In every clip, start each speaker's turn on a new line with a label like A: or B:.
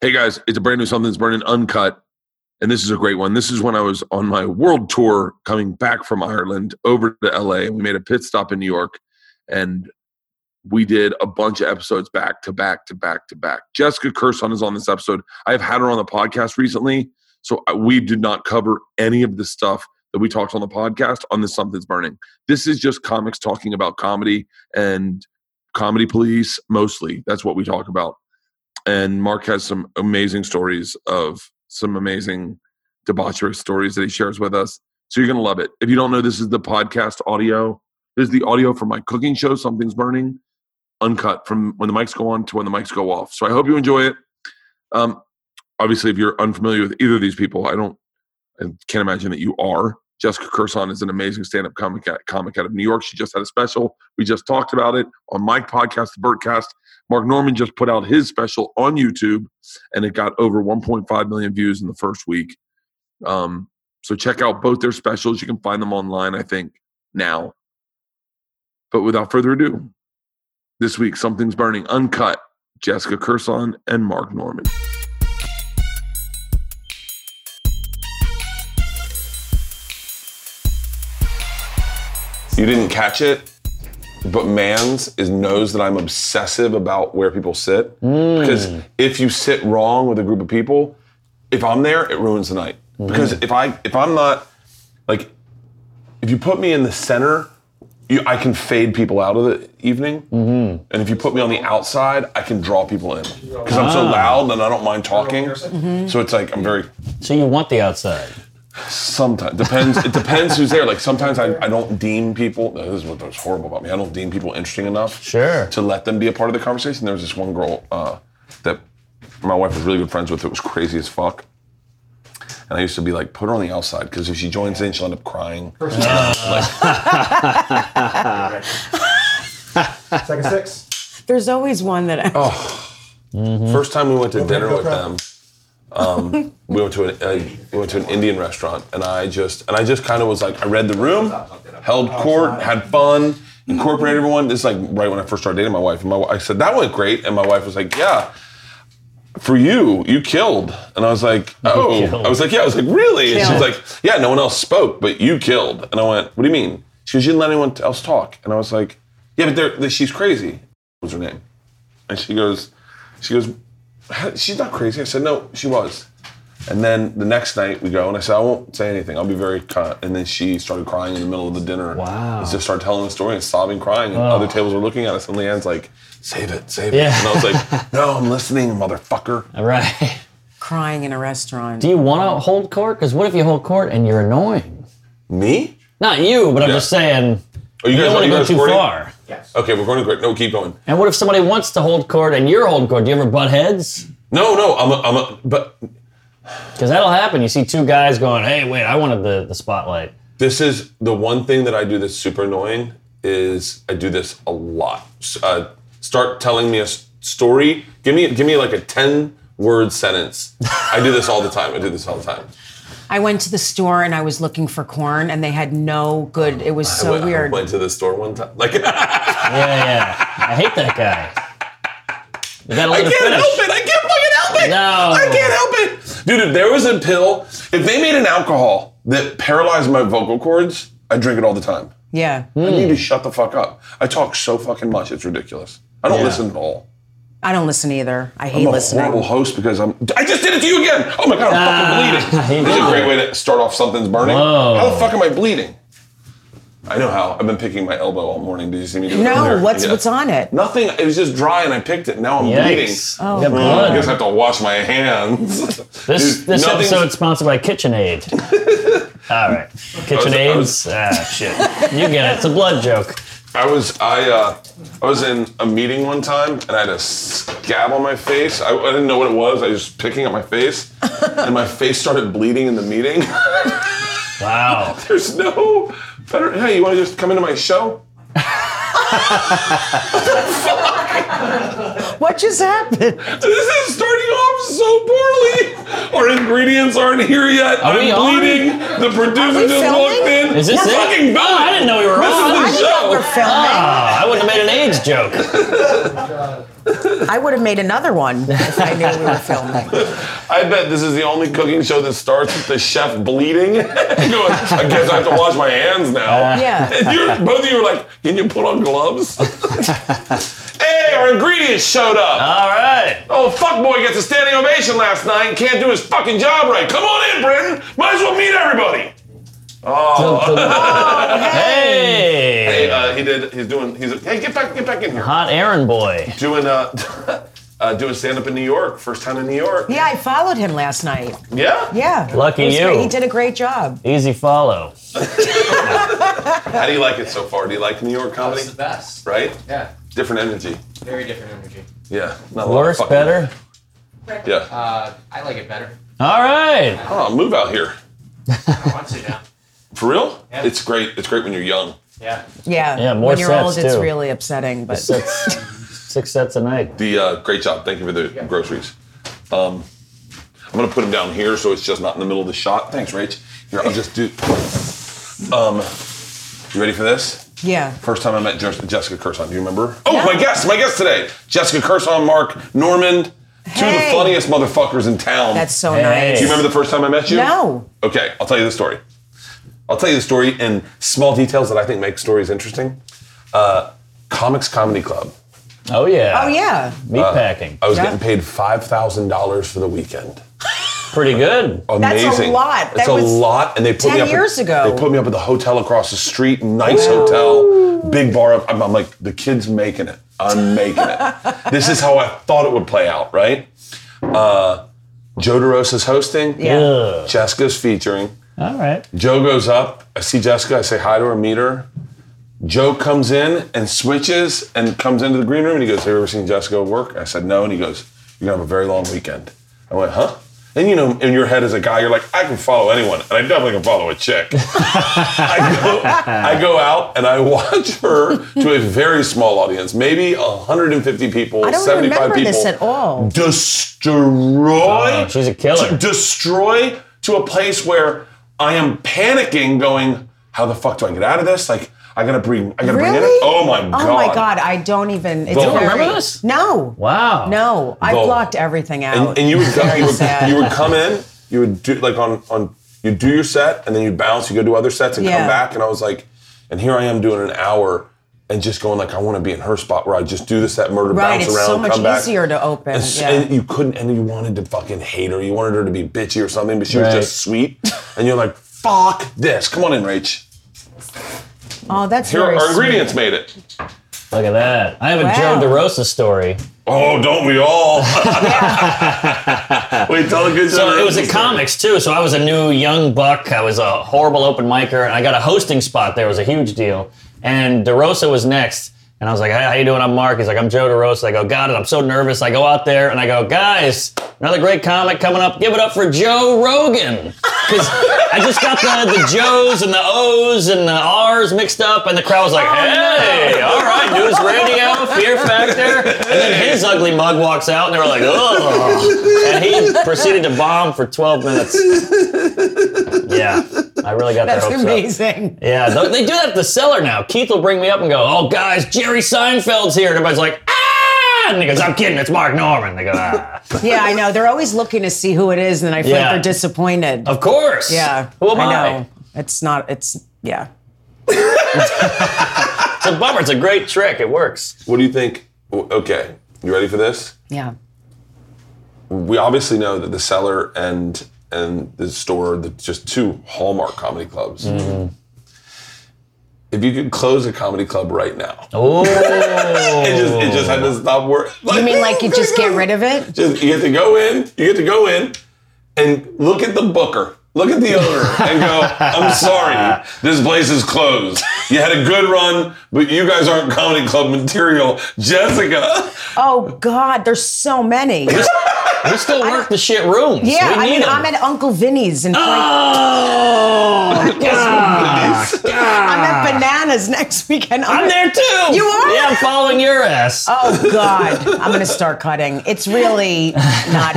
A: Hey guys, it's a brand new Something's Burning Uncut. And this is a great one. This is when I was on my world tour coming back from Ireland over to LA. We made a pit stop in New York and we did a bunch of episodes back to back to back to back. Jessica Curson is on this episode. I've had her on the podcast recently. So we did not cover any of the stuff that we talked on the podcast on this Something's Burning. This is just comics talking about comedy and comedy police mostly. That's what we talk about and Mark has some amazing stories of some amazing debaucherous stories that he shares with us. So you're gonna love it. If you don't know, this is the podcast audio. This is the audio from my cooking show, Something's Burning, uncut from when the mics go on to when the mics go off. So I hope you enjoy it. Um, obviously, if you're unfamiliar with either of these people, I don't, I can't imagine that you are. Jessica Curson is an amazing stand-up comic comic out of New York. She just had a special. We just talked about it on my podcast, the Burtcast. Mark Norman just put out his special on YouTube, and it got over 1.5 million views in the first week. Um, so check out both their specials. You can find them online, I think, now. But without further ado, this week something's burning uncut. Jessica Curson and Mark Norman. You didn't catch it, but Mans is knows that I'm obsessive about where people sit because if you sit wrong with a group of people, if I'm there, it ruins the night. Because if I if I'm not like if you put me in the center, you, I can fade people out of the evening, and if you put me on the outside, I can draw people in because I'm so loud and I don't mind talking. So it's like I'm very
B: So you want the outside?
A: Sometimes depends. it depends who's there. Like sometimes I, I don't deem people. This is what's horrible about me. I don't deem people interesting enough.
B: Sure.
A: To let them be a part of the conversation. There was this one girl uh, that my wife was really good friends with. That was crazy as fuck. And I used to be like, put her on the outside because if she joins in, she'll end up crying.
C: Second six.
D: There's always one that
B: Oh.
D: I,
A: First time we went to dinner
C: no
A: with them,
C: problem.
A: um, we went to an uh, we went to an Indian restaurant, and I just and I just kind of was like, I read the room, held court, had fun, incorporated everyone. This is like right when I first started dating my wife, and my wi- I said that went great, and my wife was like, Yeah, for you, you killed, and I was like, Oh,
B: killed.
A: I was like, Yeah, I was like, Really? And she was
D: Killed.
A: like, Yeah, no one else spoke, but you killed, and I went, What do you mean? She goes, You didn't let anyone else talk, and I was like, Yeah, but they're, they, she's crazy. What was her name? And she goes, she goes, she's not crazy. I said, no, she was. And then the next night we go, and I said, I won't say anything. I'll be very kind. And then she started crying in the middle of the dinner.
B: Wow. Oh.
A: And just started telling the story and sobbing, crying. And other tables were looking at us. And Leanne's like, save it, save
B: Yeah.
A: it. And I was like, no, I'm listening, motherfucker.
B: All right.
D: crying in a restaurant.
B: Do you want to hold court? Because what if you hold court and you're annoying?
A: Me?
B: Not you, but I'm just saying.
A: Are you
B: You
A: guys
B: don't want
A: are
B: to
A: you
B: go
A: guys
B: too
A: recording?
B: far.
C: Yes.
A: Okay, we're going to great. No, keep going.
B: And what if somebody wants to hold court and you're holding court? Do you ever butt heads?
A: No, no, I'm a, I'm a, but
B: Because that'll happen. You see two guys going, "Hey, wait, I wanted the, the spotlight."
A: this is the one thing that I do that's super annoying is I do this a lot. S- Uh, start telling me a s- story. Give me give me like a ten word sentence. I do this all the time. I do this all the time.
D: I went to the store and I was looking for corn and they had no good. It was
A: I
D: so
A: went, I
D: weird.
A: went to the store one time. Like I
B: Yeah, yeah. I hate that guy. You gotta let
A: can't
B: it finish.
A: help it. I can't fucking help it.
B: No.
A: I can't help it, dude. If there was a pill, if they made an alcohol that paralyzed my vocal cords, I drink it all the time.
D: yeah.
B: Hmm.
A: I need to shut the fuck up. I talk so fucking much. It's ridiculous. I don't
B: Yeah.
A: listen at all.
D: I don't listen either. I hate
A: I'm a
D: listening.
A: horrible host because I'm. I just did it to you again. Oh my god, I'm fucking
B: Ah,
A: bleeding.
B: he
A: This is a
B: did
A: great
B: it.
A: way to start off. Something's burning.
B: Whoa.
A: How the fuck am I bleeding? I know how. I've been picking my elbow all morning. Did you see me? Do it
D: No,
A: earlier?
D: what's
A: Yeah.
D: what's on it?
A: Nothing. It was just dry, and I picked it. Now I'm bleeding.
B: Yikes. You got
A: Mm, I guess I
B: blood.
A: have to wash my hands.
B: This
A: Dude,
B: this
A: nothing's-
B: episode's sponsored by KitchenAid. All right, KitchenAid's. Ah, shit. You get it. It's a blood joke.
A: I was I uh, I was in a meeting one time and I had a scab on my face. I, I didn't know what it was. I was just picking at my face, and my face started bleeding in the meeting.
B: Wow.
A: There's no better. Hey, you want to just come into my show?
D: What just happened?
A: This is starting off so poorly. Our ingredients aren't here yet.
B: Are we
A: I'm
B: on?
A: bleeding. The producer just
D: we filming?
A: walked in.
B: Is this
A: We're
B: it?
A: fucking
B: Oh,
A: done.
B: I didn't know we were
A: This
B: on.
A: is the
D: I
A: show.
D: were filming.
B: Ah, I wouldn't have made an AIDS joke.
D: I would have made another one if I knew we were filming.
A: I bet this is the only cooking show that starts with the chef bleeding. Going, I guess I have to wash my hands
B: Uh,
A: now.
D: Yeah.
A: And you're, both of you are like, can you put on gloves? hey, our ingredients showed up.
B: All right.
A: Oh, fuck boy gets a standing ovation last night and can't do his fucking job right. Come on in, Brendan. Might as well meet everybody.
B: Oh. Hey,
A: Hey, uh, he did. He's doing. He's. Hey, get back. Get back in here.
B: hot errand boy.
A: Doing. Uh, uh, doing stand up in New York. First time in New York.
D: Yeah, I followed him last night.
A: Yeah.
D: Yeah.
B: Lucky
D: It was
B: you.
D: great. He did a great job.
B: Easy follow.
A: How do you like it so far? Do you like New York comedy?
C: It's the best.
A: Right.
C: Yeah.
A: Different energy.
C: Very different energy.
A: Yeah. Not a lot of
B: Worse,
A: fucking-
B: better.
A: Yeah.
C: Uh, I like it better.
B: All right.
A: Oh, move out here.
C: I want to now.
A: For real?
C: Yeah.
A: It's great. It's great when you're young.
C: Yeah.
D: Yeah.
B: Yeah, more
D: When you're
B: sets,
D: old, it's
B: too.
D: really upsetting. But
B: Six, six sets a night.
A: The uh, great job. Thank you for the groceries. Um, I'm gonna put them down here so it's just not in the middle of the shot. Thanks, Rach. Here, I'll just do. Um, you ready for this?
D: yeah.
A: First time I met Jes- Jessica Curson. Do you remember? Oh,
D: No.
A: my guest, my guest today, Jessica Curson, Mark Norman, two of the
D: Hey.
A: funniest motherfuckers in town.
D: That's so
B: Hey.
D: nice.
A: Do you remember the first time I met you?
D: No.
A: Okay, I'll tell you the story. I'll tell you the story in small details that I think make stories interesting. Uh, Comics Comedy Club.
B: Oh yeah.
D: Oh yeah.
B: Meat packing.
A: I was
D: Yeah.
A: getting paid five thousand dollars for the weekend.
B: Pretty good.
D: That's a
A: Amazing.
D: lot.
A: That's
D: That
A: a
D: was
A: lot, and they put
D: 10
A: me up.
D: years
A: at,
D: ago.
A: they put me up at the hotel across the street. Nice hotel, big bar. Up. I'm, I'm like, the kid's making it. I'm making it. this is how I thought it would play out, right? Uh, Joe DeRosa's hosting.
D: Yeah.
B: Ugh.
A: Jessica's featuring.
B: All right.
A: Joe goes up. I see Jessica. I say hi to her, meet her. Joe comes in and switches and comes into the green room and he goes, Have you ever seen Jessica work? I said, No. And he goes, You're going to have a very long weekend. I went, Huh? And you know, in your head as a guy, you're like, I can follow anyone, and I definitely can follow a chick. I, go, I go out and I watch her to a very small audience, maybe 150 people,
D: I don't
A: 75
D: remember
A: people
D: this at all.
A: destroy.
B: Oh, she's a killer.
A: to destroy to a place where I am panicking, going, "How the fuck do I get out of this? Like, I gotta bring, I gotta
D: Really?
A: bring it. In. Oh my god!
D: Oh my god. I don't even. It's
A: You don't
D: very-
B: remember this?
D: No.
B: Wow.
D: No. I
A: Vogue.
D: blocked everything out.
A: And, and you would, go,
D: Very
A: you, would
D: sad.
A: you would come in, you would do like on on you do your set, and then you bounce, you go do other sets, and come
D: Yeah.
A: back. And I was like, and here I am doing an hour. And just going like I want to be in her spot where I just do this, that murder,
D: Right,
A: bounce
D: it's
A: around,
D: so much
A: come back.
D: easier to open,
A: And, s-
D: yeah.
A: and you couldn't, and you wanted to fucking hate her. You wanted her to be bitchy or something, but she was
B: Right.
A: just sweet. and you're like, fuck this. Come on in, Rach.
D: oh, that's
A: Here,
D: very
A: our
D: sweet.
A: ingredients made it.
B: Look at that. I have a
D: Wow.
B: Joe DeRosa story.
A: Oh, don't we all? Wait, tell a good
B: So it was at comics too. So I was a new young buck. I was a horrible open micer, and I got a hosting spot there. It was a huge deal. And DeRosa was next, and I was like, "Hey, how you doing? I'm Mark." He's like, "I'm Joe DeRosa." I go, "Got it." I'm so nervous. I go out there and I go, "Guys, another great comic coming up. Give it up for Joe Rogan." Because I just got the, the Joes and the O's and the R's mixed up, and the crowd was like, "Hey, all right, news radio, Fear Factor." And then his ugly mug walks out, and they were like, "Oh!" And he proceeded to bomb for 12 minutes. Yeah, I really got
D: That's
B: their hopes up.
D: amazing.
B: Yeah, th- they do that at the cellar now. Keith will bring me up and go, "Oh, guys, Jerry Seinfeld's here," and everybody's like, "Ah!" And he goes, "I'm kidding, it's Mark Norman." They go, "Ah."
D: Yeah, I know. They're always looking to see who it is, and I feel
B: Yeah.
D: like they're disappointed.
B: "Of course."
D: yeah.
B: Who am I?
D: know. It's not. It's yeah.
B: It's a bummer. It's a great trick. It works.
A: What do you think? Okay, you ready for this?
D: Yeah.
A: We obviously know that the cellar and and the store, the just two hallmark comedy clubs. If you could close a comedy club right now,
B: Oh.
A: it just it just had to stop working.
D: You mean like you just get rid of it?
A: Just you get to go in, you get to go in and look at the booker, look at the owner, and go, I'm sorry, this place is closed. You had a good run, but you guys aren't comedy club material. Jessica.
D: Oh God, there's so many.
B: we still work the shit rooms.
D: Yeah,
B: we
D: I
B: need
D: mean,
B: 'em.
D: I'm at Uncle Vinny's and
B: Oh, God.
D: I'm at Bananas next weekend.
B: Ah. I'm there too.
D: You are?
B: Yeah, I'm following your ass.
D: Oh God, I'm gonna start cutting. It's really not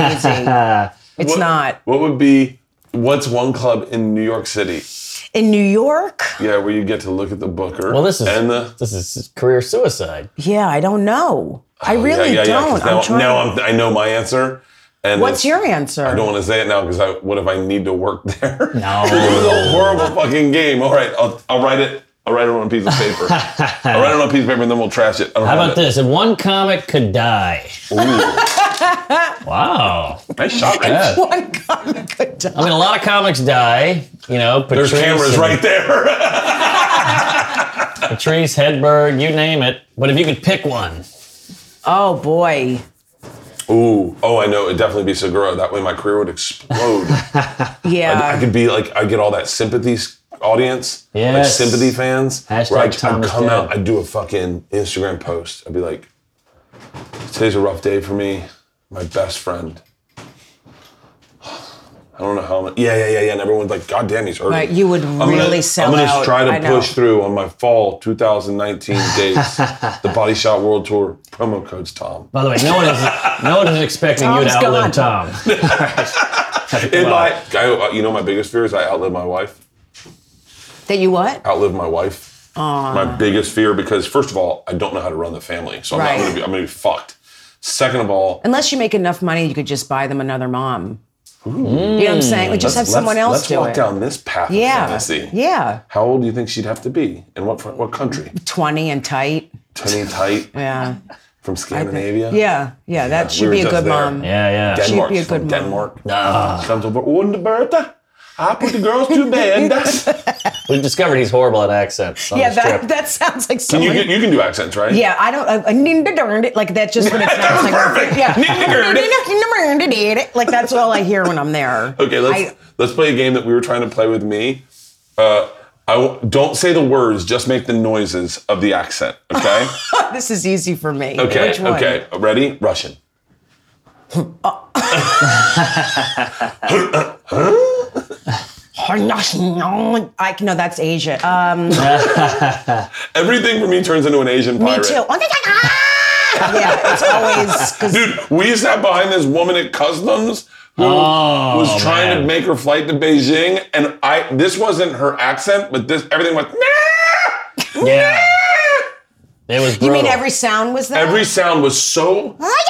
D: easy. It's not.
A: What would be what's one club in New York City?
D: in New York?
A: Yeah, where you get to look at the Booker.
B: Well, this is
A: and the.
B: this is career suicide.
D: Yeah, I don't know. I
A: Oh,
D: really
A: yeah, yeah, yeah, 'cause
D: don't. I'm
A: now,
D: trying.
A: now I'm, I know my answer. And
D: What's
A: it's-
D: your answer?
A: I don't want to say it now because I, what if I need to work there?
B: No.
A: it was a horrible fucking game. All right, I'll, I'll write it. I'll write it on a piece of paper. I'll write it on a piece of paper and then we'll trash it. I don't
B: How
A: have it.
B: about this? If one comic could die.
A: Ooh,
B: Wow.
A: nice shot, right?
B: Yeah.
D: One comic could die.
B: I mean, a lot of comics die. You know, Patrice,
A: There's cameras
B: and
A: right there.
B: Patrice Hedberg, you name it. But if you could pick one,
D: Oh boy.
A: Ooh. Oh, I know. It'd definitely be Segura. That way my career would explode. I
D: Yeah.
A: could be like, I get all that sympathy s- audience, like
B: Yes.
A: sympathy fans.
B: Hashtag
A: where I,
B: Tom
A: I'd
B: is
A: come
B: dead.
A: out, I'd do a fucking Instagram post. I'd be like, today's a rough day for me. My best friend. I don't know how. I'm, yeah, yeah, yeah, yeah. And everyone's like, God damn, he's hurting.
D: Right, you would
A: I'm
D: really
A: gonna,
D: sell
A: I'm gonna
D: out.
A: try to
D: I know.
A: push through on my fall 2019 dates. the Body Shot World Tour promo code's Tom.
B: by the way, no one is no one is expecting you to
D: Tom's
B: outlive
D: gone.
B: Tom.
A: In my, I, you know, my biggest fear is I outlive my wife.
D: That you what?
A: outlive my wife. My biggest fear because first of all, I don't know how to run the family, so I'm
D: Right.
A: not gonna be, I'm gonna be fucked. Second of all,
D: Unless you make enough money, you could just buy them another mom. You know what I'm saying? Like, just have
A: let's-
D: someone else
A: let's
D: do
A: walk
D: it.
A: down this path
D: yeah.
A: of fantasy.
D: Yeah.
A: How old do you think she'd have to be, and what fr- what country?
D: 20 and tight.
A: Tiny tight
D: Yeah.
A: from Scandinavia.
D: Yeah. Yeah. That should
A: were
D: be a
A: just
D: good
A: there.
D: mom.
B: Yeah, yeah.
D: She'd
A: Denmark.
D: be a
A: from
D: good mom.
A: Denmark. Comes over. "Und Bertha, I put the girls to bed.
B: We've discovered he's horrible at accents. On
D: Yeah,
B: this
D: that,
B: trip.
D: that sounds like
A: you,
D: someone.
A: can, you can do accents, right?
D: yeah, I don't. I, I need to darn it. Like that's just what it sounds like.
A: perfect.
D: Yeah,
A: Need to darn
D: Like that's all I hear when I'm there.
A: Okay, let's
D: I-
A: let's play a game that we were trying to play with me. Uh, I w- don't say the words, just make the noises of the accent. Okay.
D: this is easy for me.
A: Okay.
D: Which one?
A: Okay. Ready? Russian.
D: I no, that's Asia. Um,
A: Everything for me turns into an Asian
D: me
A: pirate.
D: too. yeah, it's always because
A: Dude, we sat behind this woman at customs who
B: Oh,
A: was trying to
B: man.
A: make her flight to Beijing, and I this wasn't her accent, but this everything went. "Nah!"
B: yeah. It was
D: you
B: brutal.
D: mean every sound was that.
A: Every sound was so. Yeah.
D: Oh,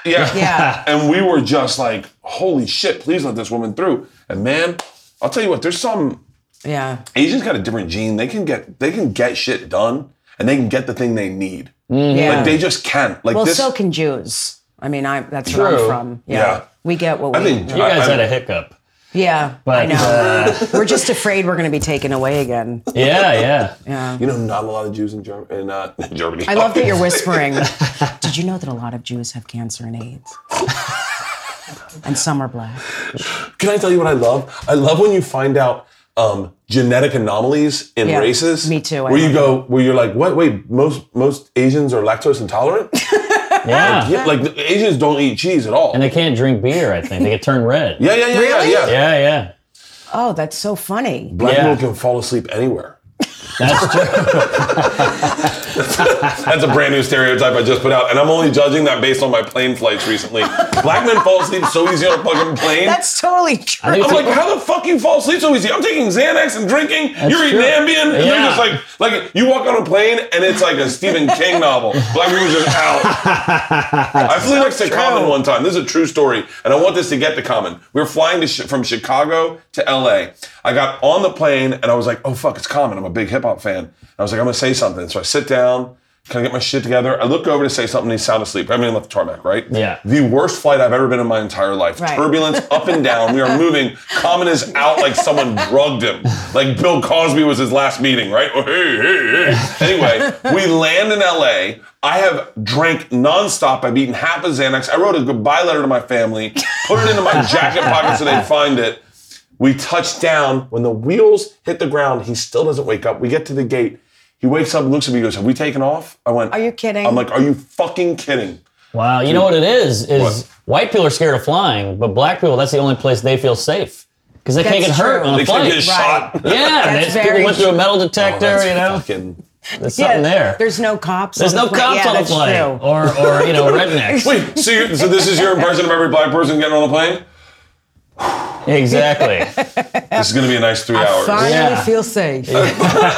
D: Yeah.
A: And we were just like, holy shit, please let this woman through. And man, I'll tell you what, there's some
D: yeah.
A: Asians got a different gene. They can get they can get shit done and they can get the thing they need.
D: Yeah.
A: Like they just can't. Like
D: Mm. well,
A: this
D: so can Jews. I mean, I that's where I'm
B: True.
D: from. Yeah.
A: Yeah.
D: We get what we.
A: I think
B: you guys
A: I- I-
B: had a hiccup.
D: yeah, I
B: But
D: know.
B: uh,
D: We're just afraid we're going to be taken away again.
B: yeah, yeah.
A: you know not a lot of Jews in Germany in uh, Germany.
D: I love that you're whispering. Did you know that a lot of Jews have cancer and AIDS? and some are black.
A: Can I tell you what I love? I love when you find out um, genetic anomalies in
D: Yeah,
A: races.
D: me too, I
A: Where you
D: love
A: go, where you're like, what? Wait, most most Asians are lactose intolerant.
B: Yeah.
A: yeah, like the Asians don't eat cheese at all.
B: And they can't drink beer, I think. They get turned red.
A: yeah, yeah, yeah,
D: Really?
A: yeah, yeah.
B: Yeah, yeah.
D: Oh, that's so funny.
A: Black
B: Yeah.
A: people can fall asleep anywhere.
B: That's true.
A: That's a brand new stereotype I just put out, and I'm only judging that based on my plane flights recently. Black men fall asleep so easy on a fucking plane.
D: That's totally true.
B: think
A: I'm like, how the fuck you fall asleep so easy? I'm taking Xanax and drinking. you're eating
B: true.
A: Ambien, and they're
B: Yeah.
A: just like, like you walk on a plane and it's like a Stephen King novel. Black people's just out. I flew next to Common one time. This is a true story, and I want this to get to Common. We were flying to Chi- from Chicago to L.A. I got on the plane and I was like, oh fuck, it's Common. I'm a big hip hop fan. And I was like, I'm gonna say something. So I sit down. Can I get my shit together? I look over to say something. He's sound asleep. I mean, left the tarmac, right?
B: Yeah.
A: The worst flight I've ever been in my entire life.
D: Right.
A: Turbulent ambulance up and down. We are moving. Common is out like someone drugged him. Like Bill Cosby was his last meeting, right? Oh, hey, hey, hey. Anyway, we land in LA. I have drank nonstop. I've eaten half a Xanax. I wrote a goodbye letter to my family, put it into my jacket pocket so they'd find it. We touch down. When the wheels hit the ground, he still doesn't wake up. We get to the gate. He wakes up, looks at me, goes, Have we taken off? I went, Are
D: you kidding?
A: I'm like, Are you fucking kidding?
B: Wow, you know what it is? Is
A: What?
B: white people are scared of flying, but black people, that's the only place they feel safe. Because they can't get
D: That's
B: hurt
D: true.
B: on
A: They
B: a
A: can't
B: flight.
A: get
D: Right.
A: shot.
B: Yeah,
D: That's
B: they- people
D: very
B: went through a metal
A: Oh,
B: detector,
A: that's
B: you know?
A: fucking-
B: There's something there. There's,
D: There's no cops. on
B: no
D: the plane.
B: cops
D: yeah,
B: on the
D: that's
B: plane. Oh,
D: True.
B: Or, or, you know, rednecks.
A: Wait, so, you so this is your impression of every black person getting on a plane?
B: Exactly.
A: This is going to be a nice three
E: I
A: hours.
E: finally
B: Yeah. Oh.
E: feel safe.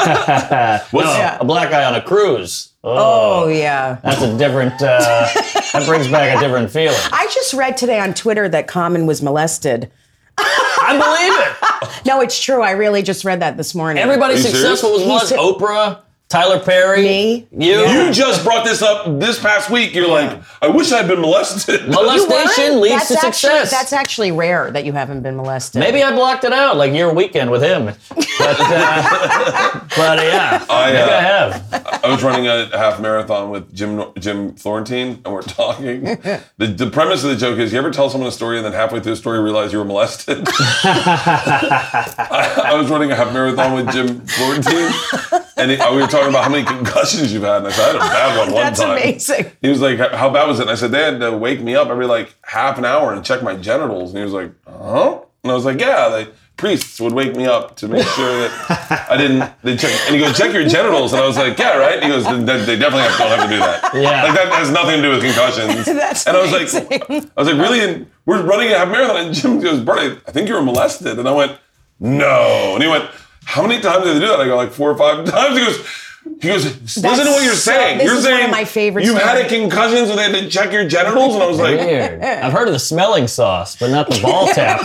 A: What's-
B: No,
E: Yeah.
B: Oh, A black guy on a cruise.
E: Oh, yeah.
B: That's a different. Uh, that brings back a different feeling.
D: I just read today on Twitter that Common was molested.
B: I believe it.
D: No, it's true. I really just read that this morning.
B: Everybody
A: Are you serious?
B: successful was was
D: He's-
B: Oprah, Tyler Perry,
D: Me?
B: you.
A: You just brought this up this past week. You're like, I wish I'd been molested.
D: You were?
B: Molestation leads
D: That's
B: to
D: actually-
B: success.
D: That's actually rare that you haven't been molested.
B: Maybe I blocked it out, like your weekend with him. But, uh, but uh, yeah,
A: I,
B: maybe I
A: uh,
B: have.
A: I was running a half marathon with Jim Nor- Jim Florentine, and we're talking. the, the premise of the joke is: you ever tell someone a story and then halfway through the story realize you were molested. I, I was running a half marathon with Jim Florentine, and he- we were talking about how many concussions you've had, and I said I had a bad one one
D: That's
A: time.
D: amazing.
A: He was like, "How bad was it?" And I said, "They had to wake me up every like half an hour and check my genitals." And he was like, "Huh?" And I was like, "Yeah." The priests would wake me up to make sure that I didn't. They check, and he goes, "Check your genitals." And I was like, "Yeah, right." And he goes, "Then "They definitely have, don't have to do that."
B: Yeah.
A: like that has nothing to do with concussions.
D: That's
A: and I was like, "I was like, really?" And we're running a half marathon, and Jim goes, "Bernie, I think you were molested." And I went, "No," and he went. How many times did they do that? I go like four or five times. He goes, he goes. Listen to what you're
D: so-
A: saying.
D: this
A: you're
D: is one
A: saying
D: of my favorite
A: You had a
D: stories.
A: concussion, so they had to check your genitals, and I was like,
B: Weird. I've heard of the smelling sauce, but not the ball tap.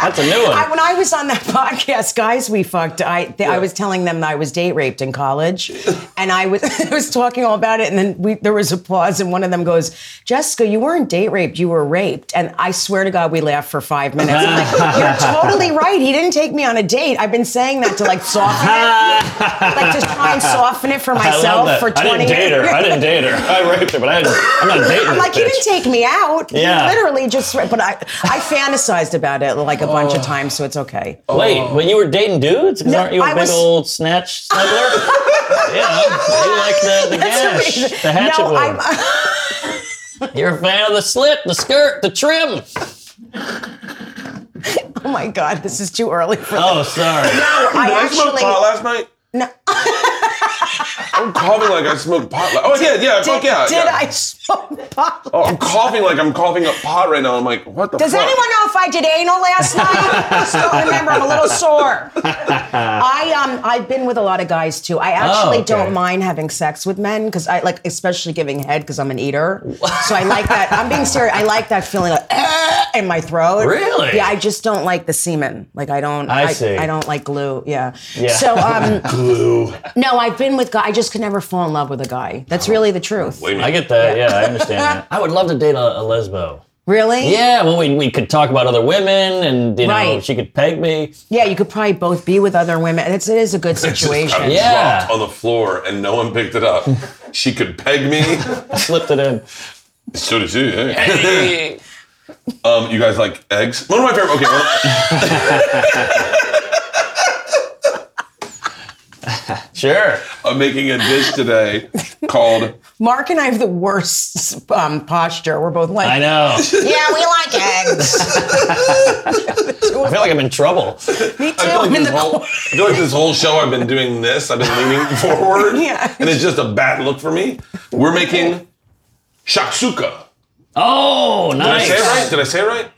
B: That's a new one.
D: I, when I was on that podcast, guys, we fucked. I th- I was telling them that I was date raped in college, and I was I was talking all about it, and then we, there was a pause, and one of them goes, "Jessica, you weren't date raped, you were raped." And I swear to God, we laughed for five minutes. I'm like, You're totally right. He didn't take me on a date. I've been saying that to like soften it, like to try and soften it for
B: I love
D: myself
B: that.
D: for
B: I
D: twenty.
B: didn't date her. I didn't date her. I raped her, but I didn't, I'm not dating
D: I'm
B: this
D: like, he didn't
B: bitch.
D: take me out. He
B: Yeah.
D: literally just, but I, I fantasized about it like a bunch
B: Oh.
D: of times, so it's okay.
B: Wait, when you were dating dudes, 'Cause
D: No,
B: aren't you a
D: I
B: big
D: was-
B: old snatch snuggler? yeah, you like the, the gash,
D: amazing.
B: the hatchet
D: No,
B: wound. You're a fan of the slit, the skirt, the trim.
D: Oh my God, this is too early for
B: Oh, sorry.
D: I
A: "Did I smoke
D: actually-
A: pot last night?" No. I'm coughing like I smoked pot. la- oh yeah, yeah, fuck
D: Did,
A: yeah.
D: did
A: yeah.
D: I smoke pot?
A: Oh, I'm coughing like I'm coughing up pot right now. I'm like, what the?
D: Does
A: fuck?
D: anyone know if I did anal last night? I still remember. I'm a little sore. I um I've been with a lot of guys too. I actually
A: Oh,
B: okay.
D: don't mind having sex with men because I like, especially giving head because I'm an eater. so I like that. I'm being serious. I like that feeling of "Ah," in my throat.
B: Really?
D: Yeah. I just don't like the semen. Like I don't.
B: I see.
D: I don't like glue. Yeah.
B: Yeah.
D: So um. No, I've been with guys. I just could never fall in love with a guy. That's really the truth.
A: Wait a minute.
B: I get that. Yeah, I understand that. I would love to date a, a lesbo.
D: Really?
B: Yeah, well, we, we could talk about other women, and you know,
D: Right.
B: she could peg me.
D: Yeah, you could probably both be with other women. It's, it is a good
A: It's just- I
D: situation.
A: dropped
B: Yeah.
A: on the floor and no one picked it up. she could peg me.
B: Slipped it in.
A: so did you. Yeah. um, you guys like eggs? One of my favorite. Okay. Well,
B: Sure.
A: I'm making a dish today called
D: Mark and I have the worst um, posture. We're both
B: I
D: like,
B: know.
D: yeah, we like eggs.
B: I feel like I'm in trouble.
D: Me too.
A: I feel, like
D: I'm in
A: this
D: the
A: whole, I feel like this whole show I've been doing this. I've been leaning forward.
D: Yeah.
A: And it's just a bad look for me. We're making shakshuka.
B: Oh,
A: Did I
B: nice.
A: say it right? Did I say it right?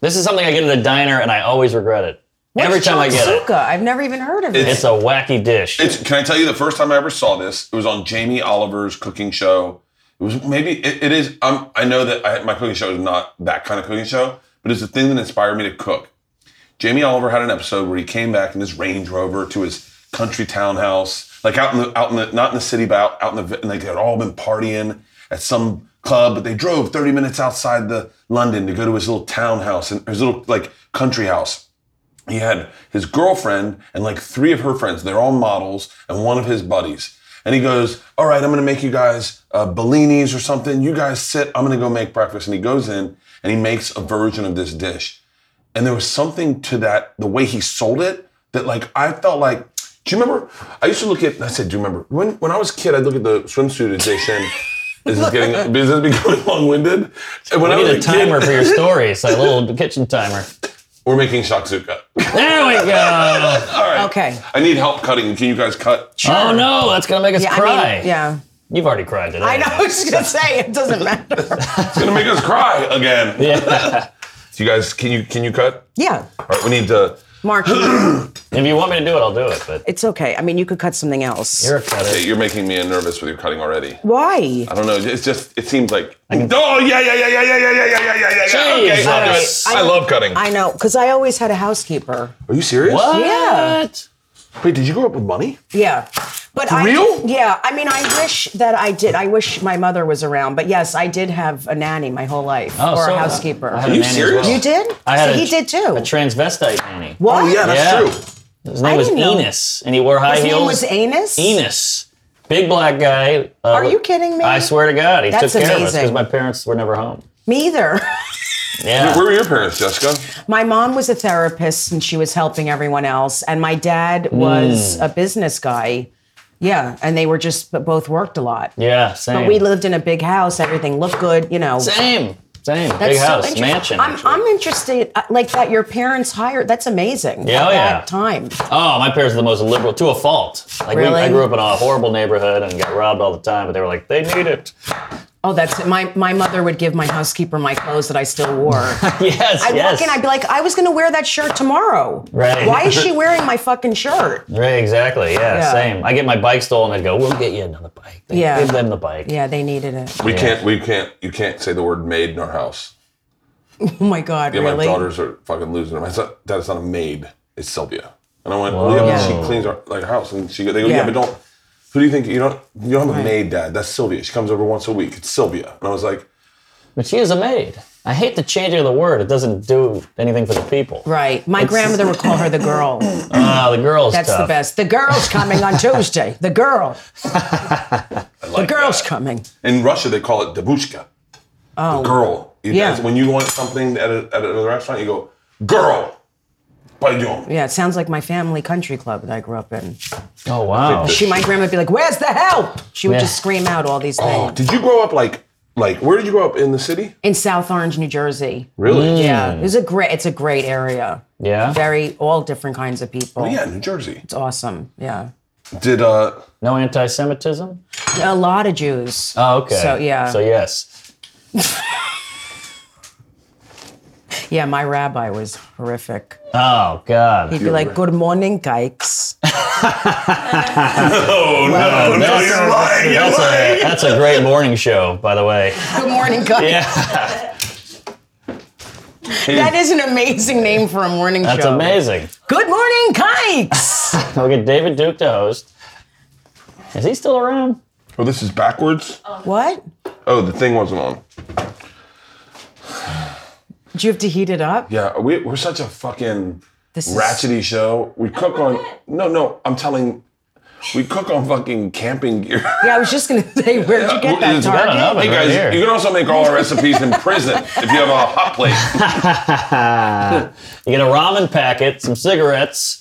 B: This is something I get at a diner, and I always regret it. Every time I get it,
D: Shakshuka? I've never even heard of
B: it's
D: it.
B: a wacky dish.
A: It's, can I tell you the first time I ever saw this? It was on Jamie Oliver's cooking show. It was maybe it, it is. I'm, I know that I, my cooking show is not that kind of cooking show, but it's the thing that inspired me to cook. Jamie Oliver had an episode where he came back in his Range Rover to his country townhouse, like out in the out in the not in the city, but out, out in the vi- and like they'd all been partying at some club, but they drove 30 minutes outside the London to go to his little townhouse and his little like country house he had his girlfriend and like three of her friends. They're all models and one of his buddies. And he goes, All right, I'm gonna make you guys uh, bellinis or something. You guys sit, I'm gonna go make breakfast. And he goes in and he makes a version of this dish. And there was something to that, the way he sold it, that like I felt like, do you remember? I used to look at, I said, do you remember? When when I was a kid, I'd look at the swimsuit edition. is this getting, is this becoming long-winded? And when
B: I
A: I
B: need a
A: was a
B: timer
A: kid,
B: for your stories, a little kitchen timer.
A: we're making shakshuka.
B: There we go.
D: okay.
A: I need help cutting. Can you guys cut?
B: Oh no, that's gonna make us
D: Yeah,
B: cry.
D: I mean, yeah.
B: You've already cried today.
D: I know. I was just gonna say it doesn't matter.
A: It's gonna make us cry again.
B: Yeah.
A: Do you guys can you can you cut?
D: Yeah.
A: All right, we need to.
D: Mark,
B: If you want me to do it, I'll do it. But
D: it's okay. I mean, you could cut something else.
B: you're a cutter.
A: Hey, You're making me nervous with your cutting already.
D: Why?
A: I don't know. It's just it seems like oh yeah yeah yeah yeah yeah yeah yeah yeah yeah yeah yeah. Okay, I'll do it.
B: Jesus.
A: I love cutting.
D: I know, because I always had a housekeeper.
A: Are you serious?
B: What?
D: Yeah.
A: Wait, did you grow up with money?
D: Yeah. But I
A: real?
D: Yeah. I mean, I wish that I did. I wish my mother was around. But yes, I did have a nanny my whole life
B: Oh,
D: or
B: so-
D: a housekeeper.
B: I had a
A: Are you
B: nanny as
A: serious?
B: well.
D: you did?
B: I had
D: So
B: a,
D: he did too.
B: A transvestite nanny.
D: what?
A: Oh yeah, that's
B: Yeah.
A: true.
B: His name was
D: didn't know.
B: Enos, and he wore high
D: His name
B: heels.
D: was Anus?
B: Enos, big black guy. uh,
D: Are you
B: with-
D: kidding me?
B: I swear to God, he
D: That's
B: took care of us because
D: amazing.
B: my parents were never home.
D: Me either.
B: Yeah.
A: Where were your parents, Jessica?
D: My mom was a therapist and she was helping everyone else. And my
B: Hmm.
D: dad was a business guy. Yeah. And they were just, but both worked a lot.
B: yeah. Same.
D: But we lived in a big house. Everything looked good, you know.
B: Same. Same.
D: That's
B: big
D: so
B: house,
D: interesting.
B: mansion.
D: I'm,
B: actually.
D: I'm interested, uh, like that. Your parents hired. That's amazing.
B: Yeah,
D: at
B: oh, yeah.
D: That time.
B: Oh, my parents are the most liberal to a fault. Like we,
D: Really?
B: I grew up in a horrible neighborhood and got robbed all the time, but they were like, they need it.
D: Oh, that's it. my my mother would give my housekeeper my clothes that I still wore. I'd
B: Yes, yes.
D: walk in, I'd be like, I was going to wear that shirt tomorrow.
B: Right.
D: Why is she wearing my fucking shirt?
B: right, exactly. Yeah,
D: Yeah.
B: same. I get my bike stolen and go, we'll get you another bike. They
D: Yeah.
B: Give them the bike.
D: Yeah, they needed it.
A: We can't we can't you can't say the word maid in our house.
D: Oh my god,
A: Yeah, my
D: really?
A: daughters are fucking losing it. My son, dad, it's not a maid. It's Sylvia. And I went, well, yeah, but
B: Whoa.
A: she cleans our like our house, and she go, they go, yeah.
D: Yeah.
A: but don't. Who do you think you don't? You don't have a maid, Dad. That's Sylvia. She comes over once a week. It's Sylvia. And I was like,
B: But she is a maid. I hate the changing of the word. It doesn't do anything for the people.
D: Right. My grandmother would call her the girl.
B: Ah, the girl's
D: That's
B: tough.
D: the best. The girl's coming on Tuesday. The girl.
A: I like
D: The girl's
A: that.
D: coming.
A: In Russia, they call it debushka. Oh, the girl. You
D: yeah.
A: guys- when you want something at a, at a restaurant, you go, girl. Pardon.
D: Yeah, it sounds like my family country club that I grew up in.
B: Oh, wow.
D: She, my grandma would be like, Where's the help? She would
B: Yeah.
D: just scream out all these
A: Oh,
D: things.
A: did you grow up like like where did you grow up in the city?
D: in South Orange, New Jersey.
A: Really?
D: Yeah, it was a great. It's a great area.
B: Yeah?
D: Very all different kinds of people.
A: Yeah, New Jersey.
D: it's awesome. Yeah,
A: Did uh
B: No anti Semitism?
D: a lot of Jews.
B: Oh, okay.
D: So, yeah.
B: So, yes.
D: yeah, my rabbi was horrific.
B: Oh, God.
D: He'd be like, "Good morning, kikes."
A: Oh, no,
B: that's-
A: you're lying. You're
B: That's a,
A: lying.
B: that's a great morning show, by the way.
D: Good morning, kikes.
B: Yeah,
D: That is an amazing name for a morning
B: that's
D: show.
B: amazing.
D: Good morning, kikes.
B: We'll get David Duke to host. Is he still around?
A: Oh, this is backwards?
D: what?
A: Oh, the thing wasn't on.
D: Do you have to heat it up?
A: Yeah, we, we're such a fucking
D: This is-
A: ratchety show. We cook on. No, no, I'm telling. We cook on fucking camping gear.
D: Yeah, I was just gonna say, where'd you get that
A: It's got an
D: target?
B: oven.
A: Hey
B: Right
A: guys,
B: here.
A: you can also make all our recipes in prison if you have a hot plate.
B: You get a ramen packet, some cigarettes.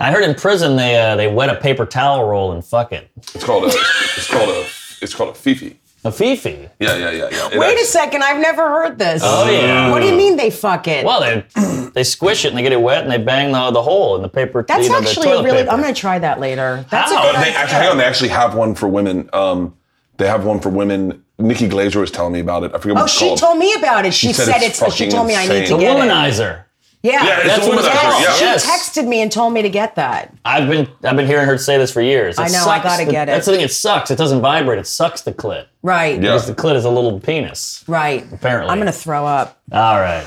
B: I heard in prison they uh, they wet a paper towel roll and fuck it.
A: It's called a. It's called a. It's called a fifi.
B: A fifi.
A: Yeah, yeah, yeah, yeah. It
D: Wait
A: acts-
D: a second, I've never heard this.
B: Oh yeah.
D: What do you mean they fuck it?
B: Well, they they squish it and they get it wet and they bang the, the hole in the paper.
D: That's
B: you know, the
D: actually a
B: toilet
D: really.
B: paper.
D: I'm gonna try that later. That's
B: How?
D: a good
A: They
D: idea.
A: Uh, actually, hang on, they actually have one for women. Um, they have one for women. Nikki Glazer was telling me about it. I forget what
D: Oh,
A: it's
D: she
A: called.
D: told me about it. She,
A: said
D: said,
A: it's
D: it's. she
A: fucking
D: told me I need
A: insane.
D: to
B: the
D: get it.
B: womanizer.
D: Yeah,
A: Yeah, it's
B: That's
A: the
B: what
A: woman
B: it's
A: that
B: called.
A: yeah.
D: She
B: Yes.
D: texted me and told me to get that.
B: I've been I've been hearing her say this for years. It
D: I know, I
B: Sucks.
D: gotta
B: the-
D: get it.
B: That's the thing. It sucks. It doesn't vibrate. It sucks the clit.
D: Right.
A: Yeah.
B: Because the clit is a little penis.
D: Right.
B: Apparently.
D: I'm gonna throw up.
B: All right.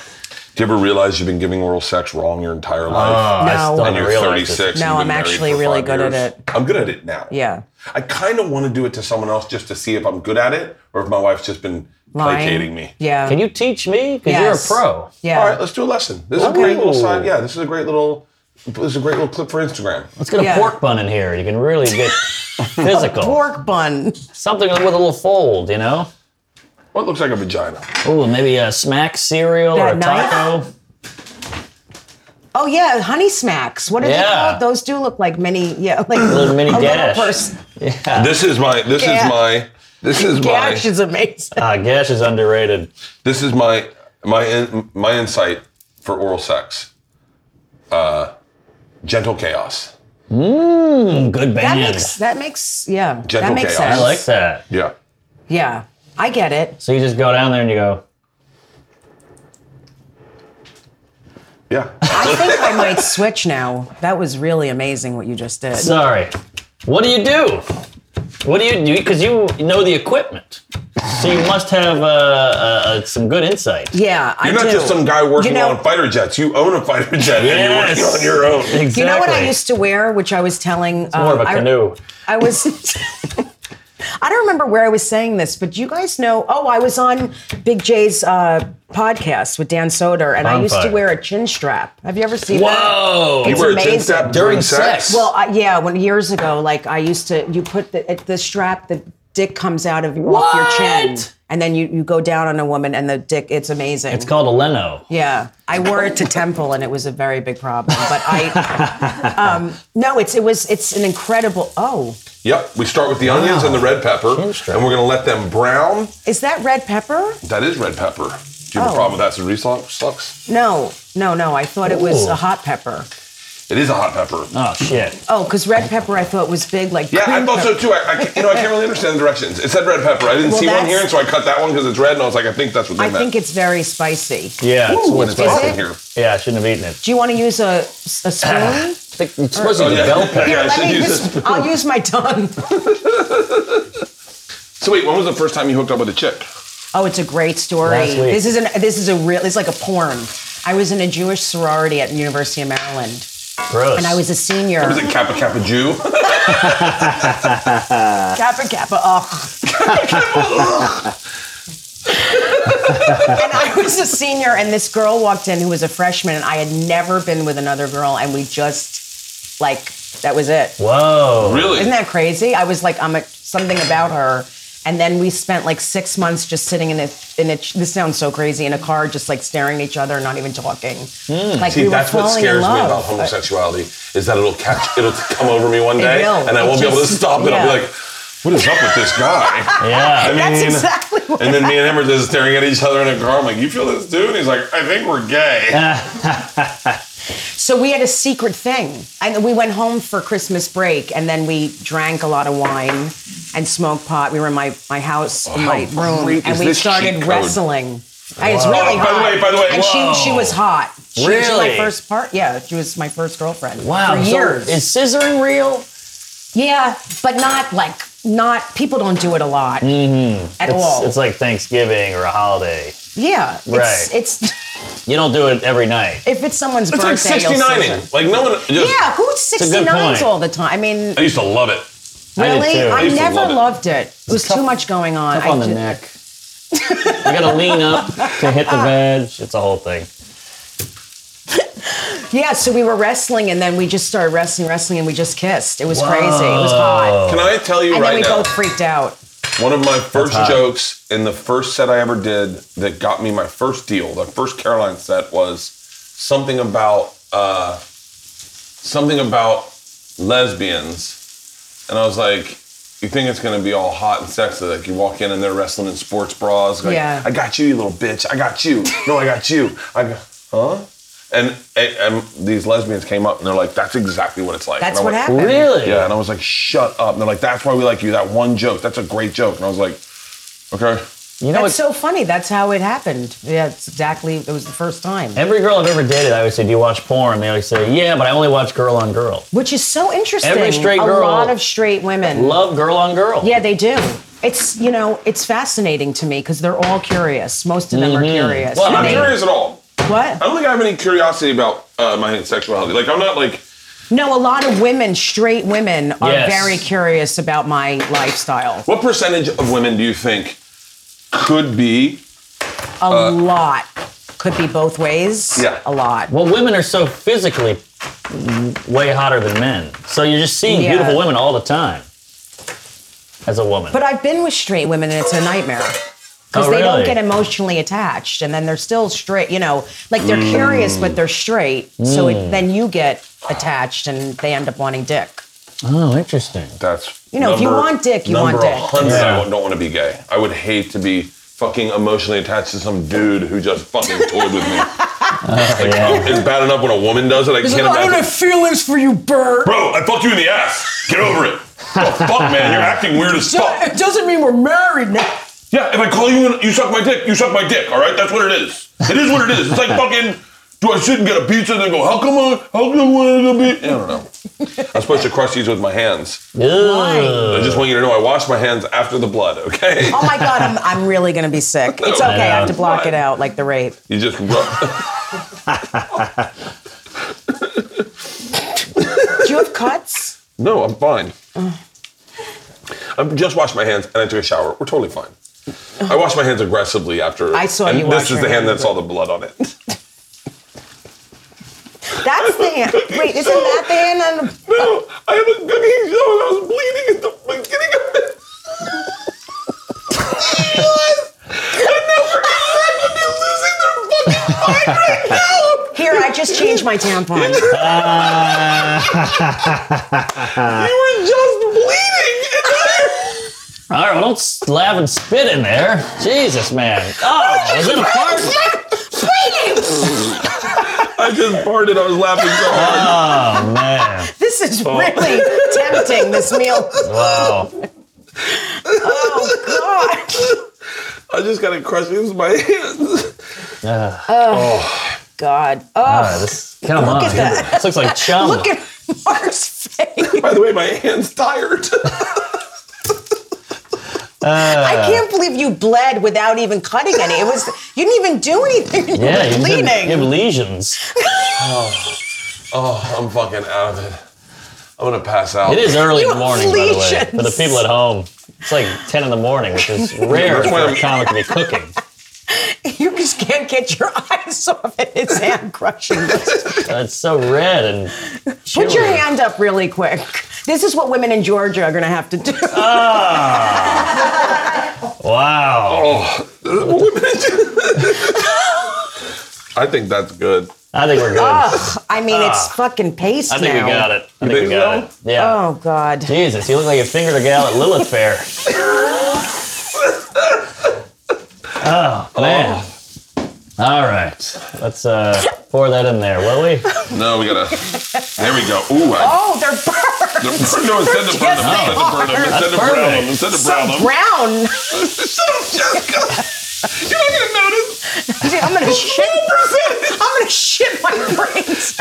A: Do you ever realize you've been giving oral sex wrong your entire life?
B: I
D: No.
B: still
D: And
A: and you're
B: haven't realized this.
A: 36. and
D: No,
A: you've
D: I'm
A: been married
D: actually
A: for
D: really
A: five
D: good at
A: years.
D: it.
A: I'm good at it now.
D: Yeah.
A: I kind of want to do it to someone else just to see if I'm good at it or if my wife's just been
D: Lying.
A: placating me.
D: Yeah.
B: Can you teach me? Because
D: Yes.
B: you're a pro.
D: Yeah.
A: All right, let's do a lesson. This is a great little side. Yeah, this is a great little. This is a great little clip for Instagram.
B: Let's get a
D: Yeah.
B: pork bun in here. You can really get physical.
D: Pork bun.
B: Something with a little fold, you know?
A: What looks like a vagina?
B: Ooh, maybe a smack cereal or
D: That
B: a
D: knife?
B: taco.
D: Oh yeah, honey smacks. What are they
B: Yeah.
D: called? Those do look like mini. Yeah, like
B: little mini
D: a
B: gash.
D: Little person.
A: This is my. This
D: Yeah.
A: is my. This is
D: Gash
A: my.
D: is amazing.
B: Ah, Gash is underrated.
A: This is my my in, my insight for oral sex. Uh, gentle chaos.
B: Mm, Good
D: That
B: band.
D: makes. That makes. Yeah.
A: Gentle
D: that makes
A: chaos.
D: sense.
B: I like that.
A: Yeah.
D: Yeah. I get it.
B: So you just go down there and you go,
A: Yeah.
D: I think I might switch now. That was really amazing what you just did.
B: Sorry. What do you do? What do you do? Because you know the equipment, so you must have uh, uh, some good insight.
D: yeah, I
A: You're not
D: do.
A: just some guy working
D: You know-
A: on fighter jets. You own a fighter jet and you're
B: Yes.
A: working on your own.
B: Exactly.
D: You know what I used to wear, which I was telling. um,
B: More of a
D: I-
B: canoe.
D: I was. I don't remember where I was saying this, but you guys know. Oh, I was on Big J's uh, podcast with Dan Soder, and I
B: Bonfire.
D: used to wear a chin strap. Have you ever seen
B: Whoa!
D: that?
A: You
D: It's
A: wear a
D: amazing.
A: chin strap
B: During sex.
D: Well, I, yeah, when years ago, like I used to, you put the it- the strap, the dick comes out of off your chin,
B: What?
D: and then you you go down on a woman, and the dick. It's amazing.
B: It's called a Leno.
D: Yeah, I wore it to temple, and it was a very big problem. But I, um, no, it's it was it's an incredible. Oh,
A: Yep. We start with the onions and the red pepper,
B: Chin
A: and
B: strap.
A: we're gonna let them brown.
D: is that red pepper?
A: That is red pepper. Do you have a
D: Oh.
A: problem with that? So resox sucks.
D: No, no, no. I thought it was
B: Ooh.
D: a hot pepper.
A: It is a hot pepper.
B: Oh shit!
D: Oh, because red pepper I thought was big, like
A: Yeah, I
D: cream
A: thought so
D: pepper.
A: too. I, I, you know, I can't really understand the directions. It said red pepper. I didn't
D: Well,
A: see one
D: that's-
A: here, and so I cut that one because it's red, and I was like, I think that's what they
D: I
A: meant.
D: think it's very spicy.
B: Yeah, it's
A: Ooh, and it's
B: spicy.
A: awesome here.
B: Yeah, I shouldn't have eaten it.
D: Do you want to use a, a spoon?
B: You're supposed
A: Oh,
B: to
A: yeah.
B: develop it.
A: Yeah, I
D: Let
A: should
D: me
A: use
D: use-
A: this.
D: I'll use my tongue.
A: So wait, when was the first time you hooked up with a chick?
D: Oh, it's a great story.
B: Last week.
D: This is an this is a real. It's like a porn. I was in a Jewish sorority at University of Maryland,
B: Gross.
D: and I was a senior.
A: Was it Kappa Kappa Jew?
D: Kappa Kappa. Oh. and I was a senior, and this girl walked in who was a freshman, and I had never been with another girl, and we just like that was it.
B: Whoa!
A: really?
D: Isn't that crazy? I was like, I'm a, something about her. And then we spent like six months just sitting in a, in a, this sounds so crazy, in a car, just like staring at each other and not even talking. Like
A: Hmm. See,
D: we were
A: that's what
D: falling in
A: scares me
D: love.
A: about homosexuality is that it'll catch, it'll come over me one day,
D: will.
A: and I
D: It
A: won't be able to
D: just-
A: stop it. I'll
D: yeah.
A: be like, what is up with this guy?
B: Yeah.
D: That's
A: mean-
D: exactly what
A: and then me and him are just staring at each other in a car. I'm like, you feel this dude? And he's like, I think we're gay.
D: So we had a secret thing. And we went home for Christmas break and then we drank a lot of wine and smoked pot. We were in my, my house, in
A: Oh, How
D: my room,
A: great is
D: and we
A: this cheat
D: started
A: code?
D: wrestling. And it's really
A: Oh, by the
D: hot.
A: way, by the way,
D: and
B: whoa.
D: she she was hot. She was my
B: Really?
D: first part. Yeah, she was my first girlfriend.
B: Wow.
D: for
B: so
D: years.
B: is scissoring real?
D: yeah, but not like not people don't do it a lot at all.
B: Mm-hmm. It's like Thanksgiving or a holiday.
D: yeah,
B: Right.
D: It's, it's
B: You don't do it every night.
D: if it's someone's
A: It's
D: birthday,
A: like
D: you'll see
A: 69ing.
D: them.
A: Like no one. Just,
D: Yeah, who's
B: a good
D: 69s
B: point.
D: all the time? I mean,
A: I used to love it.
B: I did
D: Really?
B: too.
D: I,
B: I used
A: to
D: never
A: love it.
D: loved it. It was
B: tough-
D: too much going on.
B: Up
D: I
B: on the
D: ju-
B: neck. you gotta lean up to hit the veg. It's a whole thing.
D: Yeah, so we were wrestling and then we just started wrestling, wrestling, and we just kissed. It was crazy. It was hot.
A: Can I tell you
D: Oh. And
A: right
D: then we
A: now?
D: both freaked out.
A: One of my first jokes in the first set I ever did that got me my first deal, the first Caroline set was something about uh, something about lesbians, and I was like, "You think it's gonna be all hot and sexy? Like you walk in and they're wrestling in sports bras? Like,
D: Yeah.
A: I got you, you little bitch. I got you. No, I got you. I got, huh?" And, and these lesbians came up and they're like, "That's exactly what it's like."
D: That's
A: And I'm
D: what
A: like,
D: happened.
B: Really?
A: yeah, and I was like, shut up. And they're like, that's why we like you. That one joke. That's a great joke. And I was like, okay.
B: You know
D: That's
B: what?
D: so funny. That's how it happened. Yeah, it's exactly. It was the first time.
B: Every girl I've ever dated, I always say, "Do you watch porn?" They always say, "Yeah, but I only watch girl on girl."
D: Which is so interesting.
B: Every straight
D: A
B: girl-
D: lot of straight women.
B: Love girl on girl.
D: Yeah, they do. It's you know, it's fascinating to me because they're all curious. Most of them are curious.
B: Well,
A: Mm-hmm. I'm not
B: I mean-
A: curious at all. I
D: what?
A: don't think I have any curiosity about uh, my sexuality. Like, I'm not like,
D: No, a lot of women, straight women, are
B: Yes.
D: very curious about my lifestyle.
A: what percentage of women do you think could be?
D: A lot. Could be both ways.
A: uh, Yeah.
D: A lot.
B: Well, women are so physically way hotter than men, so you're just seeing
D: Yeah.
B: beautiful women all the time. As a woman,
D: But I've been with straight women and it's a nightmare. Because
B: Oh,
D: they don't
B: really?
D: get emotionally attached and then they're still straight, you know, like they're curious,
A: Mm.
D: but they're straight. So it, then you get attached and they end up wanting dick.
B: oh, interesting.
A: That's.
D: You know, if you want dick, you
A: number
D: want dick.
A: 100,
B: Yeah.
A: I don't want to be gay. I would hate to be fucking emotionally attached to some dude who just fucking toyed with me.
B: Yeah.
A: It's bad enough when a woman does it. I can't imagine.
D: feelings for you, Bert.
A: Bro, I fucked you in the ass. Get over it. Oh, fuck, man, you're acting weird as fuck.
D: doesn't mean we're married now.
A: Yeah, if I call you, and you suck my dick. You suck my dick. All right, that's what it is. It is what it is. It's like fucking do I sit and get a pizza? And they go, how come I, how come I get a pizza? I don't know. I'm supposed to crush these with my hands.
B: Ugh.
A: I just want you to know I wash my hands after the blood, okay?
D: Oh my god, I'm I'm really gonna be sick. It's okay. I have to block it out like the rape.
A: You just rub.
D: Do you have cuts?
A: no, I'm fine. I just washed my hands and I took a shower. We're totally fine. I washed my hands aggressively after.
D: I saw
A: and
D: you wash
A: This is
D: your
A: the hand
D: hands.
A: that's all the blood on it.
D: That's the hand. Wait, isn't that the hand on the
A: No, I had a cooking show and I was bleeding at the beginning of it. I never expected to be losing their fucking mind right now.
D: Here, I just changed my tampon.
A: You were just bleeding. And I,
B: All right, well, don't slab and spit in there. Jesus, man. Oh, was it a fart?
A: I just farted. I was laughing so hard.
B: Oh, man.
D: This is
B: Oh.
D: really tempting, this meal.
B: Wow.
D: Oh, God.
A: I just got it crushed with my hands.
D: God.
B: Ah,
D: Oh,
B: this, come on.
D: at that.
B: This looks like chum.
D: look at Mark's face.
A: By the way, my hand's tired.
D: I
B: Uh.
D: can't believe you bled without even cutting any. It was, you didn't even do anything. You
B: yeah,
D: were
B: you
D: bleeding.
B: have, you have lesions.
A: oh, I'm fucking out of it. I'm gonna pass out.
B: It is early in
D: You
B: the morning, by the way,
D: lesions.
B: for the people at home. It's like 10 in the morning, which is rare
A: That's why
B: for a
A: I'm-
B: comic to be cooking.
D: You just can't get your eyes off it. It's hand crushing.
B: Uh, It's so red and.
D: Put your
B: chewy.
D: hand up really quick. This is what women in Georgia are going to have to do.
B: Wow.
A: Oh, I think that's good.
B: I think we're good.
D: Ugh, I mean, it's fucking paste
B: Ah. I think
D: now.
B: we got it. I think we
A: think
B: got it. Yeah.
D: Oh, God.
B: Jesus, you look like you fingered a gal at Lilith Fair. oh man! All right, let's uh, pour that in there, will we?
A: No, we gotta. There we go. Ooh, I,
D: Oh, they're burnt.
A: no, instead of burn them, instead of burn them, instead of brown them, instead of brown them.
D: Brown.
A: Shut up, Jessica. You're not gonna notice.
D: Dude, I'm gonna shit.
B: Oh,
D: I'm gonna shit my
A: It's
D: brains.
A: a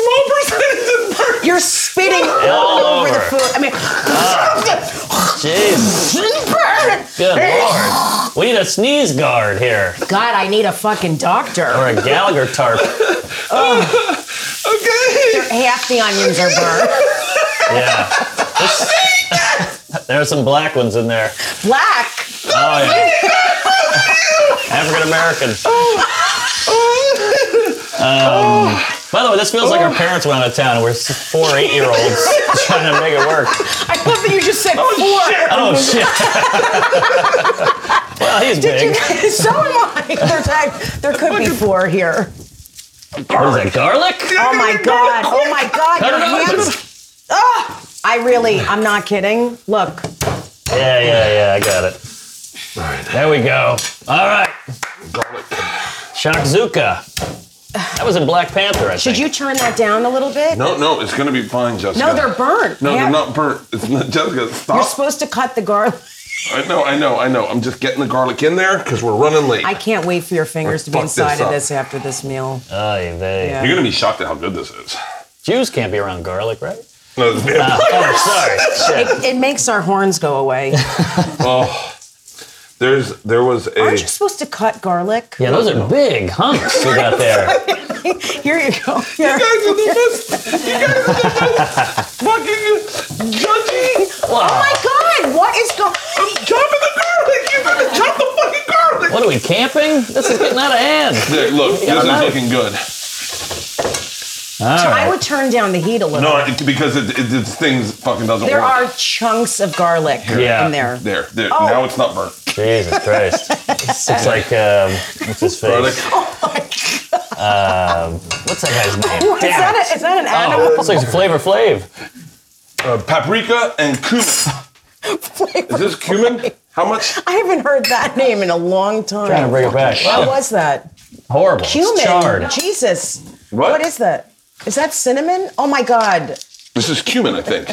A: small percentage of burn.
D: You're spitting
B: All
D: all over the
B: over. Ah.
D: food. I mean,
B: Jeez,
D: burn.
B: good lord! We need a sneeze guard here
D: God, I need a fucking
B: or
D: doctor.
B: a Gallagher tarp.
A: Okay.
D: Half the onions are burnt.
B: Yeah. This- There are some black ones in there.
D: Black.
B: Oh, yeah. African Americans. By the way, this feels like our parents went out of town. and We're s- four eight year olds trying to make it work.
D: I love that you just said four.
B: Oh shit! well, he's
D: Did you
B: big.
D: guys? So am I. There's, I. There could be four here.
B: What is that? Garlic?
D: Oh my god. Oh my god.
B: Cut
D: Your
B: it open.
D: hands. Oh, I really. I'm not kidding. Look.
B: Yeah, yeah, yeah. I got it. There we go. All right. Shakzuka. That was in Black Panther, I
D: Should
B: think.
D: you turn that down a little bit?
A: No, no, it's gonna be fine, Jessica.
D: No, they're burnt.
A: No,
D: Yeah.
A: they're not burnt. It's not Jessica.
D: You're
A: Stop.
D: supposed to cut the garlic.
A: I know, I know, I know. I'm just getting the garlic in there because we're running late.
D: I can't wait for your fingers to be
A: Fuck this
D: inside of
A: up.
D: this after this meal.
B: Oy vey.
D: Yeah.
A: You're gonna be shocked at how good this is.
B: Jews can't be around garlic, right?
A: No, it's
B: Oh, sorry. Shit.
D: It makes our horns go away.
A: Oh, there's there was a.
D: Aren't you supposed to cut garlic?
B: Yeah, those are big hunks you got there.
D: Here you go. Here.
A: You guys are the best. You guys are the best. Fucking judgy.
D: Oh my god, what is going
A: I'm chopping the garlic. You're gonna chop the fucking garlic.
B: What are we camping? This is getting out of hand.
A: There, look, this is
B: nice.
A: looking good.
B: All right.
D: I would turn down the heat a little.
A: No, it, because it, it, this thing fucking doesn't
D: there
A: work.
D: are chunks of garlic
B: Yeah.
D: in there.
A: there, there.
D: Oh.
A: Now it's not burnt.
B: Jesus Christ. This looks like, um, what's his face?
A: Garlic.
D: Oh.
B: What's that guy's name?
D: What, Is
B: Damn it.
D: that, a, is that an animal?
B: Oh, looks like Flavor Flav.
A: Uh, paprika and cumin. Is this cumin? How much?
D: I haven't heard that name in a long time.
B: Trying to bring it back.
D: what
B: Wow,
D: was that?
B: horrible. It's
D: Cumin.
B: charred.
D: Jesus.
A: What?
D: What is that? Is that cinnamon? Oh my god.
A: This is cumin, I think.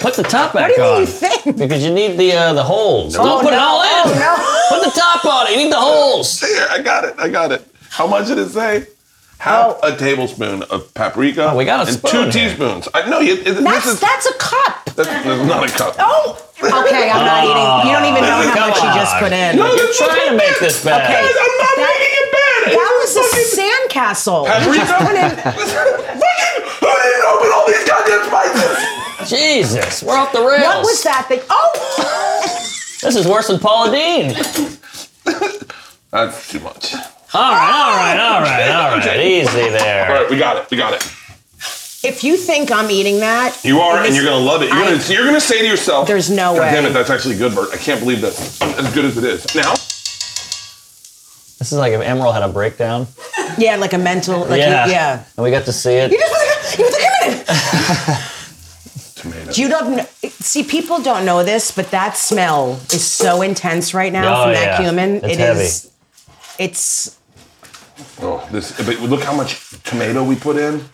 B: Put the top
D: What
B: back
D: do you
B: on.
D: think?
B: Because you need the uh, the holes. Don't
D: Oh,
B: put it
D: no.
B: all in.
D: Oh, no.
B: Put the top on it. You need the holes.
A: There, I got it. I got it. How much did it say? Half
D: Oh.
A: a tablespoon of paprika
B: Oh, we got a
A: and
B: spoon
A: two
B: here.
A: teaspoons. I know you. It,
D: That's
A: this is
D: that's a cup.
A: that's, that's not a cup.
D: Oh, okay. I'm not eating. You don't even
A: Ah.
D: know how
B: Come
D: much
B: on.
D: you just put in.
A: No,
D: that
A: that's
B: Trying
A: not
B: to
A: my
B: make
A: bed.
B: this bad.
A: Guys, I'm not
D: That-
A: making it bad. It's
D: was
A: fucking-
D: a sandcastle. You
A: Paprika?
D: just put in-
A: Fucking- Who didn't open all these goddamn spices?
B: Jesus, we're off the rails.
D: What was that thing? Oh,
B: This is worse than Paula Dean.
A: That's too much.
B: All right, all right, all right, all right. Easy
A: All
B: there.
A: right, we got it. We got it.
D: if you think I'm eating that,
A: You are,
D: It
A: and
D: was-
A: you're gonna love it. You're
D: I-
A: gonna, you're gonna say to yourself,
D: There's no
A: God
D: way."
A: Damn it, that's actually good, Bert. I can't believe that's as good as it is. Now,
B: This is like if Emerald had a breakdown.
D: yeah, like a mental, like yeah.
B: yeah.
D: You,
B: And we got to see it.
D: You just put the, you put the cup in.
A: tomato.
D: You don't kn- see. People don't know this, but that smell is so intense right now
B: Oh,
D: from
B: yeah.
D: that cumin.
B: It's
D: It
B: heavy.
D: is- It's
A: oh, this, but look how much tomato we put in.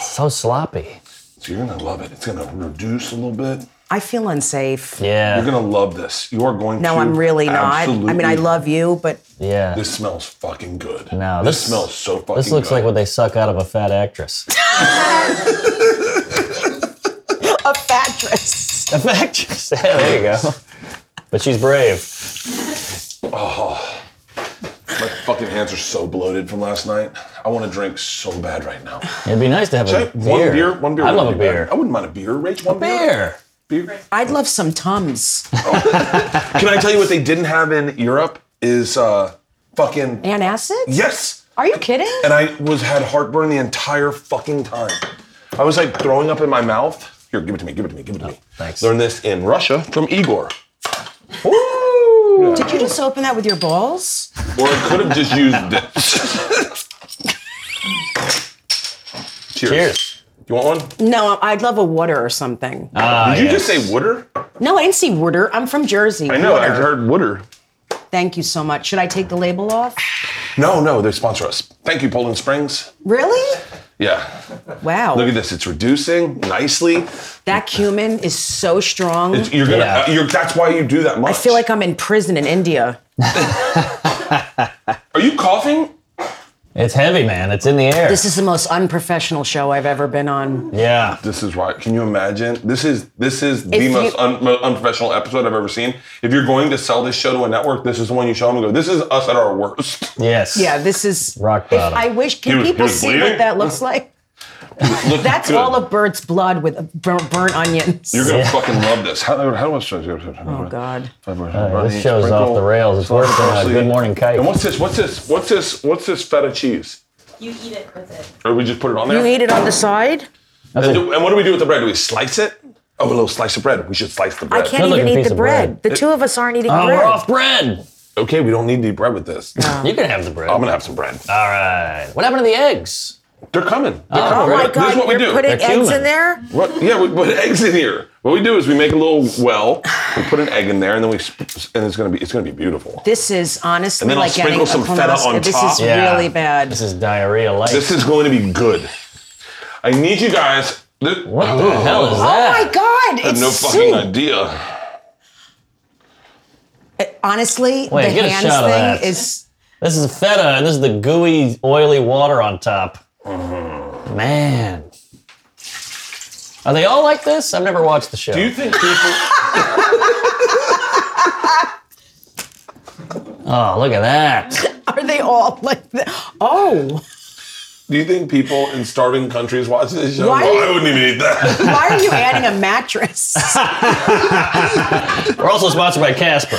B: so sloppy.
A: So you're gonna love it. It's gonna reduce a little bit.
D: I feel unsafe.
A: You're
B: Yeah.
A: gonna love this. You are going to.
D: No, I'm really not. I mean, I
A: absolutely-
D: love you, but
B: Yeah.
A: This smells fucking good.
B: No,
A: this,
B: this-
A: smells so fucking.
B: This looks
A: good.
B: like what they suck out of a fat actress.
D: a fat dress.
B: a fat actress. Yeah, there you go. But she's brave.
A: My fucking hands are so bloated from last night. I want to drink so bad right now.
B: It'd be nice to have
A: Should I-
B: a beer.
A: One beer. One beer.
B: I
A: wouldn't
B: love a
A: be bad.
B: beer.
A: I wouldn't mind a beer, Rach. One
B: Beer.
A: Beer.
D: I'd love some tums
A: Can I tell you what they didn't have in Europe is uh, fucking
D: and acids.
A: yes.
D: Are you kidding?
A: And I was had heartburn the entire fucking time. I was like throwing up in my mouth. Here, give it to me. Give it to me. Give it to me.
B: Oh, thanks.
A: Learned this in Russia from Igor.
D: Did you just open that with your balls?
A: Or I could have just used this. Cheers.
B: Cheers.
A: You want one?
D: No, I'd love a water or something.
B: Ah,
A: Did you just
B: yes.
A: say wooder?
D: no, I didn't see water. I'm from Jersey.
A: I know. I
D: Water.
A: heard wooder.
D: Thank you so much. Should I take the label off?
A: No, no, they sponsor us. Thank you, Poland Springs.
D: Really?
A: Yeah.
D: Wow.
A: Look at this. It's reducing nicely.
D: That cumin is so strong.
A: It's, you're gonna.
B: Yeah.
A: uh, you're, that's why you do that much.
D: I feel like I'm in prison in India.
A: Are you coughing?
B: It's heavy, man. It's in the air.
D: This is the most unprofessional show I've ever been on.
B: yeah.
A: This is why. Can you imagine? This is this is the
D: If
A: most
D: you-
A: un, mo- unprofessional episode I've ever seen. If you're going to sell this show to a network, this is the one you show them and go. This is us at our worst.
B: Yes.
D: Yeah, this is
B: Rock
D: If
B: bottom.
D: I wish can
A: He was- he
D: people
A: was
D: see
A: bleeding?
D: what that looks like?
A: Look
D: That's
A: good.
D: all of Bert's blood with bur- burnt onions.
A: You're gonna
B: Yeah.
A: fucking love this. How, how do I start? Oh
D: oh God.
B: this show's off the rails. It's worse than a Good Morning Kite.
A: And what's this? What's this? What's this? What's this feta cheese?
F: You eat it with it.
A: Or we just put it on there.
D: You eat it on the side?
A: and, do- and what do we do with the bread? Do we slice it? Oh, a little slice of bread. We should slice the
D: I
A: bread.
D: can't
B: Good-looking
D: even eat
B: piece
D: the
B: of
D: bread.
B: bread.
D: The two of us aren't eating
B: Oh,
D: bread.
B: we're off bread.
A: Okay, we don't need any bread with this. I'm
B: You can have the bread.
A: gonna have some bread.
B: All right. What happened to the eggs?
A: They're coming. They're
D: Oh
A: coming.
D: my
A: This is
D: God!
A: what we
D: You're
A: do.
D: putting
B: They're
D: eggs
B: cumin.
D: in there.
A: What? Yeah, we put eggs in here. What we do is we make a little well, we put an egg in there, and then we sp- and it's gonna be it's gonna be beautiful.
D: This is honestly
A: And then I'll
D: like getting
A: sprinkle some
D: a
A: feta
D: colonoscopy.
A: on
D: This
A: top.
D: is
B: Yeah.
D: really bad.
B: This is diarrhea light.
A: This is going to be good. I need you guys. Th-
B: what the hell is
D: oh
B: that?
D: my
A: I
D: God!
A: have
D: It's
A: no fucking
D: soup.
A: idea.
D: Honestly,
B: Wait,
D: the
B: get a
D: hands
B: shot of that.
D: thing is.
B: This is feta, and this is the gooey, oily water on top.
A: Mm-hmm.
B: Man. Are they all like this? I've never watched the show.
A: Do you think people?
B: oh, look at that.
D: Are they all like that? Oh,
A: do you think people in starving countries watch this show?
D: Why-
A: Well, Oh, I wouldn't even eat that.
D: why are you adding a mattress?
B: We're also sponsored by Casper.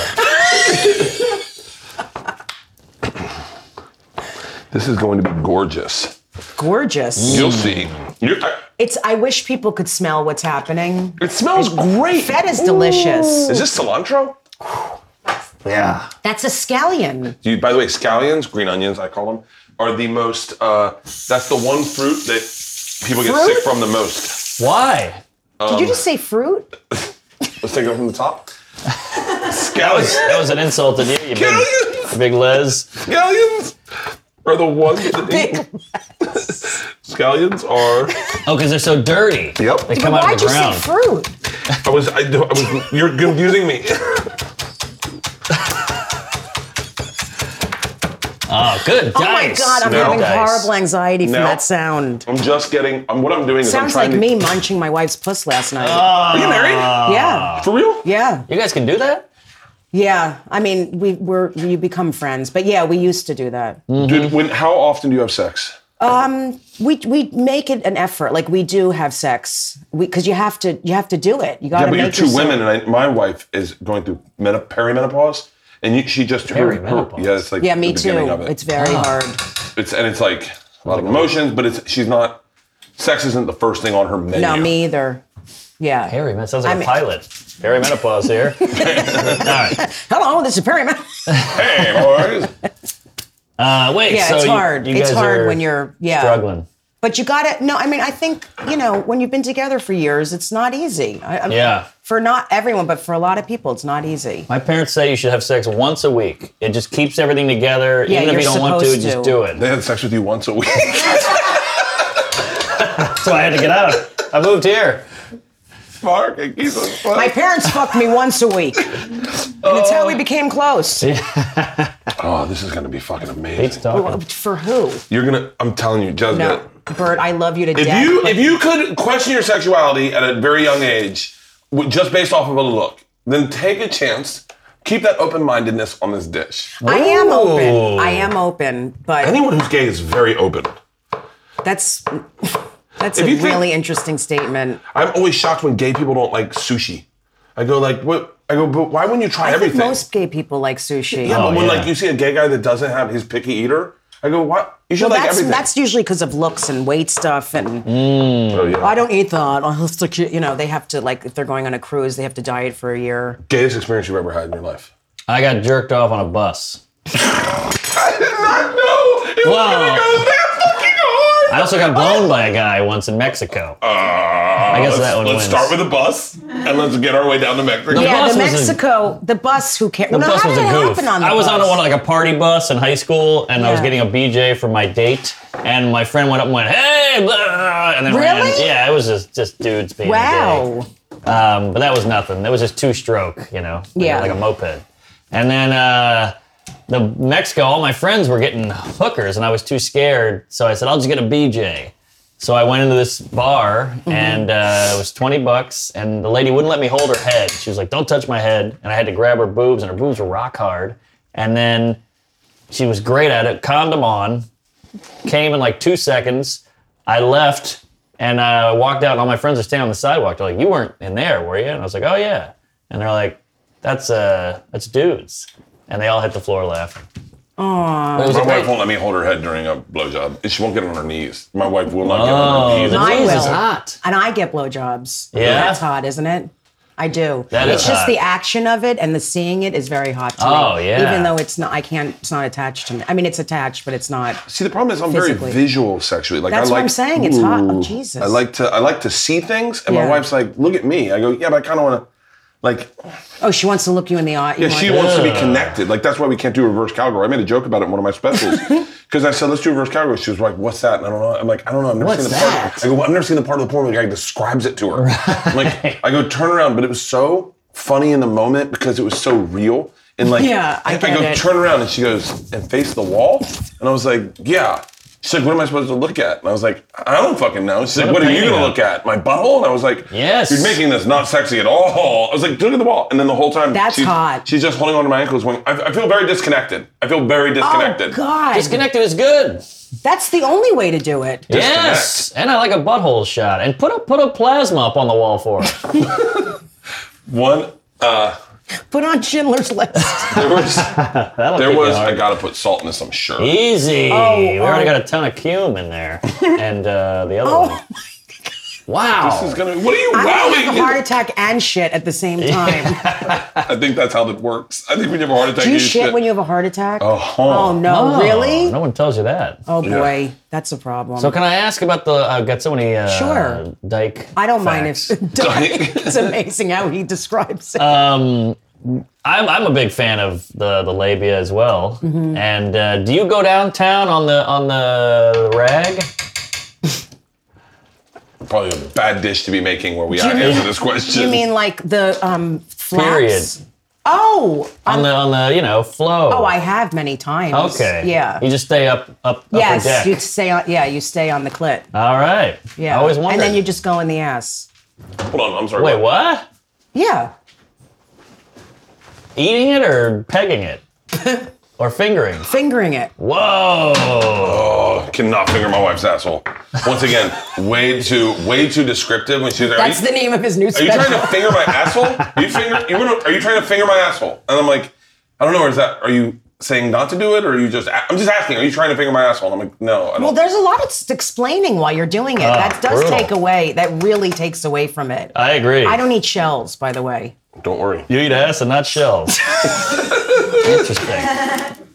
A: this is going to be gorgeous.
D: Gorgeous.
A: You'll see. You're, I-
D: It's. I wish people could smell what's happening.
A: it smells great.
D: That is delicious.
A: Is this cilantro?
B: Yeah.
D: That's a scallion.
A: Do you, by the way, scallions, green onions, I call them, are the most. Uh, that's the one fruit that people get
D: Fruit?
A: sick from the most.
B: Why?
D: Did you just
A: Um,
D: say fruit?
A: Let's take it from the top. scallions,
B: That was an insult to you, you big,
A: Scallions!
B: big Les.
A: scallions are the ones. That
D: Big.
A: scallions are.
B: Oh, because they're so dirty.
A: Yep.
B: They
D: But
B: come out
D: why'd
B: of the
D: you say
B: ground.
D: fruit?
A: I was. I, do- I was. You're confusing me.
B: Oh, good.
D: Oh my God, I'm
A: No.
D: having
A: Dice.
D: horrible anxiety from
A: No.
D: that sound.
A: I'm just getting. I'm, what I'm doing is
D: Sounds
A: I'm
D: like
A: trying
D: me Uh.
A: to. Ah.
D: munching my wife's puss last night.
A: Are you married?
D: yeah,
A: For real?
D: yeah,
B: You guys can do that?
D: yeah. I mean, we were you become friends, but yeah, we used to do that.
A: Dude, when? How often do you have sex?
D: We we make it an effort. Like we do have sex, because you have to you have to do it. You got to
A: Yeah, but you're
D: make
A: two
D: yourself-
A: women, and I, my wife is going through meno- perimenopause, and you, she just her, her,
B: Perimenopause?
A: yeah, it's like
D: Yeah, me
A: the
D: too.
A: beginning Of it.
D: It's very hard.
A: It's- and it's like a lot of emotions, but it's she's not. Sex isn't the first thing on her menu.
D: No, me either. Yeah.
B: Harry, man, sounds like
D: I mean-
B: a pilot. Perimenopause here. All right.
D: Hello, this is Perryman.
A: Hey, boys.
B: Uh, wait.
D: Yeah,
B: so
D: it's
B: you-
D: hard.
B: you
D: it's
B: guys
D: hard
B: are
D: when you're uh, yeah
B: struggling.
D: But you got to no. I mean, I think you know when you've been together for years, it's not easy. I, I,
B: Yeah.
D: For not everyone, but for a lot of people, it's not easy.
B: My parents say you should have sex once a week. It just keeps everything together.
D: Yeah,
B: Even if
D: you're
B: you don't want to,
D: supposed
B: just
D: to.
B: do it.
A: They had sex with you once a week.
B: So I had to get out. I moved here.
A: Mark, it keeps us fun.
D: My parents fucked me once a week. And that's how we became close.
A: oh, this is gonna be fucking amazing.
B: Talking.
D: For who?
A: You're gonna. I'm telling you, Jessica.
D: No, Bert, I love you to
A: If
D: death.
A: you
D: but
A: if you could question your sexuality at a very young age, w- just based off of a look, then take a chance. Keep that open mindedness on this dish.
D: I am
B: Ooh.
D: open. I am open, but
A: Anyone who's gay is very open.
D: that's that's
A: If
D: a
A: you think-
D: really interesting statement.
A: I'm always shocked when gay people don't like sushi. I go like, what? I go, but why wouldn't you try
D: I think
A: everything?
D: most gay people like sushi.
A: yeah, but when
B: Oh, yeah.
A: like you see a gay guy that doesn't have his picky eater, I go, what? You should
D: Well,
A: like
D: that's
A: everything.
D: that's usually because of looks and weight stuff, and
B: Mm.
A: oh, yeah.
D: I don't eat that. I'll have to, cu- you know, they have to like if they're going on a cruise, they have to diet for a year.
A: Gayest experience you've ever had in your life.
B: I got jerked off on a bus.
A: I did not know. It
B: Wow.
A: gonna that fucking hard.
B: I also got blown by a guy once in Mexico.
A: I
B: guess
A: let's,
B: that one
A: Uh, Let's
B: wins.
A: start with a bus and let's get our way down to Mexico.
D: Yeah,
B: bus
D: the
B: was a-
D: Mexico, the bus. Who cares?
B: The
D: no,
B: bus
D: how
B: was
D: did
B: a
D: it
B: goof.
D: happen on the
B: I was on
D: bus?
B: one like a party bus in high school, and I was
D: Yeah.
B: getting a BJ for my date, and my friend went up and went, "Hey!" blah," and then ran.
D: Really?
B: Yeah, it was just just dudes being
D: Wow.
B: gay. Um, but that was nothing. That was just two stroke, you know, like,
D: Yeah.
B: like a moped. And then uh, the Mexico, all my friends were getting hookers, and I was too scared, so I said, "I'll just get a BJ." So I went into this bar and uh, it was 20 bucks, and the lady wouldn't let me hold her head. She was like, Don't touch my head. And I had to grab her boobs, and her boobs were rock hard. And then she was great at it, condom on, came in like two seconds. I left and uh, walked out, and all my friends are standing on the sidewalk. They're like, You weren't in there, were you? And I was like, Oh, yeah. And they're like, That's, uh, that's dudes. And they all hit the floor laughing. Aww. It was
A: My
B: a
A: wife
B: great.
A: won't let me hold her head during a blowjob. She won't get on her knees. My wife will not get on her knees.
D: I
B: Oh, Jesus,
D: will.
B: hot.
D: And I get blowjobs.
B: Yeah?
D: that's hot, isn't it? I do.
B: That
D: it's
B: is
D: just
B: hot.
D: the action of it and the seeing it is very hot to
B: Oh,
D: me.
B: yeah.
D: Even though it's not, I can't. It's not attached to me. I mean, it's attached, but it's not.
A: See, the problem is I'm
D: Physically.
A: very visual sexually. Like
D: That's
A: I
D: what
A: like,
D: I'm saying. It's hot. Oh,
A: Ooh.
D: Jesus.
A: I like to I like to see things, and my
D: Yeah.
A: wife's like, "Look at me." I go, "Yeah, but I kind of want to." Like,
D: Oh, she wants to look you in the eye. You
A: yeah, she
D: want-
A: wants to be
B: Ugh.
A: connected. Like that's why we can't do reverse cowgirl. I made a joke about it in one of my specials because I said, "Let's do reverse cowgirl." She was like, "What's that?" And I don't know. I'm like, "I don't know. I've never
B: What's
A: seen the
B: that?
A: part." I go, well, "I've never seen the part of the porn where the guy describes it to her." I'm Like, I go, "Turn around," but it was so funny in the moment because it was so real. And like,
D: Yeah, I get
A: go,
D: it.
A: "Turn around," and she goes, "And face the wall," and I was like, "Yeah." She's like, what am I supposed to look at? And I was like, I don't fucking know. She's like, what
B: What a
A: are you
B: painting
A: gonna
B: of-
A: look at? My butthole? And I was like,
B: Yes.
A: You're making this not sexy at all. I was like, look at the wall. And then the whole time,
D: That's
A: she's,
D: hot.
A: She's just holding on to my ankles. When I, I feel very disconnected. I feel very disconnected.
D: Oh God.
B: Disconnected is good.
D: That's the only way to do it.
B: Yes, and I like a butthole shot, and put a put a plasma up on the wall for it.
A: One, uh,
D: Put on Schindler's List.
A: there was, there
B: be
A: was.
B: hard.
A: I gotta put salt in this. I'm sure.
B: Easy.
D: Oh,
B: we already
D: oh.
B: got a ton of cum in there, and uh, the other one.
D: Oh,
B: Wow.
A: This is gonna. What are you
D: I'm gonna have a heart
A: wowing?
D: attack and shit at the same time.
A: I think that's how that works. I think when you have a heart attack,
D: Do you
A: you
D: shit, when you have a heart attack?
A: Uh-huh.
D: Oh no,
B: Oh,
D: really?
B: No one tells you that.
D: Oh boy, that's a problem.
B: So can I ask about the? I've got so many. Uh,
D: Sure.
B: Dyke.
D: I don't
B: facts. Um,
D: mind if it's amazing how he describes it.
B: I'm, I'm a big fan of the, the labia as well.
D: Mm-hmm.
B: And uh, do you go downtown on the on the rag?
A: Probably a bad dish to be making where we answer this question.
D: you mean like the um flaps?
B: Period.
D: Oh,
B: on the on the you know flow.
D: oh, I have many times.
B: okay.
D: Yeah.
B: You just stay up up upper
D: yes,
B: deck.
D: you stay on. Yeah, you stay on the clit.
B: All right.
D: Yeah.
B: I always wondered.
D: And then you just go in the ass.
A: Hold on, I'm sorry.
B: wait. What?
D: Yeah.
B: Eating it or pegging it or fingering?
D: Fingering it.
B: Whoa.
A: Oh, cannot finger my wife's asshole. Once again, way too way too descriptive when she's like,
D: That's
A: are
D: the
A: you,
D: name of his
A: are
D: new
A: you
D: special.
A: trying to finger my asshole? Are you finger you wanna- are you trying to finger my asshole? And I'm like, I don't know, is that are you saying not to do it or are you just a- I'm just asking, are you trying to finger my asshole? And I'm like, no, I don't
D: well, there's a lot of s- explaining while you're doing
A: Ah,
D: it. that does
B: brutal.
D: take away. That really takes away from it.
B: I agree.
D: I don't eat shells, by the way.
A: don't worry.
B: You eat ass and not shells. Interesting.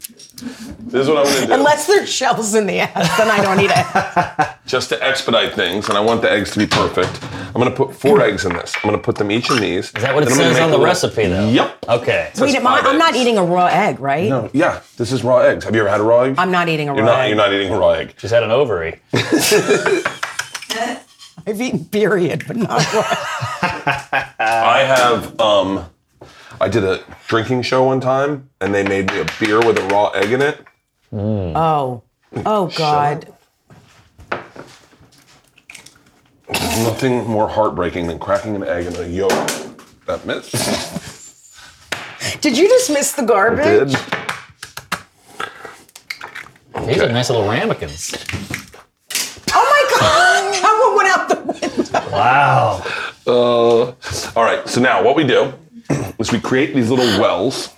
A: This is what I'm gonna do.
D: Unless there's shells in the ass, then I don't eat it.
A: just to expedite things, and I want the eggs to be perfect. I'm gonna put four eggs in this. I'm gonna put them each in these.
B: Is that what it
A: Then I'm gonna
B: says
A: make
B: on
A: a
B: the
A: little-
B: recipe though?
A: Yep.
B: Okay.
A: Says
D: Wait, am I-
A: five
D: I'm not
A: eggs.
D: eating a raw egg, right?
A: No, yeah, this is raw eggs. Have you ever had a raw egg?
D: I'm not eating a
A: You're
D: raw
A: not.
D: egg.
A: You're not eating a raw egg.
B: She's had an ovary.
D: I've eaten period, but not raw.
B: Uh,
A: I have. Um, I did a drinking show one time, and they made me a beer with a raw egg in it.
D: oh. Oh God.
A: Nothing more heartbreaking than cracking an egg in a yolk. That missed.
D: Did you just miss the garbage?
A: Did.
B: These are nice little ramekins.
D: Oh my God! That one went out the window.
B: Wow.
A: Uh, all right. So now what we do is we create these little wells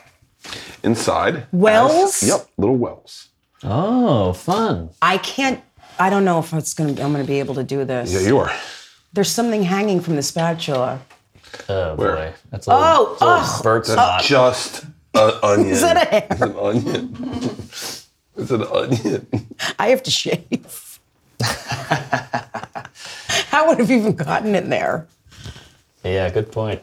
A: inside.
D: Wells?
A: Yep, little wells.
B: Oh, fun.
D: I can't. I don't know if it's gonna. I'm gonna be able to do this.
A: Yeah, you are.
D: There's something hanging from the spatula.
B: Oh
A: Where?
B: boy. That's a little,
D: Oh,
B: it's a little
D: oh.
B: spurt spot.
A: Just an onion.
D: Is that a hair?
A: It's an onion. It's an onion.
D: I have to shave. How would have even gotten in there?
B: yeah, good point.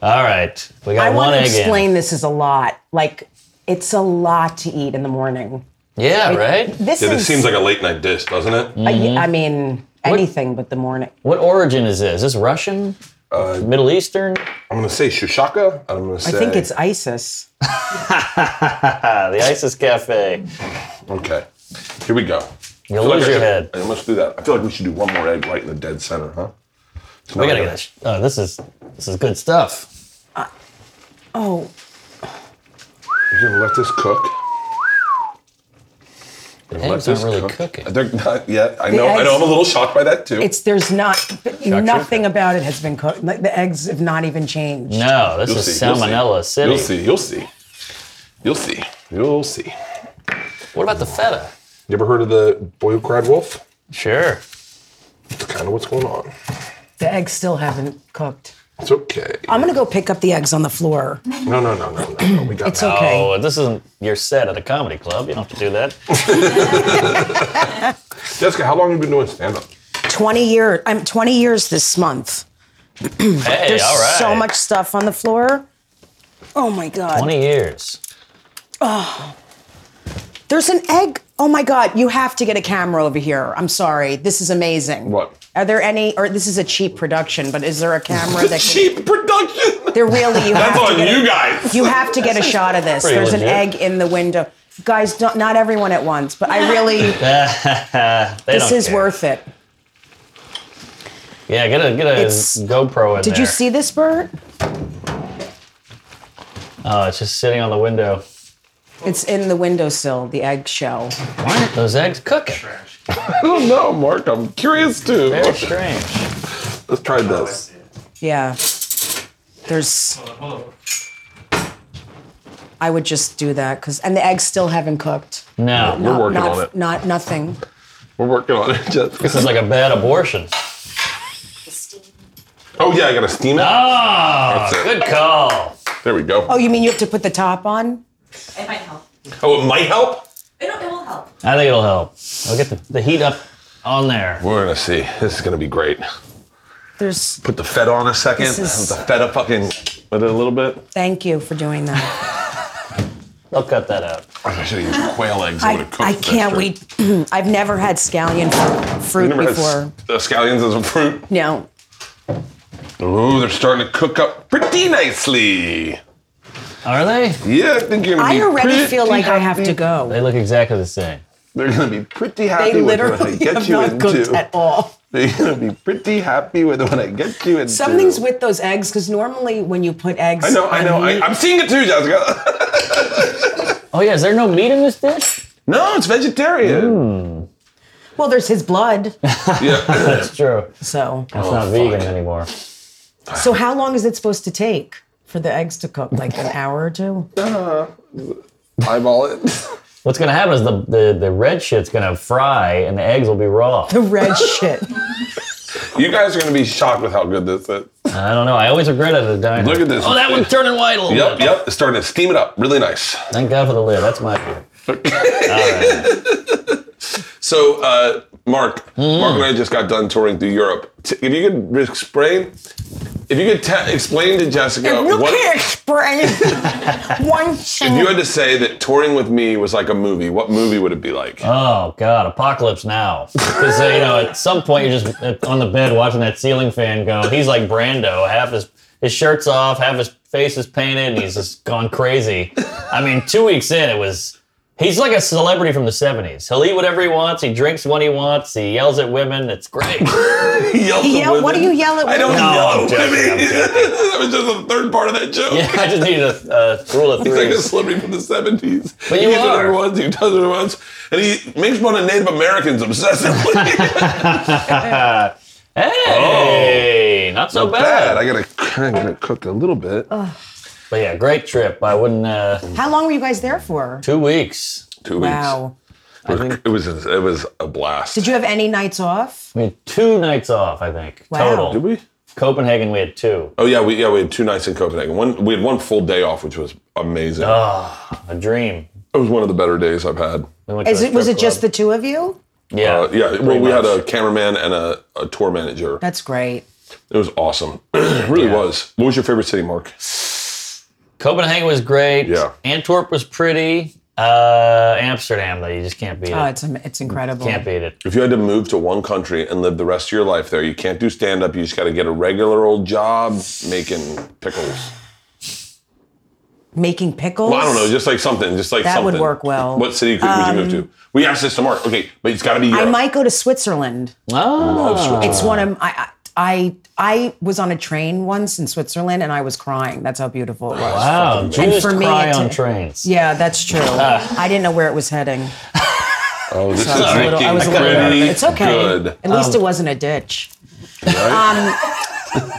B: All right. We got
D: I
B: one
D: want to
B: egg
D: explain
B: in.
D: this is a lot. Like, it's a lot to eat in the morning.
B: Yeah, right?
D: This
A: Yeah,
D: is.
A: this seems like a late night dish, doesn't it?
D: I- I mean, anything but the morning.
B: What origin is this? Is this Russian?
A: Uh,
B: Middle Eastern?
A: I'm gonna say shushaka. and I'm gonna say.
D: I think it's ISIS.
B: Ah, the ISIS Cafe.
A: okay. Here we go.
B: You'll
A: I feel like
B: lose
A: I
B: your
A: should-
B: head.
A: I must do that. I feel like we should do one more egg right in the dead center, huh? It's
B: We
A: not
B: gotta
A: like
B: get this. Oh, this is this is good stuff.
D: Oh,
A: a- You're gonna let this cook. You're gonna
B: Eggs aren't really cooking.
A: They're not yet. I know. I know.
D: eggs-
A: I'm a little shocked by that too.
D: it's there's not nothing about it has been cooked. Like, the eggs have not even changed.
B: No, this
A: You'll
B: is
A: see, you'll see.
B: Salmonella City.
A: You'll see. You'll see. You'll see. You'll see.
B: What about the feta?
A: You ever heard of the boy who cried wolf?
B: Sure.
A: That's kind of what's going on.
D: The eggs still haven't cooked.
A: It's okay.
D: I'm gonna go pick up the eggs on the floor.
A: No, no, no, no, no. no. We got
D: It's
A: that.
D: okay.
B: Oh, this isn't your set at a comedy club. You don't have to do that.
A: Jessica, how long have you been doing stand up?
D: 20 years. I'm 20 years this month.
B: hey,
D: There's
B: all right.
D: so much stuff on the floor. Oh my god.
B: 20 years.
D: There's an egg. Oh my god. You have to get a camera over here. I'm sorry. This is amazing.
A: What?
D: Are there any? Or this is a cheap production, but is there a camera that? Can,
A: Cheap production.
D: there really. You
A: That's
D: have to
A: on
D: get a-
A: you guys.
D: You have to get a shot of this.
B: pretty
D: There's an
B: legit.
D: egg in the window. Guys, don't, not everyone at once, but I really,
B: They
D: this
B: don't
D: is
B: care.
D: worth it.
B: Yeah, get a get a
D: It's-
B: GoPro in
D: Did
B: there.
D: you see this, Bert?
B: Oh, it's just sitting on the window.
D: It's in the windowsill, the eggshell.
B: Why aren't those eggs cooking?
C: Trash.
A: I don't know, Mark. I'm curious too.
B: Very strange.
A: Let's try
C: Oh, I
A: this.
C: see it.
D: Yeah. There's,
C: Hold on, hold on.
D: I would just do that because, and the eggs still haven't cooked.
B: No,
A: We're working
D: Uh, not,
A: on it.
D: Not nothing.
A: We're working on it,
B: this is
A: Jessica.
B: like a bad abortion.
A: Oh yeah, I gotta steam it.
B: Oh,
A: That's it.
B: good call.
A: There we go.
D: Oh, you mean you have to put the top on?
F: It might help.
A: Oh, it might help.
F: It'll, it will help.
B: I think it'll help. I'll get the, the heat up on there.
A: We're gonna see. This is gonna be great.
D: There's,
A: Put the feta on a second.
D: This is-
A: The feta fucking with it a little bit.
D: thank you for doing that.
B: I'll cut that out.
A: I should have used quail eggs. It
D: I,
A: would've cooked
D: I
A: faster.
D: can't wait. I've never had scallion fr- fruit
A: Remember
D: before.
A: how the scallions as a fruit?
D: No.
A: Ooh, they're starting to cook up pretty nicely.
B: Are they?
A: Yeah, I think you're gonna
D: I
A: be
D: already
A: pretty
D: feel like I have
A: happy.
D: to go.
B: They look exactly the same.
A: They're gonna be pretty happy
D: They
A: with what I
D: literally
A: get
D: have
A: you
D: not cooked
A: into.
D: at all.
A: They're gonna be pretty happy with what I get you into.
D: Something's with those eggs because normally when you put eggs,
A: I know, I
D: on
A: know.
D: meat-
A: I, I'm seeing it too, Jessica.
B: Oh yeah, is there no meat in this dish?
A: no, it's
B: Mm.
A: vegetarian.
D: well, there's his blood,
A: Yeah.
B: That's true. It's
D: so
A: Oh,
B: not vegan anymore.
D: so how long is it supposed to take for the eggs to cook? Like an hour or two?
A: Eyeball it.
B: What's gonna happen is the, the, the red shit's gonna fry and the eggs will be raw.
D: The red shit.
A: Uh, You guys are gonna be shocked with how good this is.
B: I don't know. I always regret it at the diner.
A: Look at this.
B: Oh, that one's turning white a little
A: Yep,
B: bit.
A: yep. It's starting to steam it up. Really nice.
B: Thank God for the lid. That's my favorite.
A: So, uh, Mark,
B: Mm.
A: Mark and I just got done touring through Europe. T- if you could explain, if you could ta explain to Jessica
D: you
A: what
D: can't explain one
A: if you
D: thing.
A: had to say that touring with me was like a movie, what movie would it be like?
B: Oh God, apocalypse now! Because you know, at some point you're just at- on the bed watching that ceiling fan go. He's like Brando, half his his shirt's off, half his face is painted, and he's just gone crazy. I mean, two weeks in, it was. He's like a celebrity from the '70s. He'll eat whatever he wants. He drinks what he wants. He yells at women. It's great.
A: He yells at
D: Yell, what do you
A: women.
D: yell at?
A: I don't
D: women?
B: No,
A: know.
B: I'm joking,
A: I mean,
B: I'm joking.
A: that was just the third part of that joke.
B: yeah, I just need a, a rule of
A: He's like a
B: threes.
A: celebrity from the 70s.
B: But you
A: he gets
B: are.
A: it once, he does it once, and he makes fun of Native Americans obsessively.
B: Hey, not so bad.
A: Bad. I gotta, I gotta cook a little bit.
D: Oh,
B: But yeah, great trip. I wouldn't. Uh,
D: How long were you guys there for?
B: two weeks.
A: Two weeks.
D: Wow.
A: It was- It was a, it was a blast.
D: Did you have any nights off?
B: We had two nights off. I think
D: Wow.
B: total.
A: Did we?
B: Copenhagen, we had two.
A: Oh yeah, we yeah we had two nights in Copenhagen. One we had one full day off, which was amazing.
B: A dream.
A: it was one of the better days I've had.
B: We went to
D: Is
B: a
D: it was
B: strip
D: it just the
B: club.
D: two of you?
B: yeah?
A: Uh, yeah, well,
B: pretty
A: we had
B: much.
A: a cameraman and a, a tour manager.
D: That's great.
A: It was awesome. it really was. What was your favorite city, Mark?
B: Copenhagen was great.
A: Yeah.
B: Antwerp was pretty. Uh, Amsterdam though, you just can't beat
D: Oh,
B: it.
D: it's am- it's incredible.
B: Can't beat it.
A: If you had to move to one country and live the rest of your life there, you can't do stand up. You just got to get a regular old job making pickles.
D: Making pickles.
A: Well, I don't know, just like something, just like
D: That would
A: something.
D: work well. Um,
A: What city could, would you move to? We asked this to Mark. Okay, but it's got to be
D: I
A: Europe.
D: might go to Switzerland.
B: Oh,
D: It's
A: Uh.
D: one of I, I I was on a train once in Switzerland and I was crying. That's how beautiful it was.
B: wow. Jews
D: for me,
B: cry
D: it-
B: on trains.
D: Yeah, that's true. I didn't know where it was heading.
A: oh, this is
D: I was a little, I
A: looking
D: was a little
A: pretty
D: nervous. It's okay.
A: good.
D: At
B: Oh.
D: least it wasn't a ditch. Um,
A: right?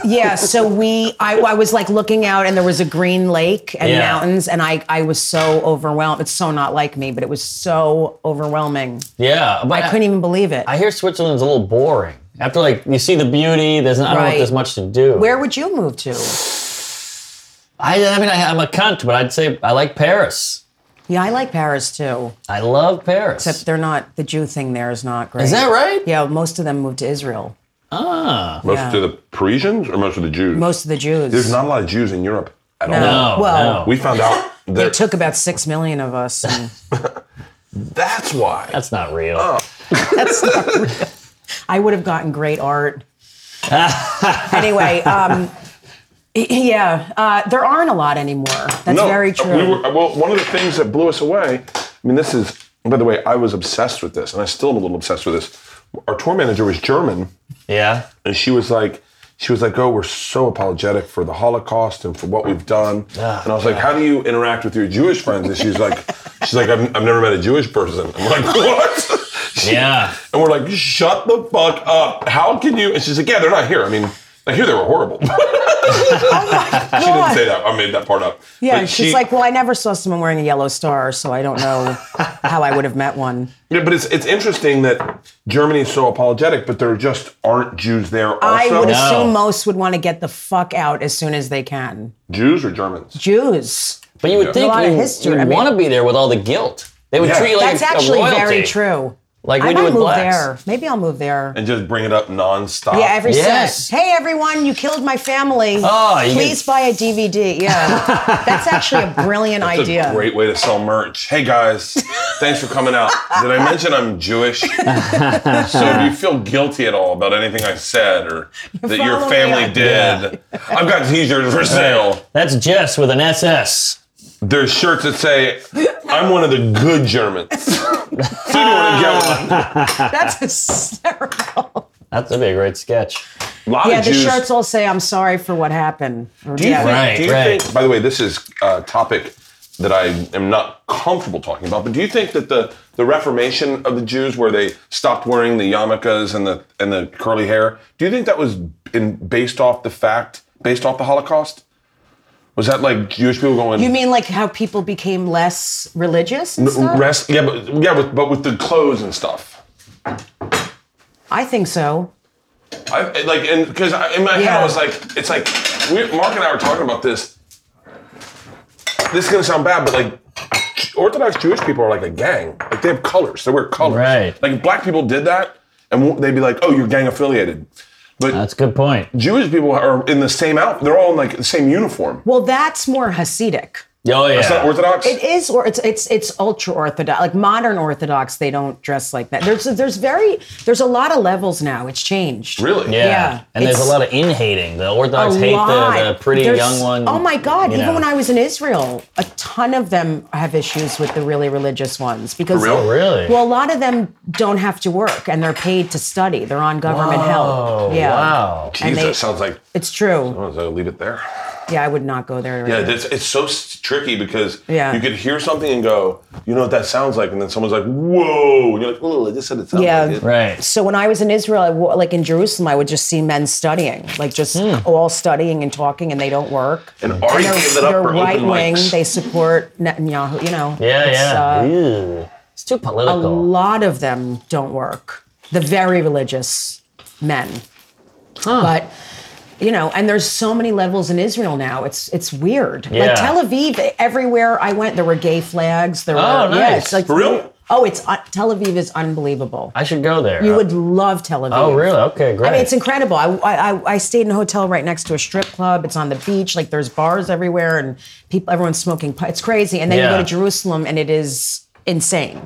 D: Yeah, so we, I, I was like looking out and there was a green lake and
B: Yeah.
D: mountains, and I, I was so overwhelmed. It's so not like me, but it was so overwhelming.
B: Yeah, but
D: I couldn't even believe it.
B: I hear Switzerland's a little boring. After like you see the beauty, there's not, I don't know if
D: Right.
B: there's much to do.
D: Where would you move to?
B: I, I mean, I, I'm a cunt, but I'd say I like Paris.
D: Yeah, I like Paris too.
B: I love Paris.
D: Except they're not, the Jew thing there is not great.
B: Is that right?
D: Yeah, most of them moved to Israel.
B: Ah,
A: most
D: yeah.
A: of the Parisians or most of the Jews?
D: Most of the Jews.
A: There's not a lot of Jews in Europe at all.
B: no,
D: Well-
B: no.
A: We found out
D: They
A: that
D: took about six million of us. And
A: that's why.
B: that's not real.
A: Oh.
D: that's not real. I would have gotten great art. anyway, um, y- yeah, uh, there aren't a lot anymore. That's very true.
A: We were, well, one of the things that blew us away, I mean, this is, by the way, I was obsessed with this, and I still am a little obsessed with this. Our tour manager was German,
B: Yeah.
A: and she was like, she was like, oh, we're so apologetic for the Holocaust and for what we've done. and I was like, how do you interact with your Jewish friends? And she's like, she's like, I've, I've never met a Jewish person. I'm like, what? She-
B: Yeah.
A: And we're like, shut the fuck up. How can you? And she's like, yeah, they're not here. I mean, I hear they were horrible. She didn't say that. I made that part up.
D: Oh yeah,
A: But
D: she's
A: she-
D: like, well, I never saw someone wearing a yellow star, so I don't know how I would have met one.
A: Yeah, but it's it's interesting that Germany is so apologetic, but there just aren't Jews there. Also,
D: I would
B: No.
D: assume most would want to get the fuck out as soon as they can.
A: Jews or Germans.
D: Jews.
B: But you would
A: Yeah.
B: think
D: A lot
B: you,
D: of history, I mean-
B: want to be there with all the guilt. They would
A: Yeah.
B: treat you like
D: That's actually
B: a royalty.
D: very true.
B: Like
D: I
B: we do
D: might
B: with
D: move
B: blacks.
D: there. Maybe I'll move there.
A: And just bring it up nonstop.
D: Yeah, every
B: Yes.
D: set. Hey, everyone, you killed my family.
B: Oh, you
D: Please buy a DVD. Yeah. That's actually a brilliant
A: It's
D: idea.
A: a great way to sell merch. Hey guys, thanks for coming out. Did I mention I'm Jewish? so if you feel guilty at all about anything I said or that your
D: follow me
A: family
D: on-
A: did, I've got t-shirts for sale.
B: That's Jess with an SS.
A: There's shirts that say, "I'm one of the good Germans." so you don't want to get one.
D: That's hysterical.
B: That'd be a great sketch.
A: A lot
D: Yeah,
A: of
D: the
A: Jews.
D: shirts all say, I'm sorry for what happened. Or, yeah.
B: think- Right,
A: do you
B: right.
A: think? By the way, this is a topic that I am not comfortable talking about. But do you think that the the Reformation of the Jews, where they stopped wearing the yarmulkes and the and the curly hair, do you think that was in based off the fact, based off the Holocaust? Was that like Jewish people going?
D: You mean like how people became less religious and stuff?
A: rest? Yeah, but yeah, with, but with the clothes and stuff.
D: I think so.
A: I like and because in my head
D: Yeah.
A: I was like, it's like we, Mark and I were talking about this. This is gonna sound bad, but like Orthodox Jewish people are like a gang. Like they have colors. They wear colors.
B: Right.
A: Like if black people did that, and w- they'd be like, oh, you're gang affiliated. But
B: That's a good point.
A: Jewish people are in the same outfit. They're all in like the same uniform.
D: Well, that's more Hasidic.
B: Oh yeah.
A: It's not Orthodox.
D: It is, or it's it's it's ultra orthodox, like modern Orthodox. They don't dress like that. There's there's very there's a lot of levels now. It's changed.
A: really?
B: Yeah.
D: Yeah,
B: And there's a
D: it's-
B: lot of in hating. The
D: A
B: Orthodox hate the, the
D: lot.
B: pretty
D: There's-
B: young one.
D: Oh my God!
B: you
D: Even
B: know.
D: when I was in Israel, a ton of them have issues with the really religious ones because
A: For real?
B: Really?
D: Well, a lot of them don't have to work and they're paid to study. They're on government
B: Oh,
D: help. Yeah,
B: wow.
A: Jesus,
D: they-
A: sounds like.
D: it's true.
A: Oh, so leave it there.
D: Yeah, I would not go there.
A: Yeah, it's, it's so s- tricky because
D: Yeah.
A: you could hear something and go, you know what that sounds like, and then someone's like, whoa, and you're like, oh, I just said it sounds
D: Yeah.
A: like it.
B: Right.
D: So when I was in Israel, I wa- like in Jerusalem, I would just see men studying, like just
B: Hmm.
D: all studying and talking, and they don't work.
A: And Ari
D: they're
A: gave it up
D: they're
A: for
D: right
A: open
D: wing.
A: mics.
D: They support Netanyahu. You know.
B: Yeah,
D: It's,
B: yeah.
D: uh,
B: Ew. It's too
D: a
B: political.
D: lot of them don't work. The very religious men, but. You know, and there's so many levels in Israel now. It's it's weird.
B: Yeah.
D: Like Tel Aviv, everywhere I went, there were gay flags. There
B: Oh,
D: were yeah,
B: nice.
D: it's like
A: For real?
D: Oh, it's uh, Tel Aviv is unbelievable.
B: I should go there.
D: You would love Tel Aviv.
B: Uh, Oh really? Okay, great.
D: I mean, it's incredible. I, I I- I stayed in a hotel right next to a strip club. It's on the beach. Like there's bars everywhere, and people, everyone's smoking. pot. It's crazy. And then you
B: Yeah.
D: go to Jerusalem, and it is insane,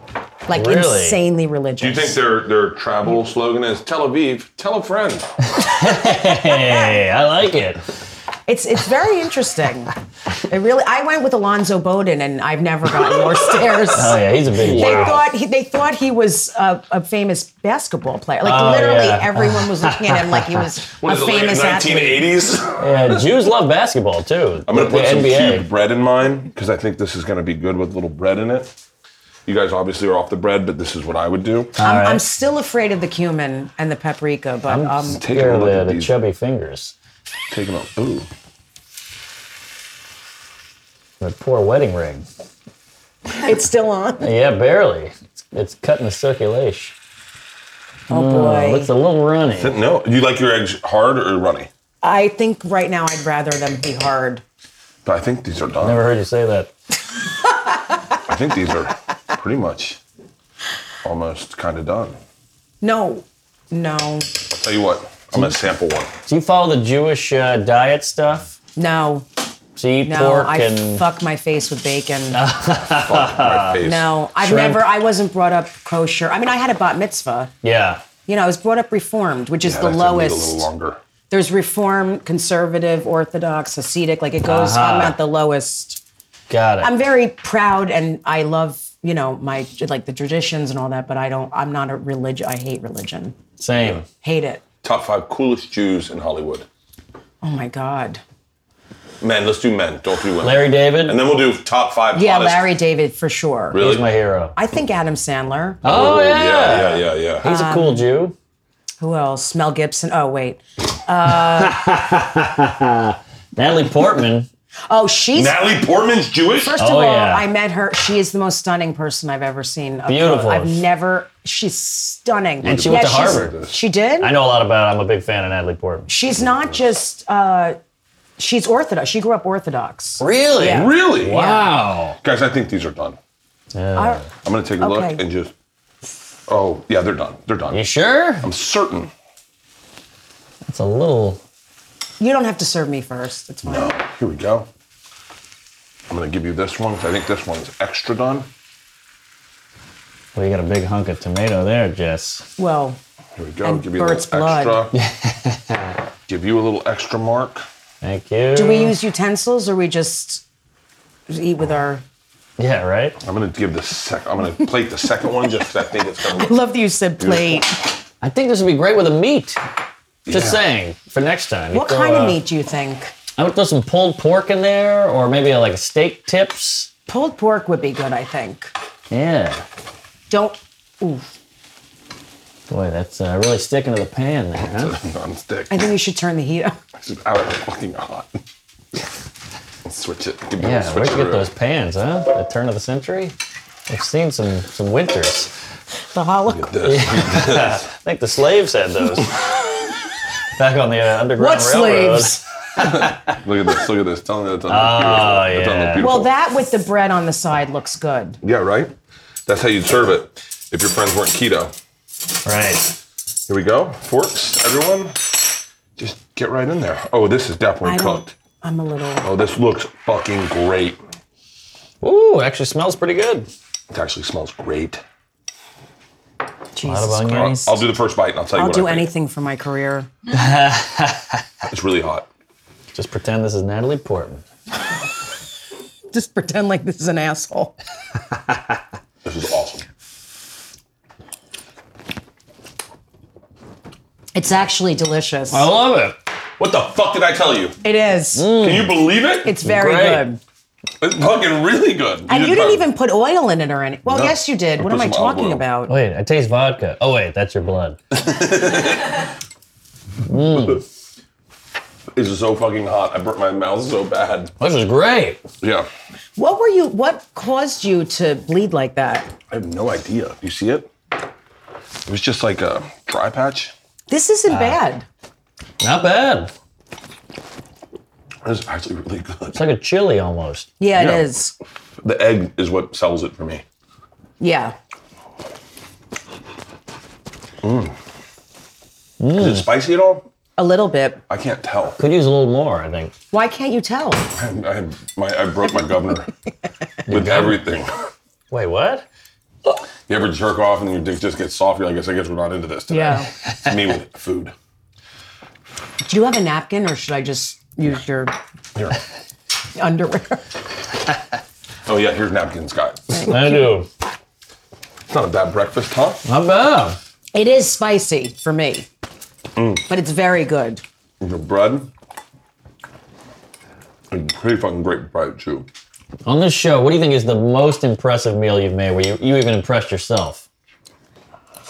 D: like
B: Really?
D: insanely religious.
A: Do you think their their travel slogan is Tel Aviv, tell a friend?
B: hey, I like it.
D: it's it's very interesting? it really. I went with Alonzo Bowden, and I've never gotten more stares.
B: Oh yeah, he's a big
D: They
B: wow.
D: thought he, they thought he was a, a famous basketball player. Like
B: Oh,
D: literally,
B: yeah.
D: everyone was looking at him like he was
A: What
D: a
A: is it,
D: famous
A: like
D: athlete.
A: 1980s?
B: Yeah, Jews love basketball too.
A: I'm gonna
B: The
A: put some
B: NBA.
A: cubed bread in mine because I think this is gonna be good with a little bread in it. You guys obviously are off the bread, but this is what I would do.
D: I'm,
B: right.
D: I'm still afraid of the cumin and the paprika, but um,
A: Take a
B: Here,
A: look
B: the,
A: at
B: the
A: these.
B: chubby fingers.
A: Take a look. Ooh.
B: The poor wedding ring.
D: it's still on.
B: Yeah, barely. It's, it's cutting the circulation.
D: Oh
B: Oh,
D: boy.
B: it's a little runny.
A: No, you like your eggs hard or runny?
D: I think right now I'd rather them be hard.
A: But I think these are done.
B: Never heard you say that.
A: I think these are pretty much almost kind of done.
D: No, no,
A: I'll tell you what, I'm gonna sample one.
B: Do you follow the Jewish uh, diet stuff?
D: no,
B: So you eat
D: no.
B: pork
D: I
B: and
D: fuck my face with bacon.
A: Fuck my face.
D: Uh, No, I've
B: Shrimp.
D: never. I wasn't brought up kosher. I mean, I had a bat mitzvah.
B: yeah.
D: You know, I was brought up reformed, which is
A: Yeah,
D: the
A: that's gonna need A
D: lowest.
A: little longer.
D: There's reform, conservative, orthodox, Hasidic. Like it goes. I'm at the lowest.
B: Got it.
D: I'm very proud, and I love you know my like the traditions and all that. But I don't. I'm not a religion. I hate religion.
B: Same.
D: Hate it.
A: Top five coolest Jews in Hollywood.
D: Oh my god.
A: Men, let's do men. Don't do women.
B: Larry David.
A: And then we'll do top five.
D: Yeah,
A: hottest-
D: Larry David for sure.
A: Really?
B: he's my hero.
D: I think Adam Sandler.
B: oh yeah.
A: yeah, yeah, yeah, yeah.
B: He's a cool Jew.
D: Who else? Mel Gibson. Oh wait.
B: Natalie Portman.
D: Oh, she's
A: Natalie Portman's Jewish.
D: first of
B: Oh,
D: all.
B: yeah.
D: I met her. She is the most stunning person I've ever seen. up close.
B: Beautiful.
D: I've never. She's stunning. And
B: she went to
A: Harvard.
D: She did.
B: I know a lot about. it. I'm a big fan of Natalie Portman.
D: She's not just. Uh, she's Orthodox. She grew up Orthodox.
B: Really?
D: Yeah.
A: Really?
B: Wow.
A: Guys, I think these are done.
D: I-
A: I'm gonna take a look
D: Okay.
A: and just. Oh yeah, they're done. They're done.
B: You sure?
A: I'm certain.
B: It's a little.
D: you don't have to serve me first. It's fine.
A: oh, Here we go. I'm gonna give you this one 'cause I think this one's extra done.
B: Well, you got a big hunk of tomato there, Jess.
D: Well,
A: Here we go.
D: And
A: give you
D: Bert's
A: a little
D: blood.
A: extra. give you a little extra mark.
B: Thank you.
D: do we use utensils or we just? eat with our.
B: Yeah, right?
A: I'm gonna give the sec. I'm gonna plate the second one just 'cause I think it's gonna.
D: I love that you said plate.
B: I think this would be great with a meat. Just
A: Yeah.
B: saying, for next time. You
D: What
B: throw,
D: kind
B: uh,
D: of meat do you think?
B: I would throw some pulled pork in there, or maybe uh, like steak tips.
D: Pulled pork would be good, I think.
B: Yeah.
D: Don't. Ooh,
B: Boy, that's uh, really sticking to the pan there, huh?
A: on stick.
D: I think you should turn the heat up.
A: It's out of the fucking hot. Switch it. Give me a
B: Yeah,
A: switch
B: where'd you get
A: it
B: those pans, huh? The turn of the century? I've seen some some winters.
D: The Holocaust.
A: This.
B: I think the slaves had those. Back on the uh, Underground
D: What
B: Railroad.
D: slaves?
A: Look at this. Look at this. Tell me that's on the
B: Oh,
A: beautiful. That's on
B: yeah.
A: the beautiful.
D: Well, that with the bread on the side looks good.
A: yeah, right. That's how you'd serve it if your friends weren't keto.
B: Right.
A: Here we go. Forks, everyone. Just get right in there. Oh, this is definitely
D: I
A: cooked.
D: don't. I'm a little.
A: Oh, this looks fucking great.
B: Ooh, actually smells pretty good.
A: It actually smells great.
D: Jesus
B: onion.
D: Christ.
A: I'll do the first bite and I'll tell you
D: I'll
A: what
D: do
A: I think.
D: anything for my career.
A: It's really hot.
B: Just pretend this is Natalie Portman.
D: Just pretend like this is an asshole.
A: This is awesome.
D: It's actually delicious.
B: I love it.
A: What the fuck did I tell you?
D: It is.
A: Can you believe it?
D: Mm. It's very
B: Great.
D: good.
A: It's fucking really good.
D: And you didn't
A: put-
D: even put oil in it or anything. Well,
A: No.
D: yes, you did.
A: I
D: What
A: put
D: am I
A: some olive
D: talking
A: oil.
D: about?
B: Wait, I taste vodka. Oh wait, that's your blood.
A: This is so fucking hot. I burnt my mouth so bad.
B: This is great.
A: Yeah.
D: What were you? What caused you to bleed like that?
A: I have no idea. You see it? It was just like a dry patch.
D: This isn't bad.
B: Not bad.
A: It was actually really good.
B: It's like a chili almost.
D: Yeah,
A: yeah.
D: it is.
A: The egg is what sells it for me.
D: Yeah.
A: Is
D: Mm.
A: it spicy at all?
D: A little bit.
A: I can't tell.
B: Could use a little more, I think.
D: Why can't you tell?
A: I, I, my, I broke my governor with everything.
B: Wait, what?
A: You ever jerk off and your dick just gets soft? You're like, I guess, I guess we're not into this today.
D: Yeah.
A: It's me with food.
D: Do you have a napkin or should I just use your
A: Here.
D: underwear?
A: Oh, yeah, here's napkins, guys. It's
B: I do.
A: not a bad breakfast, huh?
B: Not bad.
D: It is spicy for me, but it's very good.
A: Your bread. And pretty fucking great bread, too.
B: On this show, what do you think is the most impressive meal you've made where you, you even impressed yourself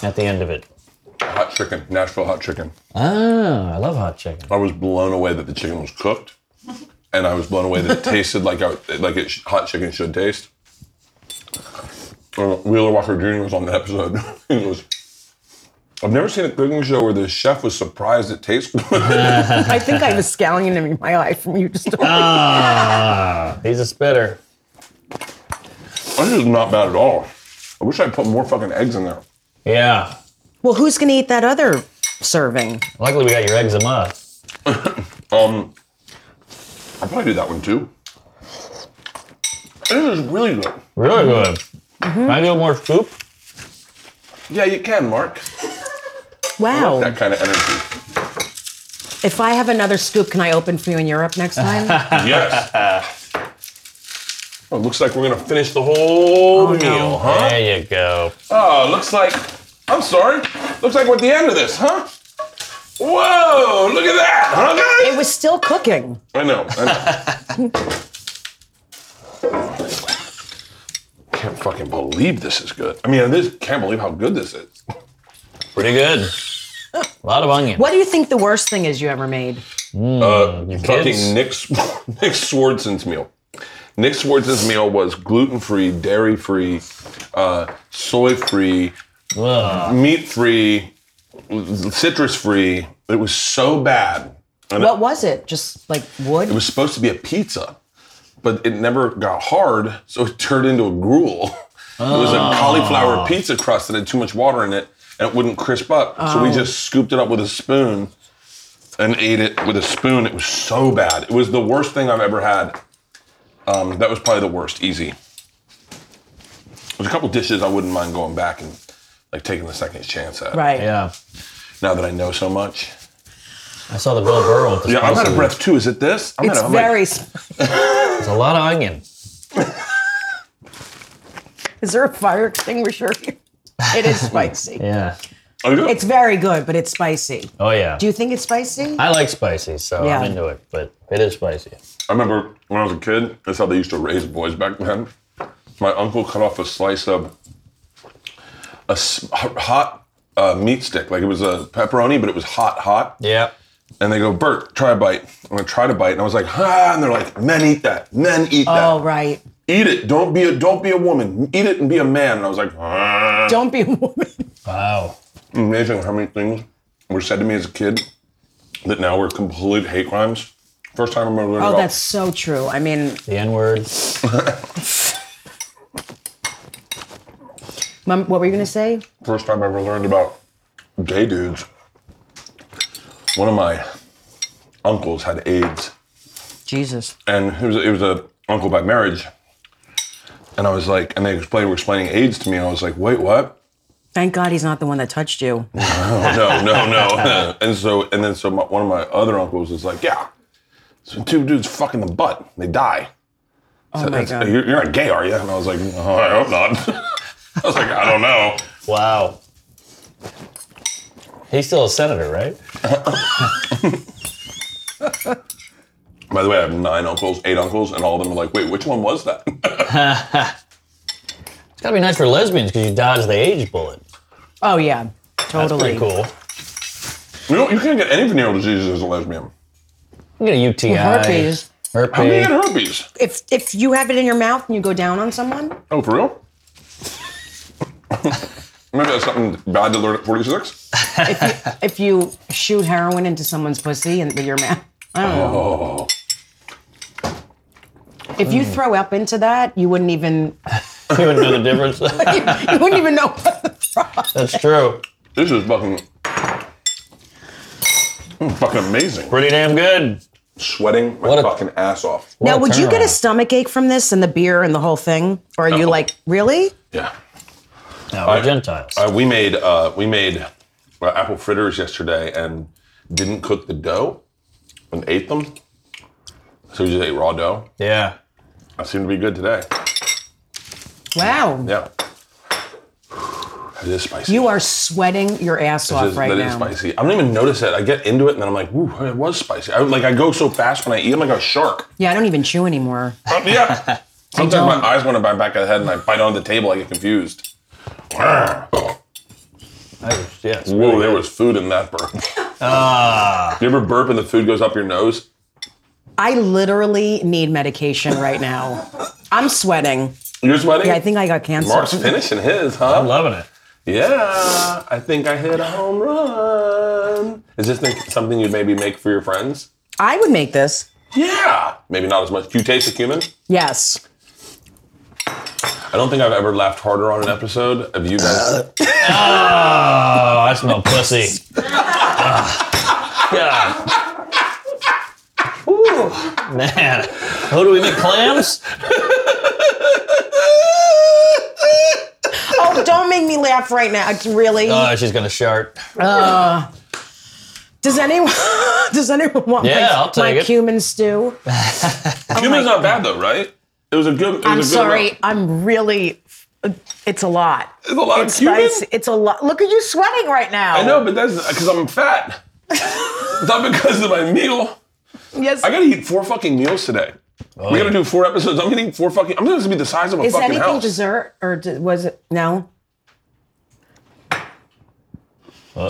B: at the end of it?
A: Hot chicken, Nashville hot chicken.
B: Ah, I love hot chicken.
A: I was blown away that the chicken was cooked, and I was blown away that it tasted like a, like it sh- hot chicken should taste. Uh, Wheeler Walker Jr. was on the episode. he was. I've never seen a cooking show where the chef was surprised it tastes good.
D: I think I have a scallion in my eye from you just.
B: He's a spitter.
A: this is not bad at all. I wish I put more fucking eggs in there.
B: Yeah.
D: well, who's gonna eat that other serving?
B: Luckily, we got your eczema.
A: Um, I'll probably do that one too. This is really good.
B: Really good. Can I do more soup?
A: Yeah, you can, Mark. That
D: Wow.
A: kind of energy.
D: If I have another scoop, can I open for you in Europe next time?
A: Yes. oh, looks like we're gonna finish the whole
D: Oh, no.
A: meal, huh?
B: There you go.
A: Oh, looks like. I'm sorry. Looks like we're at the end of this, huh? Whoa! Look at that, huh, guys?
D: it was still cooking.
A: I know. I know. can't fucking believe this is good. I mean, I just can't believe how good this is.
B: Pretty good. A lot of onion.
D: What do you think the worst thing is you ever made?
A: Fucking Nick, S- Nick Swardson's meal. Nick Swardson's meal was gluten free, dairy free, uh, soy free,
B: Ugh.
A: meat free, citrus free. It was so bad. And
D: What was it? Just like
A: It
D: wood?
A: was supposed to be a pizza, but it never got hard, so it turned into a gruel. It was a
D: Oh.
A: cauliflower pizza crust that had too much water in it, and it wouldn't crisp up. So
D: Oh.
A: we just scooped it up with a spoon and ate it with a spoon. It was so bad. It was the worst thing I've ever had. Um, that was probably the worst. Easy. There's a couple dishes I wouldn't mind going back and like taking the second chance at.
D: Right.
B: Yeah.
A: Now that I know so much.
B: I saw the Bill Burr with the
A: Yeah, I'm out
B: spicy
A: of breath too. Is it this? I'm
D: It's
A: out of, I'm like-
D: very. s
B: It's a lot of onion.
D: Is there a fire extinguisher? here? It is spicy.
B: Yeah.
A: I do.
D: It's very good, but it's spicy.
B: Oh yeah.
D: Do you think it's spicy?
B: I like spicy, so
D: Yeah.
B: I'm into it. But it is spicy.
A: I remember when I was a kid, that's how they used to raise boys back then. My uncle cut off a slice of a s- h- hot uh, meat stick. Like it was a pepperoni, but it was hot, hot.
B: Yeah.
A: And they go, Bert, try a bite. I'm gonna try to bite. And I was like, ah, and they're like, men eat that. Men eat that.
D: oh, right.
A: Eat it. Don't be a don't be a woman. Eat it and be a man. And I was like, ah.
D: Don't be a woman.
B: Wow.
A: amazing how many things were said to me as a kid that now were complete hate crimes. First time I'm ever learning
D: Oh,
A: about
D: that's so true. I mean,
B: The N word.
D: mom, what were you going to say?
A: first time I ever learned about gay dudes, one of my uncles had AIDS,
D: Jesus.
A: and he was it was a uncle by marriage, and I was like, and they explained were explaining AIDS to me, and I was like, wait, what?
D: Thank God he's not the one that touched you.
A: Oh, no, no, no. and so, and then so my, one of my other uncles is like, yeah, so two dudes fuck in the butt, they die.
D: Oh, my
A: That's-
D: God.
A: You're, you're not gay, are you? And I was like, oh, I hope not. I was like, I don't know.
B: Wow. He's still a senator, right?
A: By the way, I have nine uncles, eight uncles, and all of them are like, wait, which one was that?
B: It's gotta be nice for lesbians because you dodge the age bullet.
D: Oh, yeah.
B: Pretty
D: Totally.
B: cool.
A: You know, you can't get any venereal diseases as a lesbian.
B: You get a UTI.
D: Herpes.
B: Herpes.
A: How do you get herpes?
D: If, if you have it in your mouth and you go down on someone,
A: Oh, for real? Maybe that's something bad to learn at 46.
D: if you shoot heroin into someone's pussy and with your mouth. I don't know.
A: Oh,
D: If
B: Mm.
D: you throw up into that, you wouldn't even
B: You wouldn't know the difference.
D: you, you wouldn't even know.
B: That's true.
A: this is fucking, Mm, fucking amazing.
B: Pretty damn good.
A: Sweating my
B: What a-
A: fucking ass off.
D: now,
B: What
D: would you get a
B: turnaround.
D: stomach ache from this and the beer and the whole thing, or are you
A: No.
D: like really?
A: Yeah.
B: No, we're Gentiles.
A: Uh, we made uh, we made uh, apple fritters yesterday and didn't cook the dough and ate them. So we just ate raw dough.
B: yeah.
A: That seemed to be good today.
D: Wow,
A: Yeah. It is spicy.
D: you are sweating your ass
A: That
D: off
A: is-
D: right
A: that is
D: now.
A: spicy. I don't even notice it. I get into it and then I'm like, ooh, it was spicy. I, like I go so fast when I eat. I'm like a shark.
D: Yeah, I don't even chew anymore.
A: Uh, yeah. Sometimes my eyes went in my back of the head and I bite onto the table. I get confused. Whoa,
B: That was, yeah. it's really
A: there
B: good. Ah.
A: was food in that burp. You ever burp and the food goes up your nose?
D: I literally need medication right now. I'm sweating.
A: You're sweating.
D: Yeah, I think I got cancer.
A: Mark's finishing his, huh?
B: I'm loving it.
A: yeah, I think I hit a home run. Is this like something you'd maybe make for your friends?
D: I would make this.
A: Yeah, maybe not as much. Do you taste the cumin?
D: Yes.
A: I don't think I've ever laughed harder on an episode of you guys.
B: Oh, I smell pussy. Ah, Ugh. God. Ooh, man. Who do we make clams?
D: Oh, don't make me laugh right now. It's Really?
A: Uh,
B: Oh, she's gonna shart.
D: does anyone? Does anyone want my,
B: Yeah, I'll take
D: my
B: it.
D: cumin stew?
A: Cumin's not bad though, right? It was a good. It was a
D: Oh I'm
A: good
D: sorry.
A: amount.
D: I'm really. It's a lot.
A: There's a lot
D: It's
A: of cumin.
D: spicy. It's a lot. Look at you sweating right now.
A: I know, but that's because I'm fat. it's not because of my meal.
D: Yes.
A: I gotta eat four fucking meals today. we gotta do four episodes. I'm getting four fucking. I'm gonna be the size of a
D: Is
A: fucking
D: anything
A: house.
D: dessert or d- was it no?
B: You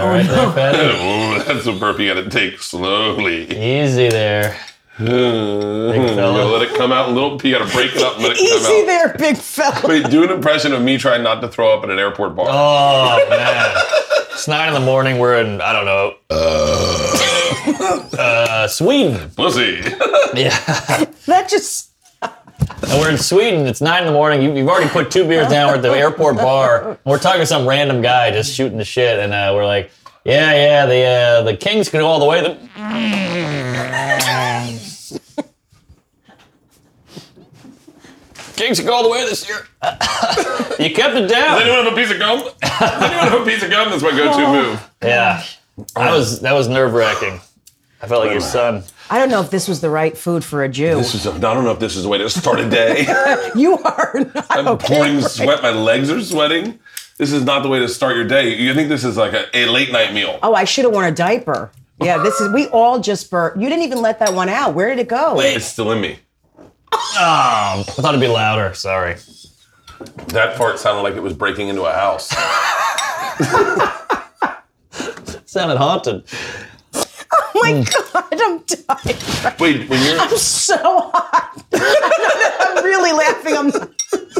B: all right there, Patty?
A: Oh, that's a burp you gotta take slowly.
B: Easy there.
A: you gotta let it come out in little. You gotta break it up and let it come
D: Easy
A: out.
D: there, big fella.
A: Wait, do an impression of me trying not to throw up at an airport bar.
B: Oh man. It's nine in the morning. We're in I don't know. Uh, Sweden.
A: Pussy.
B: Yeah.
D: That just
B: And we're in Sweden. It's nine in the morning. You, you've already put two beers down. We're at the airport bar. And we're talking to some random guy just shooting the shit, and uh, we're like, "Yeah, yeah, the uh, the Kings can go all the way." The- Kings can go all the way this year. you kept it
A: Does
B: down.
A: anyone have a piece of gum? Does anyone have a piece of gum? That's my go-to move.
B: Yeah, I was that was nerve wracking. I felt like your son.
D: I don't know if this was the right food for a Jew.
A: This is. I I don't know if this is the way to start a day.
D: you are not
A: I'm
D: okay.
A: pouring
D: right?
A: sweat. My legs are sweating. This is not the way to start your day. You think this is like a, a late night meal?
D: Oh, I should have worn a diaper. Yeah, this is. We all just burnt. You didn't even let that one out. Where did it go?
A: It's still in me.
B: I thought it'd be louder. Sorry.
A: That part sounded like it was breaking into a house.
B: Sounded haunted.
D: Oh my god, I'm dying.
A: Wait, when you're
D: I'm so hot. I'm really laughing. I'm.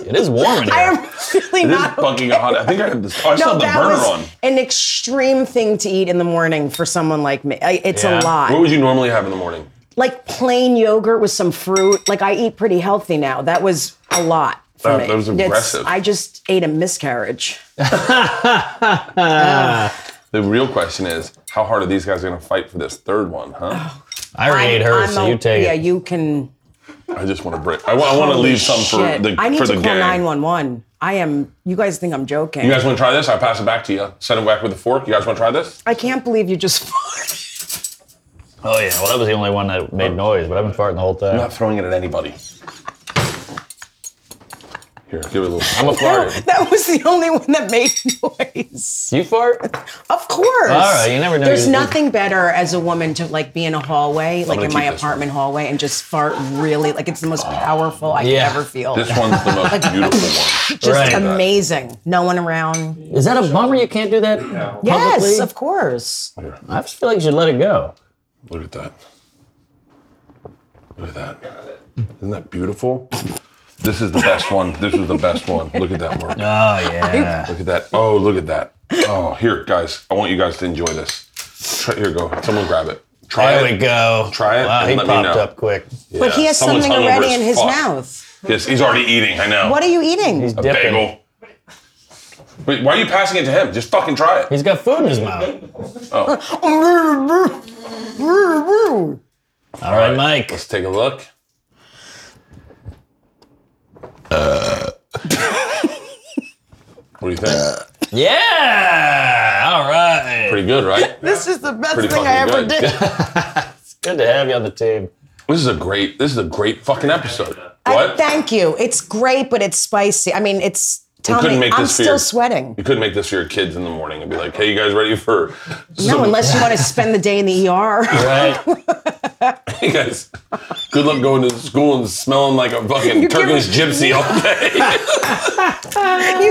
B: It is warm in here.
D: I am really
A: this is
D: not.
A: fucking hot. I think I have this. Oh, I still
D: No,
A: have the
D: that
A: burner
D: was
A: on.
D: an extreme thing to eat in the morning for someone like me. I, it's
B: Yeah.
D: a lot.
A: What would you normally have in the morning?
D: like plain yogurt with some fruit. Like I eat pretty healthy now. That was a lot for
A: That-
D: me.
A: that was
D: It's-
A: aggressive.
D: I just ate a miscarriage.
A: The real question is, how hard are these guys going to fight for this third one, huh?
D: Oh.
B: I already ate hers, so
D: a-
B: you take
D: yeah,
B: it.
D: you can.
A: I just want to break. I, wa- I want to leave some for
D: Shit.
A: the
D: I need
A: for
D: to
A: the
D: call
A: gang.
D: nine one one. I am. You guys think I'm joking?
A: You guys want to try this? I pass it back to you. Send it back with a fork. You guys want to try this?
D: I can't believe you just farted.
B: oh yeah. Well, that was the only one that made noise, but I've been farting the whole time.
A: I'm not throwing it at anybody. Here, give it a little. I'm a flyer.
D: That was the only one that made noise.
B: You fart?
D: Of course.
B: All right, you never know.
D: There's
B: You-
D: nothing better as a woman to like be in a hallway, like
A: gonna
D: in my
A: keep this one. Oh,
D: apartment hallway, and just fart really. Like it's the most powerful I
B: Yeah.
D: could ever feel.
A: This one's the most beautiful one.
D: just
B: Right.
D: amazing. No one around.
B: Is that a bummer? You can't do that.
D: Yes,
B: Publicly?
D: of course.
B: I just feel like you should let it go.
A: Look at that. Look at that. Isn't that beautiful? This is the best one. This is the best one. Look at that work.
B: Oh yeah.
A: Look at that. Oh, look at that. Oh, here, guys. I want you guys to enjoy this. Try, here, go. Someone grab it. Try
B: There
A: it.
B: we go.
A: Try it
B: Wow,
A: and
B: he
A: let me
B: popped
A: know.
B: up quick.
D: But he has
A: someone's
D: something
A: hungover
D: already
A: as
D: in his
A: fuck.
D: mouth.
A: Yes, he's already eating. I know.
D: What are you eating?
A: a
B: Dipping.
A: bagel. Wait, why are you passing it to him? Just fucking try it.
B: He's got food in his mouth. All right, Mike.
A: Let's take a look. Uh. what do you think?
B: Yeah. All right.
A: Pretty good, right?
D: This is the best
A: Pretty
D: thing I
A: fucking
D: ever
A: good.
D: did.
B: Good to have you on the team.
A: This is a great. This is a great fucking episode. What?
D: Thank you. It's great, but it's spicy. I mean, it's. Tell
A: couldn't
D: me,
A: make
D: I'm
A: this for
D: still
A: your-
D: sweating.
A: you couldn't make this for your kids in the morning and be like, "Hey, you guys ready for?"
D: No,
A: some-
D: unless you want to spend the day in the ER.
B: Right.
A: Hey guys, good luck going to school and smelling like a fucking Turkish gypsy all day.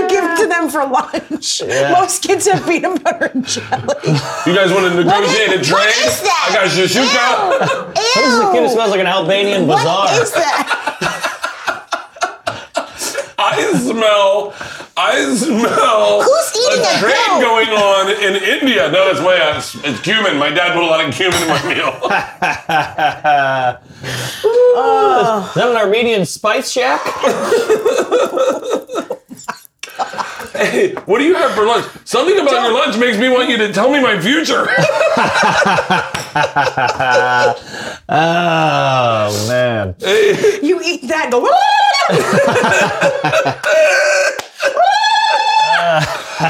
D: you give to them for lunch. Most kids have peanut butter and jelly.
A: You guys want to negotiate a
D: is-
A: trade?
D: what is that?
A: I got you shoot out.
B: This is the kid who smells like an Albanian bazaar.
D: What is that?
A: I smell. I smell.
D: Who's eating
A: a
D: a
A: trade
D: goat?
A: going on in India? No, it's way out. It's, it's cumin. My dad put a lot of cumin in my meal.
B: Is that an Armenian spice shack?
A: hey, what do you have for lunch? Something about your lunch makes me want you to tell me my future.
B: Oh man.
D: You eat that and go,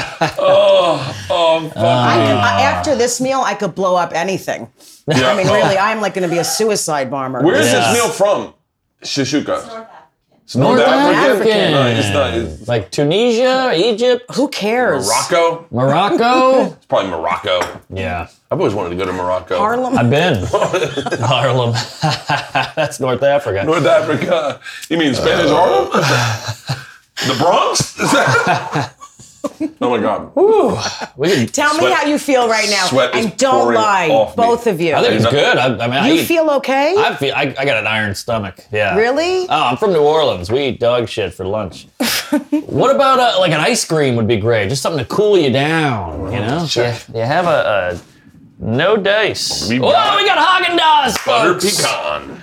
A: oh, fuck.
D: I could, I- after this meal, I could blow up anything.
A: Yeah.
D: I mean, really, I'm like going to be a suicide bomber.
A: Oh. Where is
B: Yeah.
A: this meal from? Shishuka. It's North,
F: North African.
A: African.
B: African.
A: No, it's not. It's
B: Like Tunisia, Egypt,
D: Who cares?
A: Morocco.
B: Morocco.
A: It's probably Morocco.
B: yeah.
A: I've always wanted to go to Morocco.
D: Harlem.
B: I've been. Harlem. That's North Africa.
A: North Africa. You mean Spanish
B: Uh,
A: Harlem? the Bronx? Is that? oh my God.
B: We could-
D: Tell me
A: Sweat-
D: how you feel right now,
A: sweat is
D: and don't
A: pouring
D: lie,
A: off me.
D: both of you.
B: I think it's
A: No.
B: good. I, I mean, I
D: you
B: eat,
D: feel okay?
B: I feel. I, I got an iron stomach. Yeah.
D: really?
B: Oh, I'm from New Orleans. We eat dog shit for lunch. what about uh, like an ice cream would be great? Just something to cool you down, you know?
A: Sure.
B: You, you have a, a no dice.
A: We
B: oh,
A: got-
B: we got Haagen Dazs,
A: Butter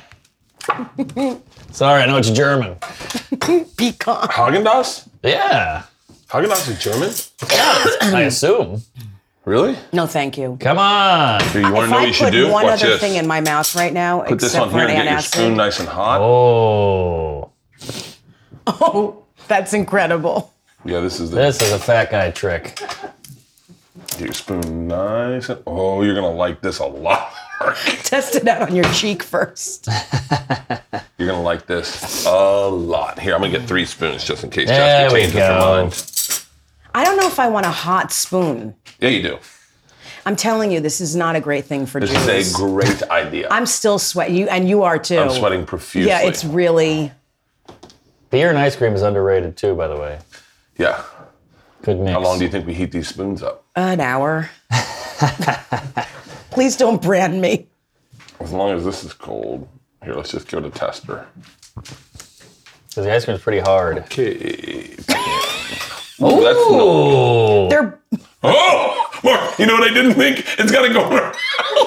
B: folks.
A: pecan.
B: Sorry, I know it's German.
D: Pecan.
A: Haagen Dazs?
B: Yeah,
A: Haagen Dazs is German?
B: I assume.
A: Really?
D: No, thank you.
B: Come on.
A: Do you want to
D: If
A: know
D: I
A: what you should
D: put
A: do?
D: one
A: Watch
D: other
A: this.
D: thing in my mouth right now,
A: Put this
D: except
A: on
D: for
A: here
D: an
A: and get your spoon
D: antacid.
A: nice and hot.
B: Oh,
D: Oh, that's incredible.
A: Yeah, this is the.
B: this is a fat guy trick.
A: Get your spoon nice. and- Oh, you're gonna like this a lot.
D: Test it out on your cheek first.
A: You're gonna like this a lot. Here, I'm gonna get three spoons just in case
B: There
A: Jessica
B: we
A: changes
B: go.
A: her mind.
D: I don't know if I want a hot spoon.
A: Yeah, you do.
D: I'm telling you, this is not a great thing for
A: This
D: Jews.
A: is a great idea.
D: I'm still sweating. You and you are too.
A: I'm sweating profusely.
D: Yeah, it's really.
B: Beer and ice cream is underrated too, by the way.
A: yeah.
B: Good mix.
A: How long do you think we heat these spoons up?
D: An hour. Please don't brand me.
A: As long as this is cold. Here, let's just go to tester.
B: Because the ice cream's pretty hard.
A: Okay. Ooh, that's not.
B: Oh,
D: They're
A: Oh, Mark, you know what I didn't think? It's gotta go. this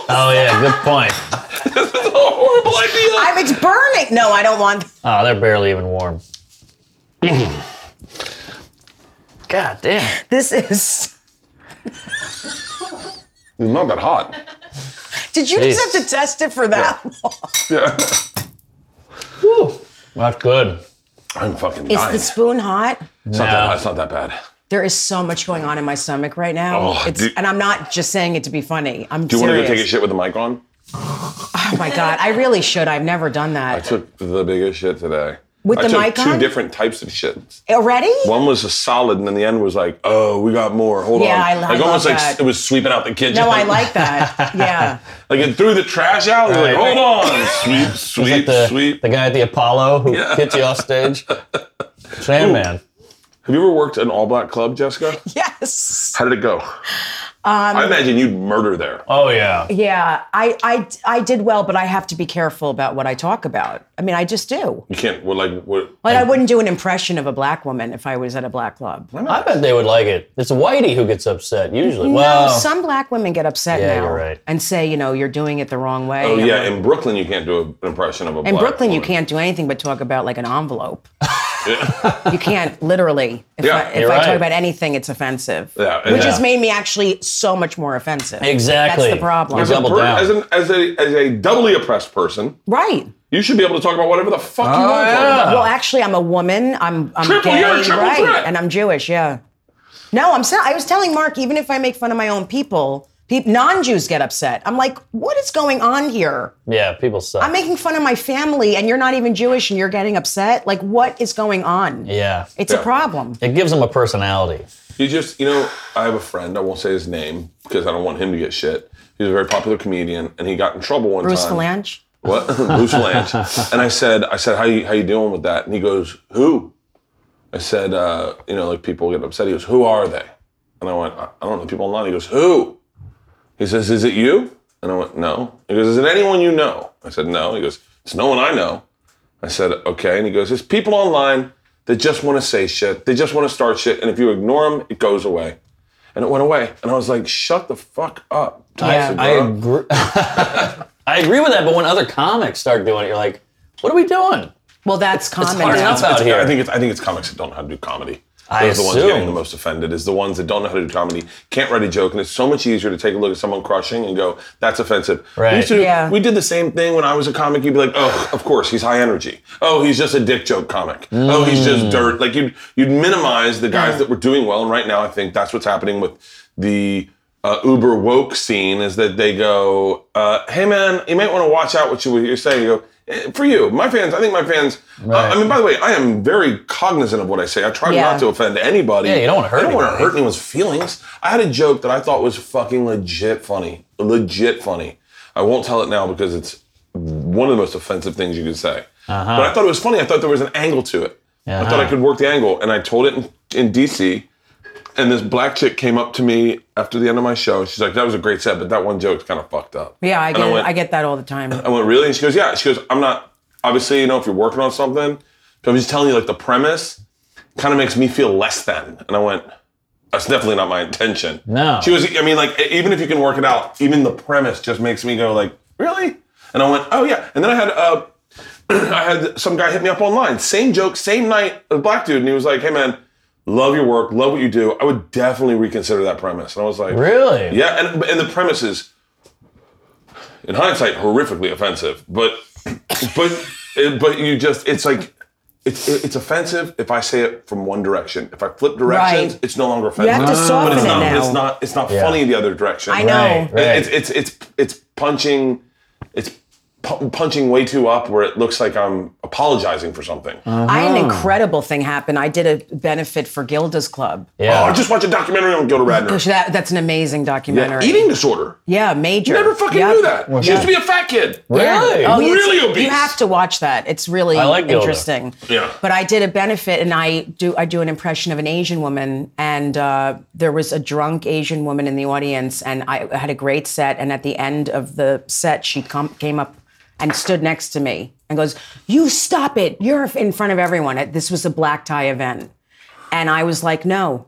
B: oh yeah, good point.
A: is a horrible idea.
D: I'm, it's burning. No, I don't want.
B: Oh, they're barely even warm. God damn.
D: This is.
A: It's not that hot.
D: Did you
B: Jeez.
D: just have to test it for that? long?
A: Yeah.
B: Whew. That's good.
A: I'm fucking
D: Is
A: dying.
D: the spoon hot?
A: It's not, that,
B: No.
A: it's not that bad.
D: There is so much going on in my stomach right now.
A: Oh,
D: it's,
A: do-
D: and I'm not just saying it to be funny. I'm
A: Do you want to
D: serious.
A: go take a shit with the mic on?
D: Oh my god, I really should. I've never done
A: I
D: that
A: took the biggest shit today.
D: With
A: I
D: the
A: took
D: mic
A: two
D: on?
A: different types of shits.
D: already.
A: One was a solid, and then the end was like, "Oh, we got more. Hold
D: Yeah,
A: on."
D: I li- I
A: like
D: love
A: almost like
D: that.
A: it was sweeping out the kitchen.
D: No, I like that. Yeah.
A: like it threw the trash out. and
B: Right.
A: Like, hold on, sweep,
B: It's
A: sweep,
B: the,
A: sweep.
B: the guy at the Apollo who
A: Yeah.
B: hits you off stage. Sandman.
A: Have you ever worked an all-black club, Jessica?
D: Yes. Um,
A: How did it go? I imagine you'd murder there.
B: Oh yeah.
D: Yeah. I, I I did well, but I have to be careful about what I talk about. I mean, I just do.
A: You can't. Well, like, what,
D: But I wouldn't do an impression of a black woman if I was at a black club.
B: I bet they would like it. It's Whitey who gets upset usually.
D: No,
B: well,
D: some black women get upset
B: Yeah,
D: now
B: you're right.
D: and say, you know, you're doing it the wrong way.
A: oh
D: I'm
A: yeah,
D: like-
A: in Brooklyn you can't do an impression of a.
D: in Brooklyn, you can't do anything but talk about like an envelope. you can't literally. If,
A: Yeah,
D: I, if
B: you're
D: I
B: right.
D: talk about anything, it's offensive.
A: Yeah,
D: which
A: yeah.
D: has made me actually so much more offensive.
B: Exactly.
D: That's the problem.
B: There's a-
A: As a,
B: Double
A: per-
B: down.
A: as, an, as a as a doubly oppressed person,
D: right.
A: you should be able to talk about whatever the fuck you
B: Oh,
A: want. to talk
B: yeah.
A: about.
D: Well, actually, I'm a woman. I'm I'm
A: Triple,
D: gay,
A: you're a triple
D: right?
A: threat.
D: And I'm Jewish. Yeah. No, I'm. sa- I was telling Mark, even if I make fun of my own people, peop non-Jews get upset. I'm like, what is going on here?
B: yeah, people suck.
D: I'm making fun of my family, and you're not even Jewish, and you're getting upset. Like, what is going on?
B: yeah. It,
D: It's
A: Yeah.
D: a problem.
B: gives them a personality.
A: You just, you know, I have a friend. I won't say his name because I don't want him to get shit. He's a very popular comedian, and he got in trouble one
D: Bruce
A: time.
D: Falange.
A: What? Bruce Valanche. And I said, I said, how you how you dealing with that? And he goes, who? I said, uh, you know, like people get upset. He goes, who are they? And I went, I I don't know people online. He goes, who? He says, is it you? And I went, no. He goes, is it anyone you know? I said, no. He goes, it's no one I know. I said, okay. And he goes, it's people online that just want to say shit. They just want to start shit. And if you ignore them, it goes away. And it went away. And I was like, shut the fuck up. Tyson,
B: I
A: bro.
B: agree. I agree with that, but when other comics start doing it, you're like, what are we doing?
D: Well, that's common.
B: hard
D: now.
B: enough out
A: It's-
B: here.
A: I think it's I think it's comics that don't know how to do comedy.
B: I
A: Those are the ones getting
B: assume.
A: the most offended. Is the ones that don't know how to do comedy, can't write a joke, and it's so much easier to take a look at someone crushing and go, "That's offensive."
B: Right.
A: We, used to-
D: Yeah.
A: we did the same thing when I was a comic. You'd be like, "Oh, of course, he's high energy. Oh, he's just a dick joke comic. Oh, he's just
D: Mm.
A: dirt." Like you'd you'd minimize the guys that were doing well. And right now, I think that's what's happening with the. Uh, uber woke scene is that they go, uh, hey man, you might want to watch out what you what you're saying. You go, "Eh, for you, my fans. I think my fans. uh, I mean, by the way, I am very cognizant of what I say. I try
D: Yeah.
A: not to offend anybody.
B: Yeah, you don't wanna hurt
A: I don't want to
B: anybody.
A: hurt anyone's feelings. I had a joke that I thought was fucking legit funny. Legit funny. I won't tell it now because it's one of the most offensive things you could say.
B: Uh-huh.
A: But I thought it was funny. I thought there was an angle to it. I thought I could work the angle. And I told it in, in DC. And this black chick came up to me after the end of my show. She's like, that was a great set, but that one joke's kind of fucked up.
D: Yeah, I
A: And
D: get
A: went-
D: I get that all the time.
A: I went, really? And she goes, yeah. She goes, I'm not, obviously, you know, if you're working on something, but I'm just telling you, like, the premise kind of makes me feel less than. And I went, that's definitely not my intention.
B: No.
A: She was, I mean, like, e- even if you can work it out, even the premise just makes me go, like, really? And I went, oh, yeah. And then I had, uh, I had some guy hit me up online, same joke, same night, a black dude, and he was like, hey, man, love your work, love what you do. I would definitely reconsider that premise. And I was like,
B: Really?
A: yeah, and and the premise is, in hindsight, horrifically offensive. But but but you just it's like It's it- it's offensive if I say it from one direction. If I flip directions,
D: Right.
A: it's no longer offensive.
D: You have to
A: but
D: soften
A: it's
D: it
A: not. but
D: now.
A: It's not. It's not funny the other direction.
D: I know.
B: Right, right.
A: It's it's it's it's punching. It's pu- punching way too up where it looks like I'm apologizing for something.
B: Uh-huh.
D: I had an incredible thing happen. I did a benefit for Gilda's Club.
A: Oh,
B: yeah.
A: I just watched a documentary on Gilda
D: Gosh,
A: Radner.
D: that, that's an amazing documentary.
A: Eating disorder.
D: Yeah, major.
A: Never fucking
D: Yep.
A: knew that. she used to be a fat kid.
B: Really?
D: Oh, it's-
A: Really obese.
D: You have to watch that. It's really
B: I like Gilda.
D: interesting.
A: Yeah.
D: But I did a benefit, and I do I do an impression of an Asian woman, and uh, there was a drunk Asian woman in the audience, and I had a great set, and at the end of the set, she come, came up and stood next to me and goes, "You stop it! You're in front of everyone." This was a black tie event, and I was like, "No,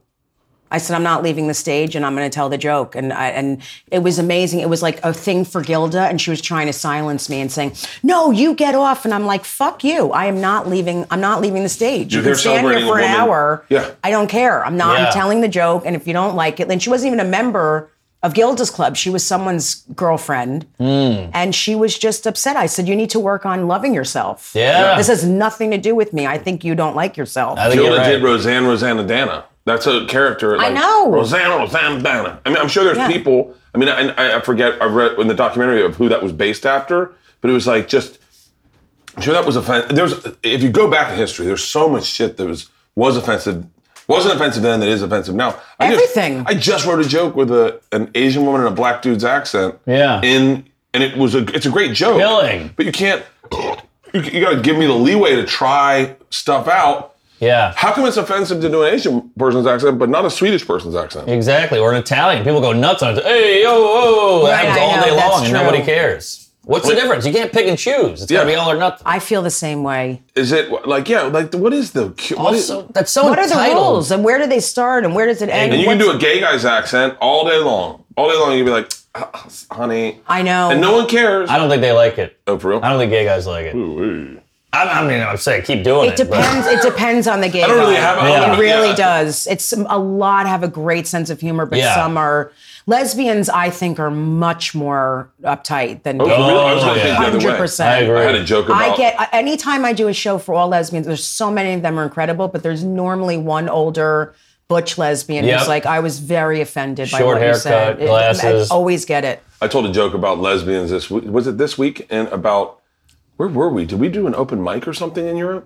D: I said, I'm not leaving the stage and I'm going to tell the joke. And I, and it was amazing. It was like a thing for Gilda. And she was trying to silence me and saying, no, you get off. And I'm like, fuck you. I am not leaving. I'm not leaving the stage.
A: You're
D: you can
A: there
D: stand here
A: celebrating
D: for
A: a
D: an
A: woman.
D: hour.
A: Yeah.
D: I don't care. I'm not,
B: Yeah.
D: I'm telling the joke. And if you don't like it, then she wasn't even a member of Gilda's club. She was someone's girlfriend.
B: Hmm.
D: And she was just upset. I said, you need to work on loving yourself.
B: Yeah.
D: This has nothing to do with me. I think you don't like yourself.
B: I think you're
A: Gilda
B: right.
A: did Roseanne, Rosanna Dana. That's a character. Like,
D: know.
A: Rosanna, Rosanna Dana. I mean, I'm sure there's
D: Yeah.
A: people. I mean, I, I- I forget. I read in the documentary of who that was based after, but it was like just. I'm sure that was offensive. There's, if you go back in history, there's so much shit that was was offensive, wasn't offensive then that is offensive now. I
D: Everything.
A: Just, I just wrote a joke with a an Asian woman and a black dude's accent.
B: Yeah.
A: In and it was a it's a great joke.
B: Killing.
A: But you can't. You, you got to give me the leeway to try stuff out.
B: yeah.
A: How come it's offensive to do an Asian person's accent, but not a Swedish person's accent?
B: Exactly. Or an Italian. People go nuts on it. Hey, yo, whoa.
D: Right,
B: That happens
D: I
B: all
D: know,
B: day
D: that's
B: long and
D: true.
B: nobody cares. What's the
A: Wait.
B: difference? You can't pick and choose. It's got to
A: Yeah.
B: be all or nothing.
D: I feel the same way.
A: Is it like yeah, like what is the what is-
B: Also, that's so
D: what are the
B: entitled.
D: rules and where do they start and where does it end?
A: and you can do
D: What's-
A: a gay guy's accent all day long, all day long. You'd be like, "Ah, honey,
D: I know.
A: and no one cares.
B: I don't think they like it.
A: oh, for real?
B: I don't think gay guys like it. I, I mean, I'm saying keep doing it.
D: it
B: but-
D: depends. it depends on the gay.
A: I don't really
D: guy.
A: have. a-
B: Yeah.
A: I don't
D: It really
A: yeah.
D: does. It's um, a lot have a great sense of humor, but
B: Yeah.
D: some are lesbians. I think are much more uptight than
A: Oh, for real? I was
B: Oh,
A: gonna think
B: yeah.
A: the other way.
D: hundred
B: I
D: percent.
B: agree.
A: I had a joke about.
D: I get I- anytime I do a show for all lesbians. There's so many of them are incredible, but there's normally one older butch lesbian
B: Yep.
D: who's like, I was very offended by
B: Short
D: what you
B: haircut,
D: said. It-
B: glasses.
D: I always get it.
A: I told a joke about lesbians this week. Was it this week? And about where were we? Did we do an open mic or something in Europe?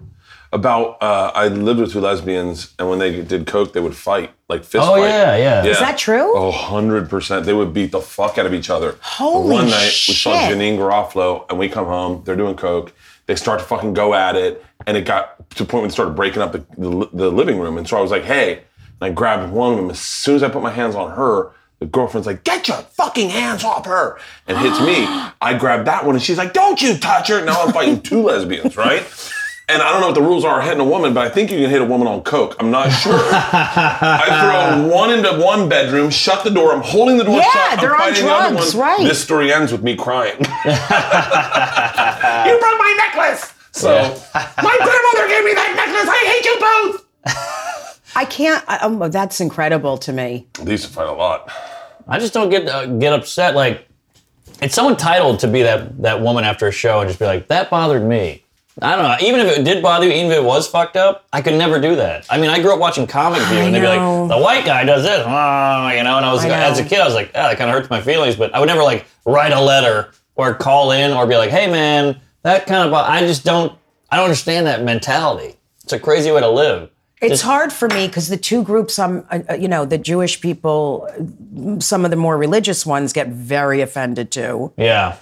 A: About uh, I lived with two lesbians, and when they did coke, they would fight like fist
B: Oh,
A: fight.
B: yeah, yeah. Is
D: Is that true?
A: Oh, 100%. They would beat the fuck out of each other.
D: Holy
A: One night, we saw
D: shit.
A: Janine Garofalo, and we come home. They're doing coke. They start to fucking go at it, and it got to the point where they started breaking up the, the, li- the living room. And so I was like, hey. And I grabbed one of them. As soon as I put my hands on her, the girlfriend's like, get your fucking hands off her, and hits me. I grab that one, and she's like, don't you touch her. Now I'm fighting two lesbians, right? And I don't know what the rules are hitting a woman, but I think you can hit a woman on coke. I'm not sure. I throw one into one bedroom, shut the door. I'm holding the door
D: Uh, Yeah,
A: shut. I'm
D: they're on
A: fighting the other
D: drugs,
A: one.
D: right.
A: This story ends with me crying. you broke my necklace. So my grandmother gave me that necklace. I hate you both.
D: I can't. I, um, that's incredible to me.
A: They used to fight a lot.
B: I just don't get uh, get upset. Like, it's so entitled to be that that woman after a show and just be like, "That bothered me." I don't know. Even if it did bother you, even if it was fucked up, I could never do that. I mean, I grew up watching Comic View, and they'd be
D: know.
B: like, "The white guy does this," ah, you know. And I was
D: I know.
B: as a kid, I was like, "Ah, that kind of hurts my feelings," but I would never like write a letter or call in or be like, "Hey, man, that kind of." bo-" I just don't. I don't understand that mentality. It's a crazy way to live.
D: It's hard for me because the two groups I'm, uh, uh, you know, the Jewish people, uh, some of the more religious ones get very offended too.
B: Yeah.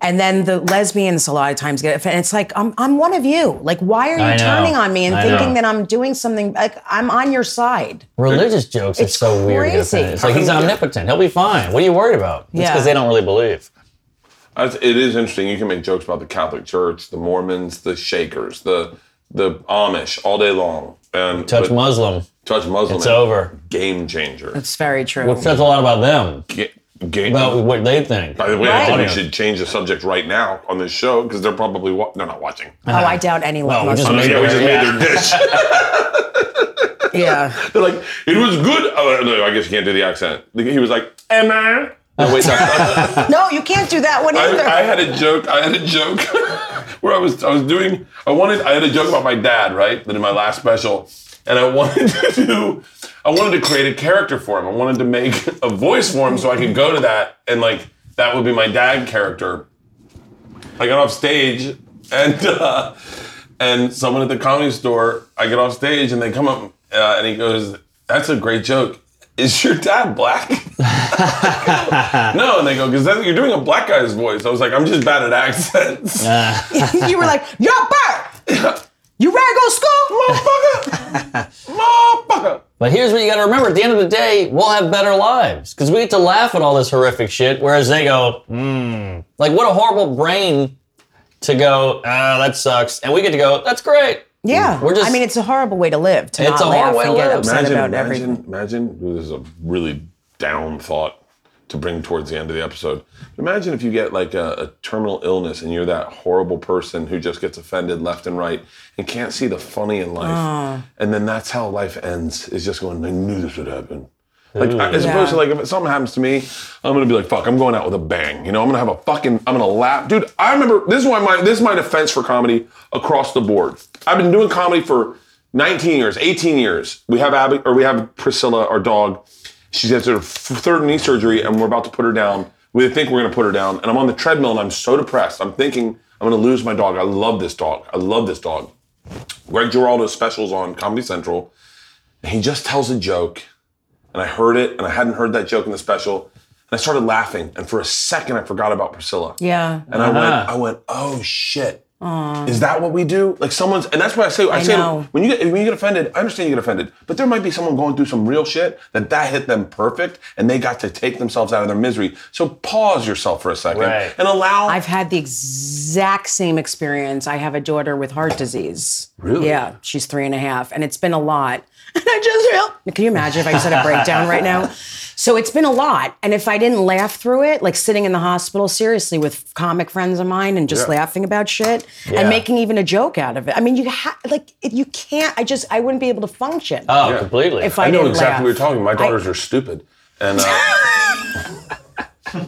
D: And then the lesbians a lot of times get offended. It's like, I'm, I'm one of you. Like, why
B: I
D: are
B: know.
D: you turning on me and
B: I
D: thinking
B: know.
D: that I'm doing something? Like, I'm on your side.
B: Religious jokes are
D: It's
B: so weird. to get
D: crazy.
B: offended. It's like he's omnipotent. He'll be fine. What are you worried about? It's
D: Yeah.
B: because they don't really believe.
A: I was- It is interesting. You can make jokes about the Catholic Church, the Mormons, the Shakers, the the Amish all day long. And
B: Touch
A: but-
B: Muslim.
A: touch Muslim.
B: It's over.
A: Game changer.
D: It's very true.
B: It says a lot about them,
A: Ga- game.
B: about what they think.
A: By the way, I
D: Right.
A: think we should change the subject right now on this show because they're probably wa- they're not watching.
D: oh, I doubt any
B: Well, we just
D: Muslims.
B: made
A: yeah, we just
B: Yeah.
A: made their dish.
D: Yeah.
A: they're like, it was good. Oh, no, I guess you can't do the accent. Like, He was like, Emma. No, wait, no.
D: no, you can't do that one
A: I,
D: either.
A: I had a joke. I had a joke where I was I was doing I wanted I had a joke about my dad right that in my last special and I wanted to do I wanted to create a character for him I wanted to make a voice for him so I could go to that and like that would be my dad character I got off stage and uh, and someone at the comedy store I get off stage and they come up uh, and he goes that's a great joke is your dad black no, and they go, because you're doing a black guy's voice. I was like, I'm just bad at accents.
D: you were like, yo, Bert, you ready to go to school?
A: Motherfucker! Motherfucker!
B: But here's what you got to remember: at the end of the day, we'll have better lives because we get to laugh at all this horrific shit. Whereas they go, hmm, like what a horrible brain to go. Ah, that sucks, and we get to go. That's great.
D: Yeah.
B: We're just-
D: I mean, it's a horrible way to live to
B: It's
D: not
B: a horrible
D: laugh
B: way to
D: and get
B: live.
D: upset
A: Imagine,
D: about
A: imagine,
D: everything.
A: imagine, this is a really down thought to bring towards the end of the episode. Imagine if you get like a, a terminal illness and you're that horrible person who just gets offended left and right and can't see the funny in life. And then that's how life ends, is just going, I knew this would happen. Like,
D: Mm.
A: I- as opposed to like, if something happens to me, I'm gonna be like, fuck, I'm going out with a bang. You know, I'm gonna have a fucking, I'm gonna laugh. Dude, I remember, this is why my, this is my defense for comedy across the board. I've been doing comedy for 19 years, 18 years. We have Abby, or we have Priscilla, our dog. She's had her f- third knee surgery and we're about to put her down. We think we're gonna put her down. And I'm on the treadmill and I'm so depressed. I'm thinking, I'm gonna lose my dog. I love this dog. I love this dog. Greg Giraldo's specials on Comedy Central. And he just tells a joke and I heard it, and I hadn't heard that joke in the special, and I started laughing, and for a second I forgot about Priscilla.
D: Yeah.
A: And I went, I went, oh shit. Is that what we do? Like someone's, and that's why I say, I,
D: I
A: say,
D: know.
A: when you get when you get offended, I understand you get offended, but there might be someone going through some real shit that that hit them perfect, and they got to take themselves out of their misery. So pause yourself for a second
B: Right.
A: and allow.
D: I've had the exact same experience. I have a daughter with heart disease. Really? Yeah, she's three and a half, and it's been a lot. And I just feel. Can you imagine if I just had a breakdown right now? So it's been a lot, and if I didn't laugh through it, like sitting in the hospital, seriously, with comic friends of mine, and just laughing about shit and making even a joke out of it. I mean, you ha- like it- you can't. I just I wouldn't be able to function.
B: Oh, completely.
D: if I,
A: Ah, I know
D: didn't
A: exactly
D: laugh.
A: what you're talking. about. My daughters are stupid, and uh,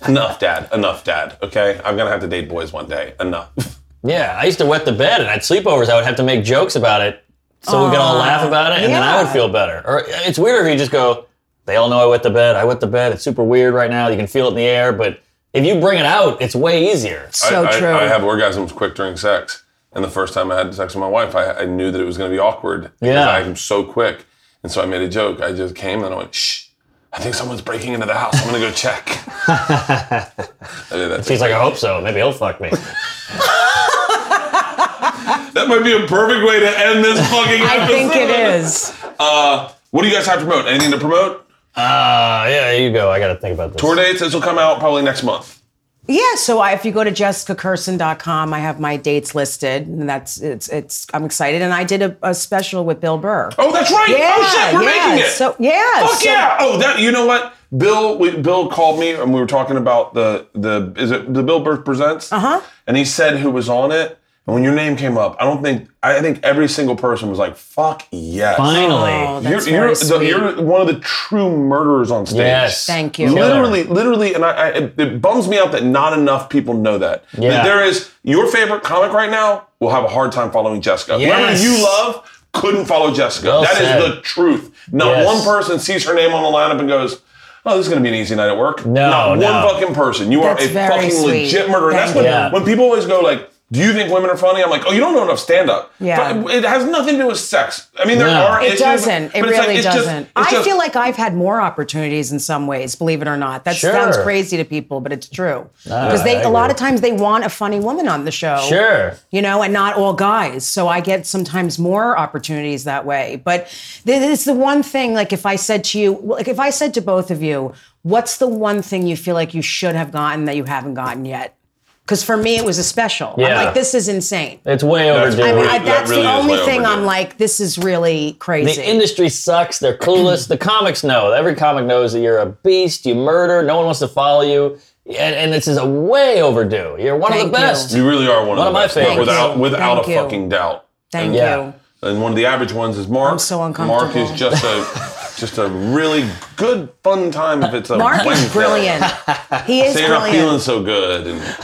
A: enough, dad. Enough, dad. Okay, I'm gonna have to date boys one day. Enough.
B: yeah, I used to wet the bed, and at sleepovers, I would have to make jokes about it, so we could all laugh about it, and then I would
D: yeah.
B: feel better. Or it's weirder if you just go, "They all know I wet the bed. I wet the bed. It's super weird right now. You can feel it in the air, but." If you bring it out, it's way easier.
D: So
A: I, I-
D: true.
A: I, have orgasms quick during sex, and the first time I had sex with my wife, I, I knew that it was gonna be awkward. because
B: Yeah.
A: I'm so quick, and so I made a joke. I just came and I went, shh. I think someone's breaking into the house. I'm gonna go check. I did that.
B: She's like, I hope so. Maybe he'll fuck me. Uh,
A: That might be a perfect way to end this fucking episode.
D: I think it is.
A: Uh, what do you guys have to promote? Anything to promote?
B: Uh, yeah, you go. I got to think about this.
A: Tour dates. This will come out probably next month.
D: Yeah, so I, if you go to jessicacurson.com, I have my dates listed, and that's it's it's. I'm excited, and I did a, a special with Bill Burr.
A: Oh, that's right. oh shit, we're
D: yeah,
A: making it.
D: So yeah,
A: Fuck
D: so-
A: yeah. Oh, that. You know what? Bill, we, Bill called me and we were talking about the the is it the Bill Burr presents? Uh
D: Uh-huh.
A: huh. And he said who was on it. And when your name came up, I don't think I think every single person was like, "Fuck yes."
B: Finally.
D: Oh,
A: You're,
D: that's
A: you're,
D: very
A: the,
D: sweet.
A: you're one of the true murderers on stage.
B: Yes.
D: Thank you.
A: Literally, literally, and I, I it, it bums me out that not enough people know that.
B: Yeah.
A: That There is your favorite comic right now will have a hard time following Jessica.
B: Yes.
A: Whoever you love couldn't follow Jessica.
B: Well
A: That is
B: said.
A: the truth. Not
B: Yes.
A: one person sees her name on the lineup and goes, "Oh, this is going to be an easy night at work."
B: No,
A: not
B: no.
A: one fucking person. You
D: That's
A: are a
D: very
A: fucking
D: sweet.
A: legit murderer. That's when
D: Thank
B: you. Yeah.
A: when people always go like. Do you think women are funny? I'm like, oh, you don't know enough stand up.
D: Yeah.
A: It has nothing to do with sex. I mean, there
B: No.
A: are
D: It
A: issues,
D: doesn't. It
A: but it's like-
D: really
A: it's just-
D: doesn't.
A: it's
D: I
A: just-
D: feel like I've had more opportunities in some ways, believe it or not. That
B: Sure.
D: sounds crazy to people, but it's true. Because
B: I
D: they a
B: agree.
D: lot of times they want a funny woman on the show.
B: Sure.
D: you know, and not all guys. So I get sometimes more opportunities that way. But th- it's the one thing, like if I said to you, like if I said to both of you, what's the one thing you feel like you should have gotten that you haven't gotten yet? Because for me, it was a special. I'm
B: Yeah.
D: like, this is insane.
B: It's way overdue.
D: I mean, I,
A: that
D: that's
A: really
D: the
A: is
D: only
A: way
D: thing
A: overdue.
D: I'm like, this is really crazy.
B: the industry sucks. They're clueless. the comics know. Every comic knows that you're a beast. You murder. No one wants to follow you. And, and this is a way overdue. You're one of
D: Thank
B: the best.
A: You really are one,
B: One
A: of, the
B: of my
A: best, but
B: favorites.
A: Without, without
D: Thank
A: a
D: you.
A: fucking doubt.
D: Thank
A: and,
D: you.
B: Yeah.
A: And one of the average ones is Mark.
D: I'm so
A: Mark is
D: uncomfortable.
A: just a just a really good fun time if it's a
D: Mark is
A: Wednesday.
D: brilliant. He is
A: Say you're not feeling
D: brilliant.
A: so good. And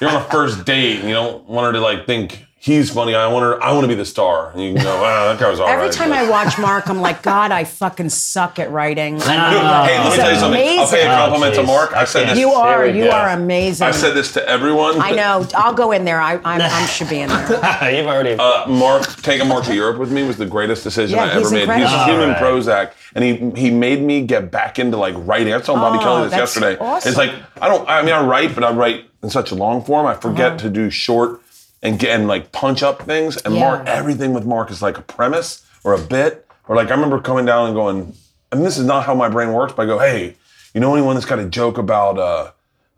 A: you're on a first date and you don't want her to like think he's funny. I want her. I want to be the star. And you can go, wow, that guy was all
D: Every
A: right,
D: time
A: but-
D: I watch Mark, I'm like, God, I fucking suck at writing.
A: hey, let me
D: He's
A: tell you something. I'll pay a
D: amazing.
A: compliment
B: Oh,
A: to Mark. I said
B: jeez.
A: this.
D: You are,
B: There we
D: you
B: go.
D: are amazing.
A: I've said this to everyone.
D: I know. I'll go in there. I, I, I should be in there.
B: You've already.
A: Uh, Mark taking Mark to Europe with me was the greatest decision
D: Yeah,
A: I
D: he's
A: ever made.
D: incredible.
A: He's human
B: All right.
A: Prozac, and he he made me get back into like writing. I was telling Bobby
D: Oh,
A: Kelly this
D: that's
A: yesterday.
D: awesome.
A: It's like I don't. I mean, I write, but I write in such a long form. I
D: Uh-huh.
A: forget to do short and get and like punch up things. And
D: Yeah.
A: Mark, everything with Mark is like a premise or a bit or like I remember coming down and going. I mean, this is not how my brain works. But I go, hey, you know anyone that's got a joke about uh,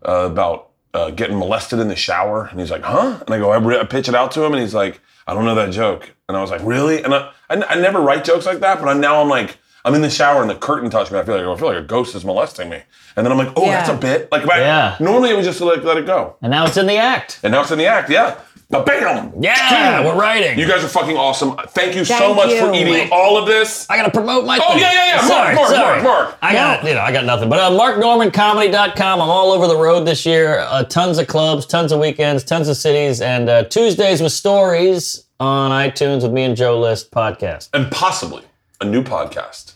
A: uh, about uh, getting molested in the shower? And he's like, huh? And I go, I, re- I pitch it out to him, and he's like, I don't know that joke. And I was like, really? And I, I, n- I never write jokes like that, but I, now I'm like, I'm in the shower and the curtain touched me. I feel like I feel like a ghost is molesting me. And then I'm like, oh,
D: Yeah.
A: that's a bit. Like, if I-
B: Yeah.
A: normally it would just like let it go.
B: and now it's in the act.
A: And now it's in the act, yeah. But bam!
B: Yeah,
A: Boom!
B: we're writing.
A: You guys are fucking awesome. Thank you so
D: Thank
A: much for
D: you.
A: eating all of this.
B: I gotta promote my
A: Oh,
B: thing.
A: yeah, yeah, yeah. Mark,
B: Sorry,
A: Mark,
B: sorry.
A: Mark, Mark.
B: I got, you know, I got nothing. But uh, marknormancomedy.com. I'm all over the road this year. Uh, tons of clubs, tons of weekends, tons of cities, and uh, Tuesdays with stories on iTunes with me and Joe List podcast.
A: And possibly a new podcast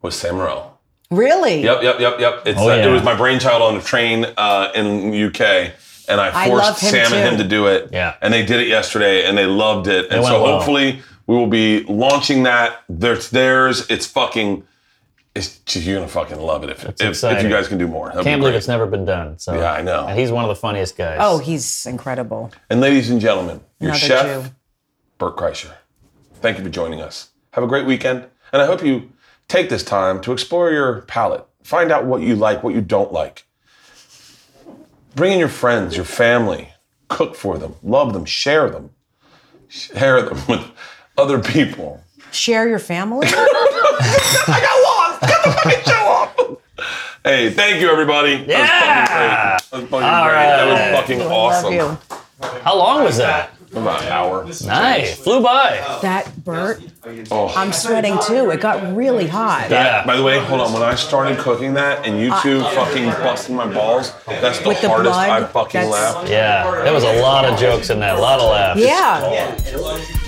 A: with Sam Morril.
D: Really?
A: Yep, yep, yep, yep. It's,
B: Oh,
A: uh,
B: yeah.
A: It was my brainchild on the train uh, in UK, and I
D: I
A: forced
D: love him
A: Sam and
D: too.
A: him to do it.
B: Yeah.
A: And they did it yesterday, and they loved it. And so
B: went well.
A: hopefully we will be launching that. There's theirs. It's fucking. It's you're gonna fucking love it if if, if you
B: exciting.
A: guys can do more. That'd
B: Can't
A: be
B: believe
A: great.
B: it's never been done. So
A: Yeah, I know.
B: And he's one of the funniest guys.
D: Oh, he's incredible.
A: And ladies and gentlemen, your
D: Another
A: chef,
D: Jew.
A: Bert Kreischer. Thank you for joining us. Have a great weekend, and I hope you take this time to explore your palate, find out what you like, what you don't like. Bring in your friends, your family, cook for them, love them, share them, share them with other people.
D: Share your family.
A: I got lost. Get the fucking show off. Hey, thanhank you, everybody.
B: Yeah.
A: That was fucking great. That was fucking great. That was fucking awesome.
D: Love
B: How long was that?
A: About an hour.
B: Nice. Flew by.
D: you. That Bert,
A: Oh.
D: I'm sweating too. It got really hot.
B: Yeah.
A: By the way, hold on. When I started cooking that and you two fucking busting my balls, that's the
D: With the
A: hardest
D: blood,
A: I fucking
D: that's-
A: laughed.
B: yeah. There was a lot of jokes in that. A lot of laughs.
D: yeah.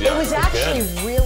D: It was actually really